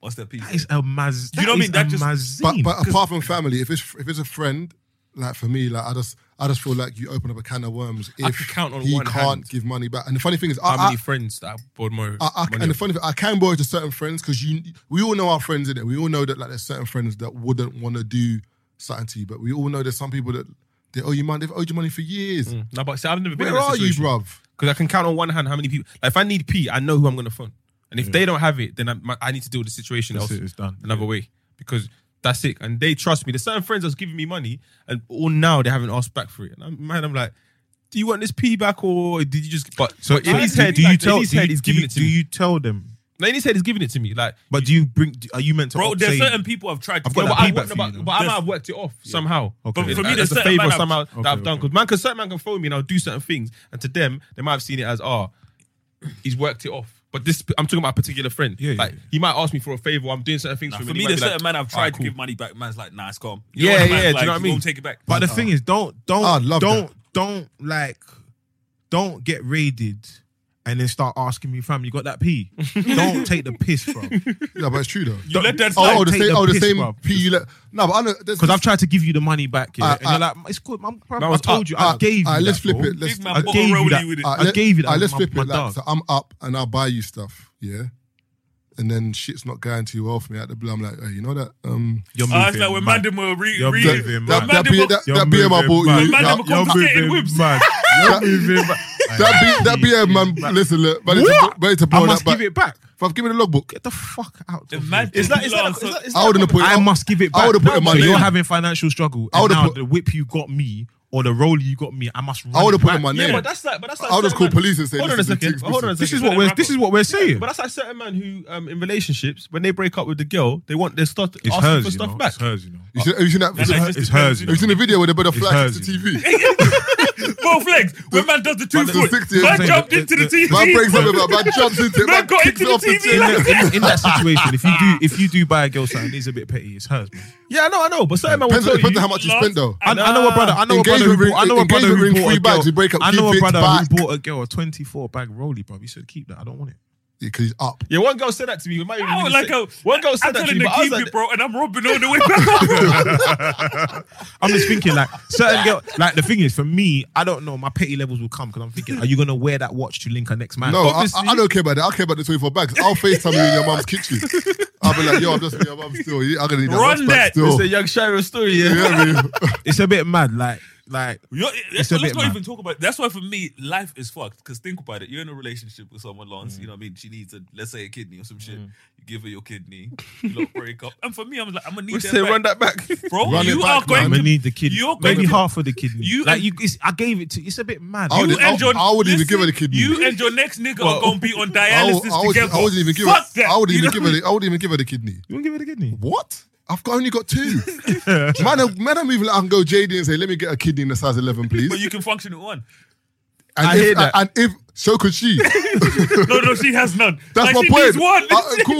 Speaker 2: what's that piece?
Speaker 3: That is a maz.
Speaker 2: You know what I mean? That just-
Speaker 1: But, but apart from family, if it's if it's a friend, like for me, like I just I just feel like you open up a can of worms if
Speaker 6: I could count on
Speaker 1: he
Speaker 6: one
Speaker 1: can't
Speaker 6: hand.
Speaker 1: give money back. And the funny thing is,
Speaker 6: How
Speaker 1: I,
Speaker 6: many
Speaker 1: I,
Speaker 6: friends that I borrowed more?
Speaker 1: I, I-
Speaker 6: money
Speaker 1: and the
Speaker 6: off?
Speaker 1: funny thing, I can borrow to certain friends because you we all know our friends in it. We all know that like there's certain friends that wouldn't want to do something to you, but we all know there's some people that they owe you money. They've owed you money for years.
Speaker 2: Mm.
Speaker 6: No, but see, I've never been. in
Speaker 1: Where
Speaker 6: that
Speaker 1: are you,
Speaker 6: situation.
Speaker 1: bruv?
Speaker 6: Because I can count on one hand how many people. Like if I need P, I know who I'm gonna phone. And if they don't have it, then I, my, I need to deal with the situation
Speaker 3: That's
Speaker 6: else
Speaker 3: it, it's done.
Speaker 6: another way because that's it. And they trust me. There's certain friends that's giving me money, and all now they haven't asked back for it. And I'm, man, I'm like, do you want this P back or did you just? But
Speaker 3: so
Speaker 6: but in his head,
Speaker 3: do you
Speaker 6: like,
Speaker 3: tell?
Speaker 6: In his
Speaker 3: Do
Speaker 6: head,
Speaker 3: you,
Speaker 6: he's
Speaker 3: do,
Speaker 6: giving
Speaker 3: you,
Speaker 6: it to
Speaker 3: do
Speaker 6: me.
Speaker 3: you tell them?
Speaker 6: No, in his head, he's giving it to me. Like,
Speaker 3: But do you bring? Are you meant to?
Speaker 2: Bro, there's
Speaker 3: say-
Speaker 2: certain people I've tried to
Speaker 3: I've got
Speaker 2: get
Speaker 3: that
Speaker 2: back.
Speaker 3: feedback
Speaker 6: I've
Speaker 3: for
Speaker 6: worked-
Speaker 3: you
Speaker 6: but,
Speaker 3: now.
Speaker 6: but I might have worked it off Uh, somehow.
Speaker 3: Okay.
Speaker 2: But for me,
Speaker 6: As
Speaker 2: there's
Speaker 6: a
Speaker 2: certain
Speaker 6: favor
Speaker 2: man I've-
Speaker 6: somehow that
Speaker 3: Okay,
Speaker 6: I've done.
Speaker 3: okay.
Speaker 6: Because man, because certain man can phone me and I'll do certain things, and to them, they might have seen it as, oh, he's worked it off. But this, I'm talking about a particular friend.
Speaker 3: Yeah, yeah,
Speaker 6: like
Speaker 3: yeah.
Speaker 6: he might ask me for a favor. I'm doing certain things
Speaker 2: Nah,
Speaker 6: for him.
Speaker 2: for
Speaker 6: and he
Speaker 2: me,
Speaker 6: might
Speaker 2: there's
Speaker 6: be like,
Speaker 2: certain man I've tried
Speaker 6: "Alright,
Speaker 2: to give
Speaker 6: cool."
Speaker 2: money back. Man's like, nah, it's calm.
Speaker 6: Yeah,
Speaker 2: what,
Speaker 6: yeah,
Speaker 2: man's
Speaker 6: do you
Speaker 2: like,
Speaker 6: know what I mean?
Speaker 2: Won't take it back.
Speaker 3: But
Speaker 1: uh,
Speaker 3: the
Speaker 1: Ah,
Speaker 3: thing is, don't don't
Speaker 1: I'd love
Speaker 3: don't don't like don't get raided and then start asking me, fam, you got
Speaker 2: *laughs*
Speaker 3: that P? Don't take the piss, bro.
Speaker 1: Yeah, but it's true though.
Speaker 2: You let that slide.
Speaker 1: Oh, oh, the
Speaker 3: take
Speaker 1: same,
Speaker 3: the
Speaker 1: oh, the
Speaker 3: piss,
Speaker 1: same
Speaker 3: bruv.
Speaker 1: P you let. No, but I know.
Speaker 3: Because I've tried to give you the money back, yeah,
Speaker 1: Uh,
Speaker 3: and you're
Speaker 1: uh,
Speaker 3: like, it's cool, man, bro,
Speaker 6: Man
Speaker 3: I
Speaker 6: was
Speaker 3: told
Speaker 6: up.
Speaker 3: you, I gave you
Speaker 1: let's
Speaker 3: that,
Speaker 1: flip
Speaker 3: bro.
Speaker 1: it. Let's,
Speaker 2: Big
Speaker 1: I-
Speaker 2: man,
Speaker 3: gave you
Speaker 2: bottle rolling
Speaker 3: that.
Speaker 2: you with it.
Speaker 1: Alright,
Speaker 3: I gave you that
Speaker 1: alright,
Speaker 3: as
Speaker 1: let's
Speaker 3: my-
Speaker 1: flip
Speaker 3: my
Speaker 1: it. Like,
Speaker 3: dog.
Speaker 1: so uh, I'm up and I'll buy you stuff, yeah? And then shit's not going too well for me at the blue. I'm like, hey, you know that? Um,
Speaker 3: You're
Speaker 2: Ah, it's like when
Speaker 3: man.
Speaker 2: Mandem were re-
Speaker 3: You're
Speaker 2: re-
Speaker 1: that,
Speaker 3: moving,
Speaker 1: that,
Speaker 3: man.
Speaker 1: that, beer, that,
Speaker 3: You're
Speaker 1: that beer man
Speaker 3: moving
Speaker 1: bought
Speaker 3: mad.
Speaker 1: you.
Speaker 2: man
Speaker 1: That,
Speaker 2: never confiscated whips.
Speaker 1: *laughs*
Speaker 3: mad.
Speaker 1: that, that, beer, that beer man, listen, look, ready to, ready to blow
Speaker 3: I
Speaker 1: that
Speaker 3: must
Speaker 1: back.
Speaker 3: give it back.
Speaker 1: Bruv, give me the logbook.
Speaker 3: Get the fuck out.
Speaker 2: The
Speaker 3: of
Speaker 2: man-
Speaker 3: here.
Speaker 2: Is that- is that- is that-
Speaker 1: I wouldn't have put it
Speaker 3: I
Speaker 1: out.
Speaker 3: must give it back.
Speaker 1: I would've put it in my
Speaker 3: so you're
Speaker 1: name.
Speaker 3: having financial struggle.
Speaker 1: I
Speaker 3: And
Speaker 1: would've
Speaker 3: now
Speaker 1: put-
Speaker 3: the whip you got me or the roll you got me, I must. Run
Speaker 1: I would have
Speaker 3: it
Speaker 1: put it
Speaker 3: back.
Speaker 1: in my
Speaker 6: Yeah,
Speaker 1: name.
Speaker 6: but that's like, but that's like
Speaker 1: I would've
Speaker 6: certain
Speaker 1: called
Speaker 6: man-
Speaker 1: police and said,
Speaker 6: Hold on a
Speaker 1: "Listen,
Speaker 6: second.
Speaker 1: this is
Speaker 6: Hold on a second.
Speaker 3: This is what we're. This is what we're saying.
Speaker 6: But that's like certain man who, um, in relationships, when they break up with the girl, they want their stuff.
Speaker 3: It's
Speaker 6: asking
Speaker 3: hers,
Speaker 6: for
Speaker 3: you
Speaker 6: stuff
Speaker 3: know.
Speaker 6: back.
Speaker 3: It's hers, you know.
Speaker 1: You seen- Have you seen that?
Speaker 2: That's like
Speaker 1: Have
Speaker 2: just
Speaker 3: It's
Speaker 2: depends,
Speaker 3: hers,
Speaker 2: you
Speaker 3: you
Speaker 2: know.
Speaker 1: you seen the video where they put a flag
Speaker 3: hers,
Speaker 1: to
Speaker 3: you
Speaker 1: the TV?
Speaker 2: both legs. When man does the two
Speaker 1: the
Speaker 2: foot,
Speaker 1: 60 is
Speaker 2: man
Speaker 1: saying
Speaker 2: jumped
Speaker 3: that-
Speaker 2: into the
Speaker 3: that- that-
Speaker 2: TV.
Speaker 1: Man
Speaker 3: *laughs*
Speaker 1: breaks up with her, man jumps into it,
Speaker 2: Man
Speaker 1: man
Speaker 2: got
Speaker 1: kicks
Speaker 2: into
Speaker 1: it off
Speaker 2: the
Speaker 1: the
Speaker 2: TV
Speaker 1: TV.
Speaker 3: in,
Speaker 2: like-
Speaker 3: *laughs* that- in- in that situation, if you do if you do buy a girl something, it's a bit petty. It's hers. Man.
Speaker 6: Yeah, I know, I know. But certain man will
Speaker 1: Depends
Speaker 6: tell
Speaker 1: on depends
Speaker 6: you.
Speaker 1: on how much you spent though.
Speaker 3: I, I know a brother. I know a
Speaker 1: Engagement
Speaker 3: brother. Who
Speaker 1: ring-
Speaker 3: bought, I know a brother
Speaker 1: engagement
Speaker 3: who
Speaker 1: ring,
Speaker 3: bought
Speaker 1: three
Speaker 3: a
Speaker 1: bags,
Speaker 3: girl.
Speaker 1: you break up,
Speaker 3: I know
Speaker 1: give
Speaker 3: a
Speaker 1: it
Speaker 3: brother
Speaker 1: back.
Speaker 3: who bought a girl a twenty four bag rollie, bro. He said, "Keep that. I don't want it."
Speaker 1: Because he's up.
Speaker 6: Yeah, one girl said that to me. Might even
Speaker 2: I
Speaker 6: really
Speaker 2: was like
Speaker 6: say-
Speaker 2: a,
Speaker 6: one girl
Speaker 2: I'm
Speaker 6: said that to
Speaker 2: telling
Speaker 6: me,
Speaker 2: the
Speaker 6: but I was
Speaker 2: keep
Speaker 6: like,
Speaker 2: it, bro, and I'm robbing all the way back.
Speaker 3: I'm just thinking like certain
Speaker 1: *laughs*
Speaker 3: girl. Like the thing is, for me, I don't know. My petty levels will come because I'm thinking, are you gonna wear that watch to link her next man?
Speaker 1: No, I, I I don't care about that. I care about the 24 bags.
Speaker 2: *laughs*
Speaker 1: I'll FaceTime you in your mum's kitchen. I'll be like, yo, I'm just in your mum still. I'm going to need that
Speaker 2: Run
Speaker 1: lunch bag
Speaker 2: that.
Speaker 1: still.
Speaker 6: It's a young Shira story.
Speaker 1: You
Speaker 6: Yeah.
Speaker 1: know what I mean?
Speaker 3: *laughs* It's a bit mad. Like like
Speaker 2: You're,
Speaker 3: It's
Speaker 2: that's,
Speaker 3: a
Speaker 2: let's
Speaker 3: bit
Speaker 2: not
Speaker 3: mad.
Speaker 2: even talk about. That's why for me, life is fucked. Because think about it, you're in a relationship with someone, Lance.
Speaker 1: Mm.
Speaker 2: You know what I mean? She needs a, let's say, a kidney or some shit. You give her your kidney,
Speaker 1: *laughs*
Speaker 2: you lot break up. And for me, I'm like, I'm gonna need
Speaker 6: We
Speaker 2: that
Speaker 6: say
Speaker 2: back.
Speaker 6: run that back.
Speaker 2: bro.
Speaker 1: Run
Speaker 2: you
Speaker 1: it
Speaker 2: are
Speaker 1: back,
Speaker 2: going
Speaker 1: man.
Speaker 3: I'm gonna
Speaker 2: to
Speaker 3: need the kidney.
Speaker 2: you're going
Speaker 3: Maybe
Speaker 2: to-
Speaker 3: half of the kidney.
Speaker 2: you
Speaker 3: like
Speaker 2: and-
Speaker 3: you. It's, I gave it to. It's a bit mad.
Speaker 1: I
Speaker 2: you
Speaker 1: wouldn't-
Speaker 2: and your
Speaker 1: I wouldn't even give her the kidney.
Speaker 2: You and your next nigga are
Speaker 6: Well-
Speaker 2: gonna be
Speaker 1: *laughs*
Speaker 2: on *laughs*
Speaker 1: I
Speaker 2: dialysis
Speaker 1: would- I would-
Speaker 2: together.
Speaker 1: I wouldn't even give
Speaker 2: Fuck
Speaker 1: her.
Speaker 2: that.
Speaker 1: I wouldn't
Speaker 2: You
Speaker 1: even
Speaker 2: know
Speaker 1: give her. the- I wouldn't even give her the kidney.
Speaker 3: you won't give her the kidney.
Speaker 1: What? I've got, only got
Speaker 2: *laughs*
Speaker 1: two. man, I'm, man, I'm even. I can go JD and say, "Let me get a kidney in the size 11, please."
Speaker 2: But you can function
Speaker 1: *laughs*
Speaker 2: at one.
Speaker 1: and
Speaker 6: I
Speaker 1: if,
Speaker 6: hear that.
Speaker 1: And if so, could
Speaker 2: *laughs*
Speaker 1: she?
Speaker 2: No, no, she has none.
Speaker 1: That's
Speaker 2: like,
Speaker 1: my
Speaker 2: she
Speaker 1: point.
Speaker 2: Needs one.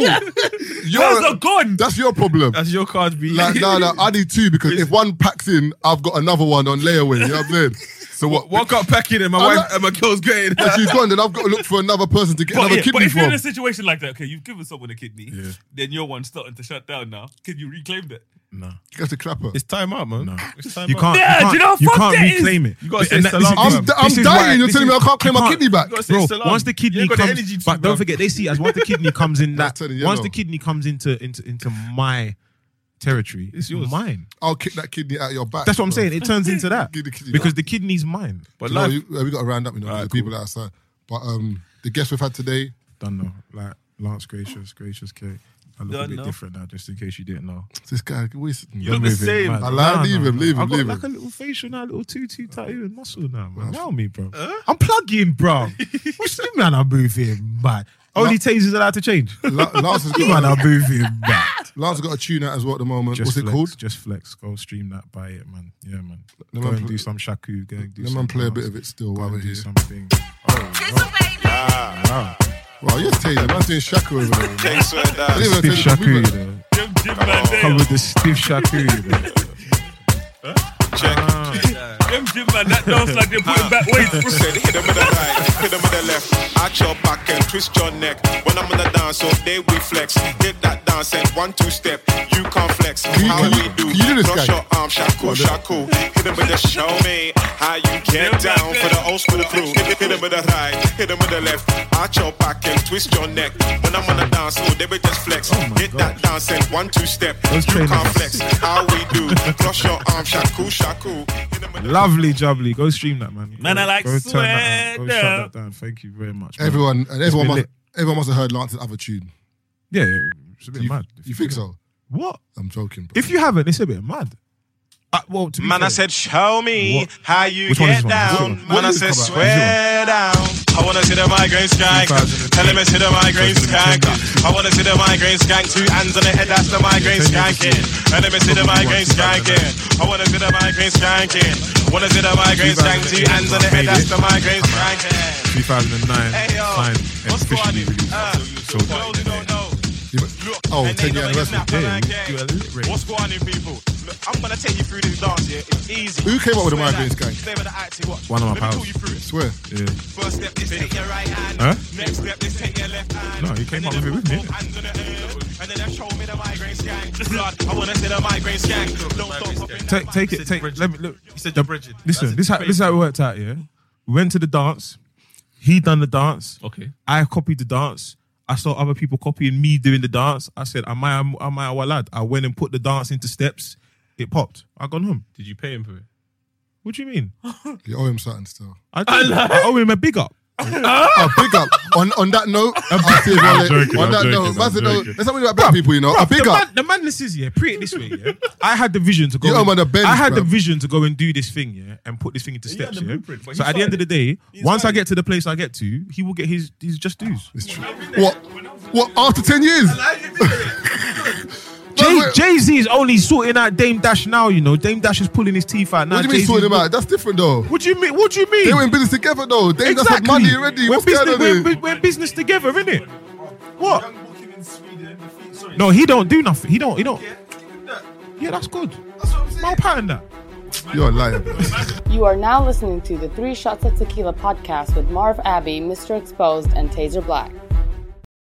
Speaker 1: Uh,
Speaker 2: *laughs*
Speaker 1: cool.
Speaker 2: Hers are
Speaker 1: You're,
Speaker 2: gone.
Speaker 1: that's your problem.
Speaker 6: That's your card, B.
Speaker 1: Like, no, no, I need two because if one packs in, I've got another one on layaway. You know what I'm saying? So what?
Speaker 6: One got packing and my
Speaker 1: I'm
Speaker 6: wife
Speaker 1: not-
Speaker 6: and my girl's getting.
Speaker 1: If she's gone, then I've got to look for another person to get
Speaker 2: But,
Speaker 1: another
Speaker 2: yeah, but
Speaker 1: kidney
Speaker 2: if you're in
Speaker 1: from.
Speaker 2: a situation like that, okay, you've given someone a kidney, then your one's starting to shut down now. Can you reclaim that?
Speaker 1: You got to clap her.
Speaker 6: It's time out, man. It's time
Speaker 3: You
Speaker 6: out.
Speaker 3: can't.
Speaker 2: Yeah,
Speaker 3: you can't,
Speaker 2: do you know how
Speaker 3: you
Speaker 2: fucked
Speaker 3: can't
Speaker 2: that is?
Speaker 3: reclaim it.
Speaker 6: You gotta
Speaker 3: But-
Speaker 6: say
Speaker 3: and that- this
Speaker 6: salam,
Speaker 3: is-
Speaker 1: I'm,
Speaker 6: bruv.
Speaker 3: this
Speaker 1: I'm
Speaker 3: is
Speaker 1: dying.
Speaker 3: why-
Speaker 1: You're
Speaker 3: this
Speaker 1: telling
Speaker 3: is-
Speaker 1: me I can't claim my
Speaker 3: you can't-
Speaker 1: kidney back.
Speaker 6: You gotta say
Speaker 3: Bro,
Speaker 6: salam.
Speaker 3: once the
Speaker 6: You
Speaker 3: kidney
Speaker 6: ain't got the
Speaker 3: comes,
Speaker 6: energy to,
Speaker 3: but don't
Speaker 6: bruv.
Speaker 3: forget they see it as once the kidney
Speaker 1: *laughs*
Speaker 3: comes in that.
Speaker 1: telling you,
Speaker 3: Once
Speaker 1: no.
Speaker 3: the kidney comes into into into my territory, it's
Speaker 6: yours.
Speaker 3: mine.
Speaker 1: I'll kick that kidney out your back.
Speaker 3: That's what I'm
Speaker 1: bro.
Speaker 3: saying. It turns
Speaker 1: *laughs*
Speaker 3: into that
Speaker 1: Give the kidney
Speaker 3: because
Speaker 1: back.
Speaker 3: the kidney's mine.
Speaker 6: But
Speaker 1: You know,
Speaker 6: life,
Speaker 1: you- we got to round up, you know, the people outside. But um, the guests we've had today,
Speaker 3: Don't know. Like Lance, gracious, gracious, K. I look
Speaker 2: Don't
Speaker 3: a bit
Speaker 2: know.
Speaker 3: different now, just in case you didn't know.
Speaker 1: this guy, always-
Speaker 6: look the same.
Speaker 1: I like- leave him, leave him,
Speaker 3: I got
Speaker 1: leave
Speaker 3: like
Speaker 1: him.
Speaker 3: a little facial now, a little tutu tattoo and muscle now, man. Wow, me, bro. I'm plugging, bro.
Speaker 1: *laughs*
Speaker 3: What's the man I'm moving, man? Only Taser's allowed to change.
Speaker 1: La- Lance,
Speaker 3: *laughs*
Speaker 1: has
Speaker 3: You man,
Speaker 1: got,
Speaker 3: I'm moving, man.
Speaker 1: Lance has got a tune out as well at the moment. What's it
Speaker 3: flex,
Speaker 1: called?
Speaker 3: Just flex. Go stream that. Buy it, man. Yeah, man.
Speaker 1: Let
Speaker 3: go
Speaker 1: man
Speaker 3: and
Speaker 1: pl-
Speaker 3: do some shaku. Go and do.
Speaker 1: Let
Speaker 3: some
Speaker 1: man play a bit
Speaker 3: dance,
Speaker 1: of it still
Speaker 3: Go
Speaker 1: while we're
Speaker 3: and do
Speaker 1: here.
Speaker 3: something.
Speaker 1: Wow, you're taking. I'm doing Shaka over there.
Speaker 3: *laughs*
Speaker 1: man. I didn't even
Speaker 3: Stiff
Speaker 1: tell you-
Speaker 3: shaku,
Speaker 1: we
Speaker 3: you
Speaker 1: were-
Speaker 3: know.
Speaker 2: Jim, Jim Van
Speaker 3: Oh. Come
Speaker 2: Dale.
Speaker 3: with the stiff shaku,
Speaker 1: *laughs*
Speaker 3: you know.
Speaker 2: Them Jim Van that dance like they're putting back weights. *laughs*
Speaker 13: Said hit him with the right, hit him with the left. Arch your back and twist your neck. When I'm on the dance, so they we flex. Hit that dance and one two step. You can't flex.
Speaker 1: you-
Speaker 13: How
Speaker 1: can
Speaker 13: we
Speaker 1: you-
Speaker 13: do?
Speaker 1: can you do this
Speaker 13: Cross
Speaker 1: guy?
Speaker 13: your arm, shaku, shaku. Hit him with the show me how you get down for the old school crew. Hit, hit him with the right, hit him with the left. Arch your back and twist your neck. When I'm on the dance, so they we just flex. Hit that dance and one two step.
Speaker 3: Oh Those
Speaker 13: you
Speaker 3: trainers.
Speaker 13: can't flex. How we do? Cross your arm, shaku, shaku. Hit him with the
Speaker 3: Lovely jubbly. Go stream that, man.
Speaker 2: Man,
Speaker 3: Go-
Speaker 2: I like
Speaker 3: go turn that out. Go
Speaker 2: sweater.
Speaker 3: shut that down. Thank you very much. man.
Speaker 1: Everyone, and everyone,
Speaker 3: been
Speaker 1: must,
Speaker 3: lit.
Speaker 1: everyone must have heard Lance's other tune.
Speaker 3: Yeah, yeah. It's a bit
Speaker 1: You,
Speaker 3: mad.
Speaker 1: you think so?
Speaker 3: What?
Speaker 1: I'm joking. Bro.
Speaker 3: If you haven't, it's a bit mad. Uh, well, to be
Speaker 13: Man, I
Speaker 3: fair-
Speaker 13: said, show me
Speaker 3: What?
Speaker 13: how you
Speaker 3: Which one is
Speaker 13: get
Speaker 3: this one? Which
Speaker 13: down.
Speaker 3: one?
Speaker 13: Man,
Speaker 3: What
Speaker 13: I
Speaker 3: is
Speaker 13: said,
Speaker 3: this cover?
Speaker 13: swear down. I wanna see the migraine skank.
Speaker 3: 2010.
Speaker 13: Tell him it's hit a migraine skank. I wanna see the migraine skank. Two hands on the head, that's the migraine skanking. Tell him it's hit a migraine skanking. I wanna see the migraine skanking. Wanna see the migraine skank. Two hands on the head, that's the migraine skanking.
Speaker 3: 2009
Speaker 13: Hey yo,
Speaker 3: signed and
Speaker 13: what's going
Speaker 3: oh
Speaker 13: on?
Speaker 3: officially released.
Speaker 13: Uh,
Speaker 3: So,
Speaker 13: for those who don't know,
Speaker 1: You-
Speaker 13: look,
Speaker 1: Oh,
Speaker 6: and
Speaker 1: 10
Speaker 6: they
Speaker 1: year
Speaker 6: gonna
Speaker 1: anniversary.
Speaker 6: kidnap a man gang. What's going on, here, people? Look, I'm gonna take you through this dance here. It's easy.
Speaker 1: Who came up with the
Speaker 6: Swear
Speaker 1: migraines
Speaker 6: that.
Speaker 1: gang?
Speaker 6: They were the active watch.
Speaker 3: One of my
Speaker 6: Let me
Speaker 3: pals.
Speaker 6: talk you through it.
Speaker 1: Swear.
Speaker 6: First step is take your right hand.
Speaker 3: Huh?
Speaker 6: Next step is take your left hand.
Speaker 3: No, he came
Speaker 6: And
Speaker 3: up
Speaker 6: then
Speaker 3: with it with me,
Speaker 6: both hands on the earth. And then they show me the migraine skank. *laughs* Blood, I wanna see the migraine skank. Don't stop up in
Speaker 3: Take,
Speaker 6: that
Speaker 3: take
Speaker 6: mic-
Speaker 3: it. Take. Let me, look,
Speaker 2: You said you're Bridget.
Speaker 3: listen. This how, this how it worked out. Yeah, we went to the dance. He done the dance.
Speaker 2: Okay.
Speaker 3: I copied the dance. I saw other people copying me doing the dance. I said, "Am I? Am, I a lad?" I went and put the dance into steps. It popped. I gone home.
Speaker 2: Did you pay him for it?
Speaker 3: What do you mean?
Speaker 1: You owe him something still.
Speaker 2: *laughs*
Speaker 3: I, did. I owe him a big up.
Speaker 1: a Oh, big up. On on that note, I see it,
Speaker 6: I'm
Speaker 1: Wale.
Speaker 6: joking,
Speaker 1: on
Speaker 6: I'm
Speaker 1: that
Speaker 6: joking,
Speaker 1: note,
Speaker 6: I'm
Speaker 1: that's a note.
Speaker 6: joking.
Speaker 1: Let's not really about black people, you know. Oh, a big
Speaker 3: the,
Speaker 1: up.
Speaker 3: man- the madness is yeah. Pre it this way,
Speaker 1: *laughs*
Speaker 3: yeah. I had the vision to go.
Speaker 1: You owe him
Speaker 3: and-
Speaker 1: on the bench,
Speaker 3: I had the
Speaker 1: bruv.
Speaker 3: vision to go and do this thing, yeah, and put this thing into
Speaker 2: Yeah,
Speaker 3: steps.
Speaker 2: the
Speaker 3: Yeah,
Speaker 2: blueprint, but
Speaker 3: So
Speaker 2: he
Speaker 3: at the end of the
Speaker 2: signed
Speaker 3: day, once I
Speaker 2: signed
Speaker 3: get to the place I get to, he will get his his just dues.
Speaker 1: It's true. What? What? After ten years?
Speaker 3: Jay
Speaker 1: wait.
Speaker 3: Jay Z is only sorting out Dame Dash now. You know, Dame Dash is pulling his teeth out now.
Speaker 1: What do you mean
Speaker 3: Jay-Z's
Speaker 1: sorting him out? That's different though.
Speaker 3: What do you mean? What do you mean?
Speaker 1: They were in business together though. They just had money already.
Speaker 3: We're
Speaker 1: What's going
Speaker 3: business,
Speaker 1: on
Speaker 3: we're,
Speaker 1: here?
Speaker 3: bu- we're business together, innit? What? No, he don't do nothing. He don't. He don't. Yeah, that's good. No pattern that.
Speaker 1: You're a liar. Bro.
Speaker 6: You are now listening to the Three Shots of Tequila podcast with Marv Abbey, Mr. Exposed, and Taser Black.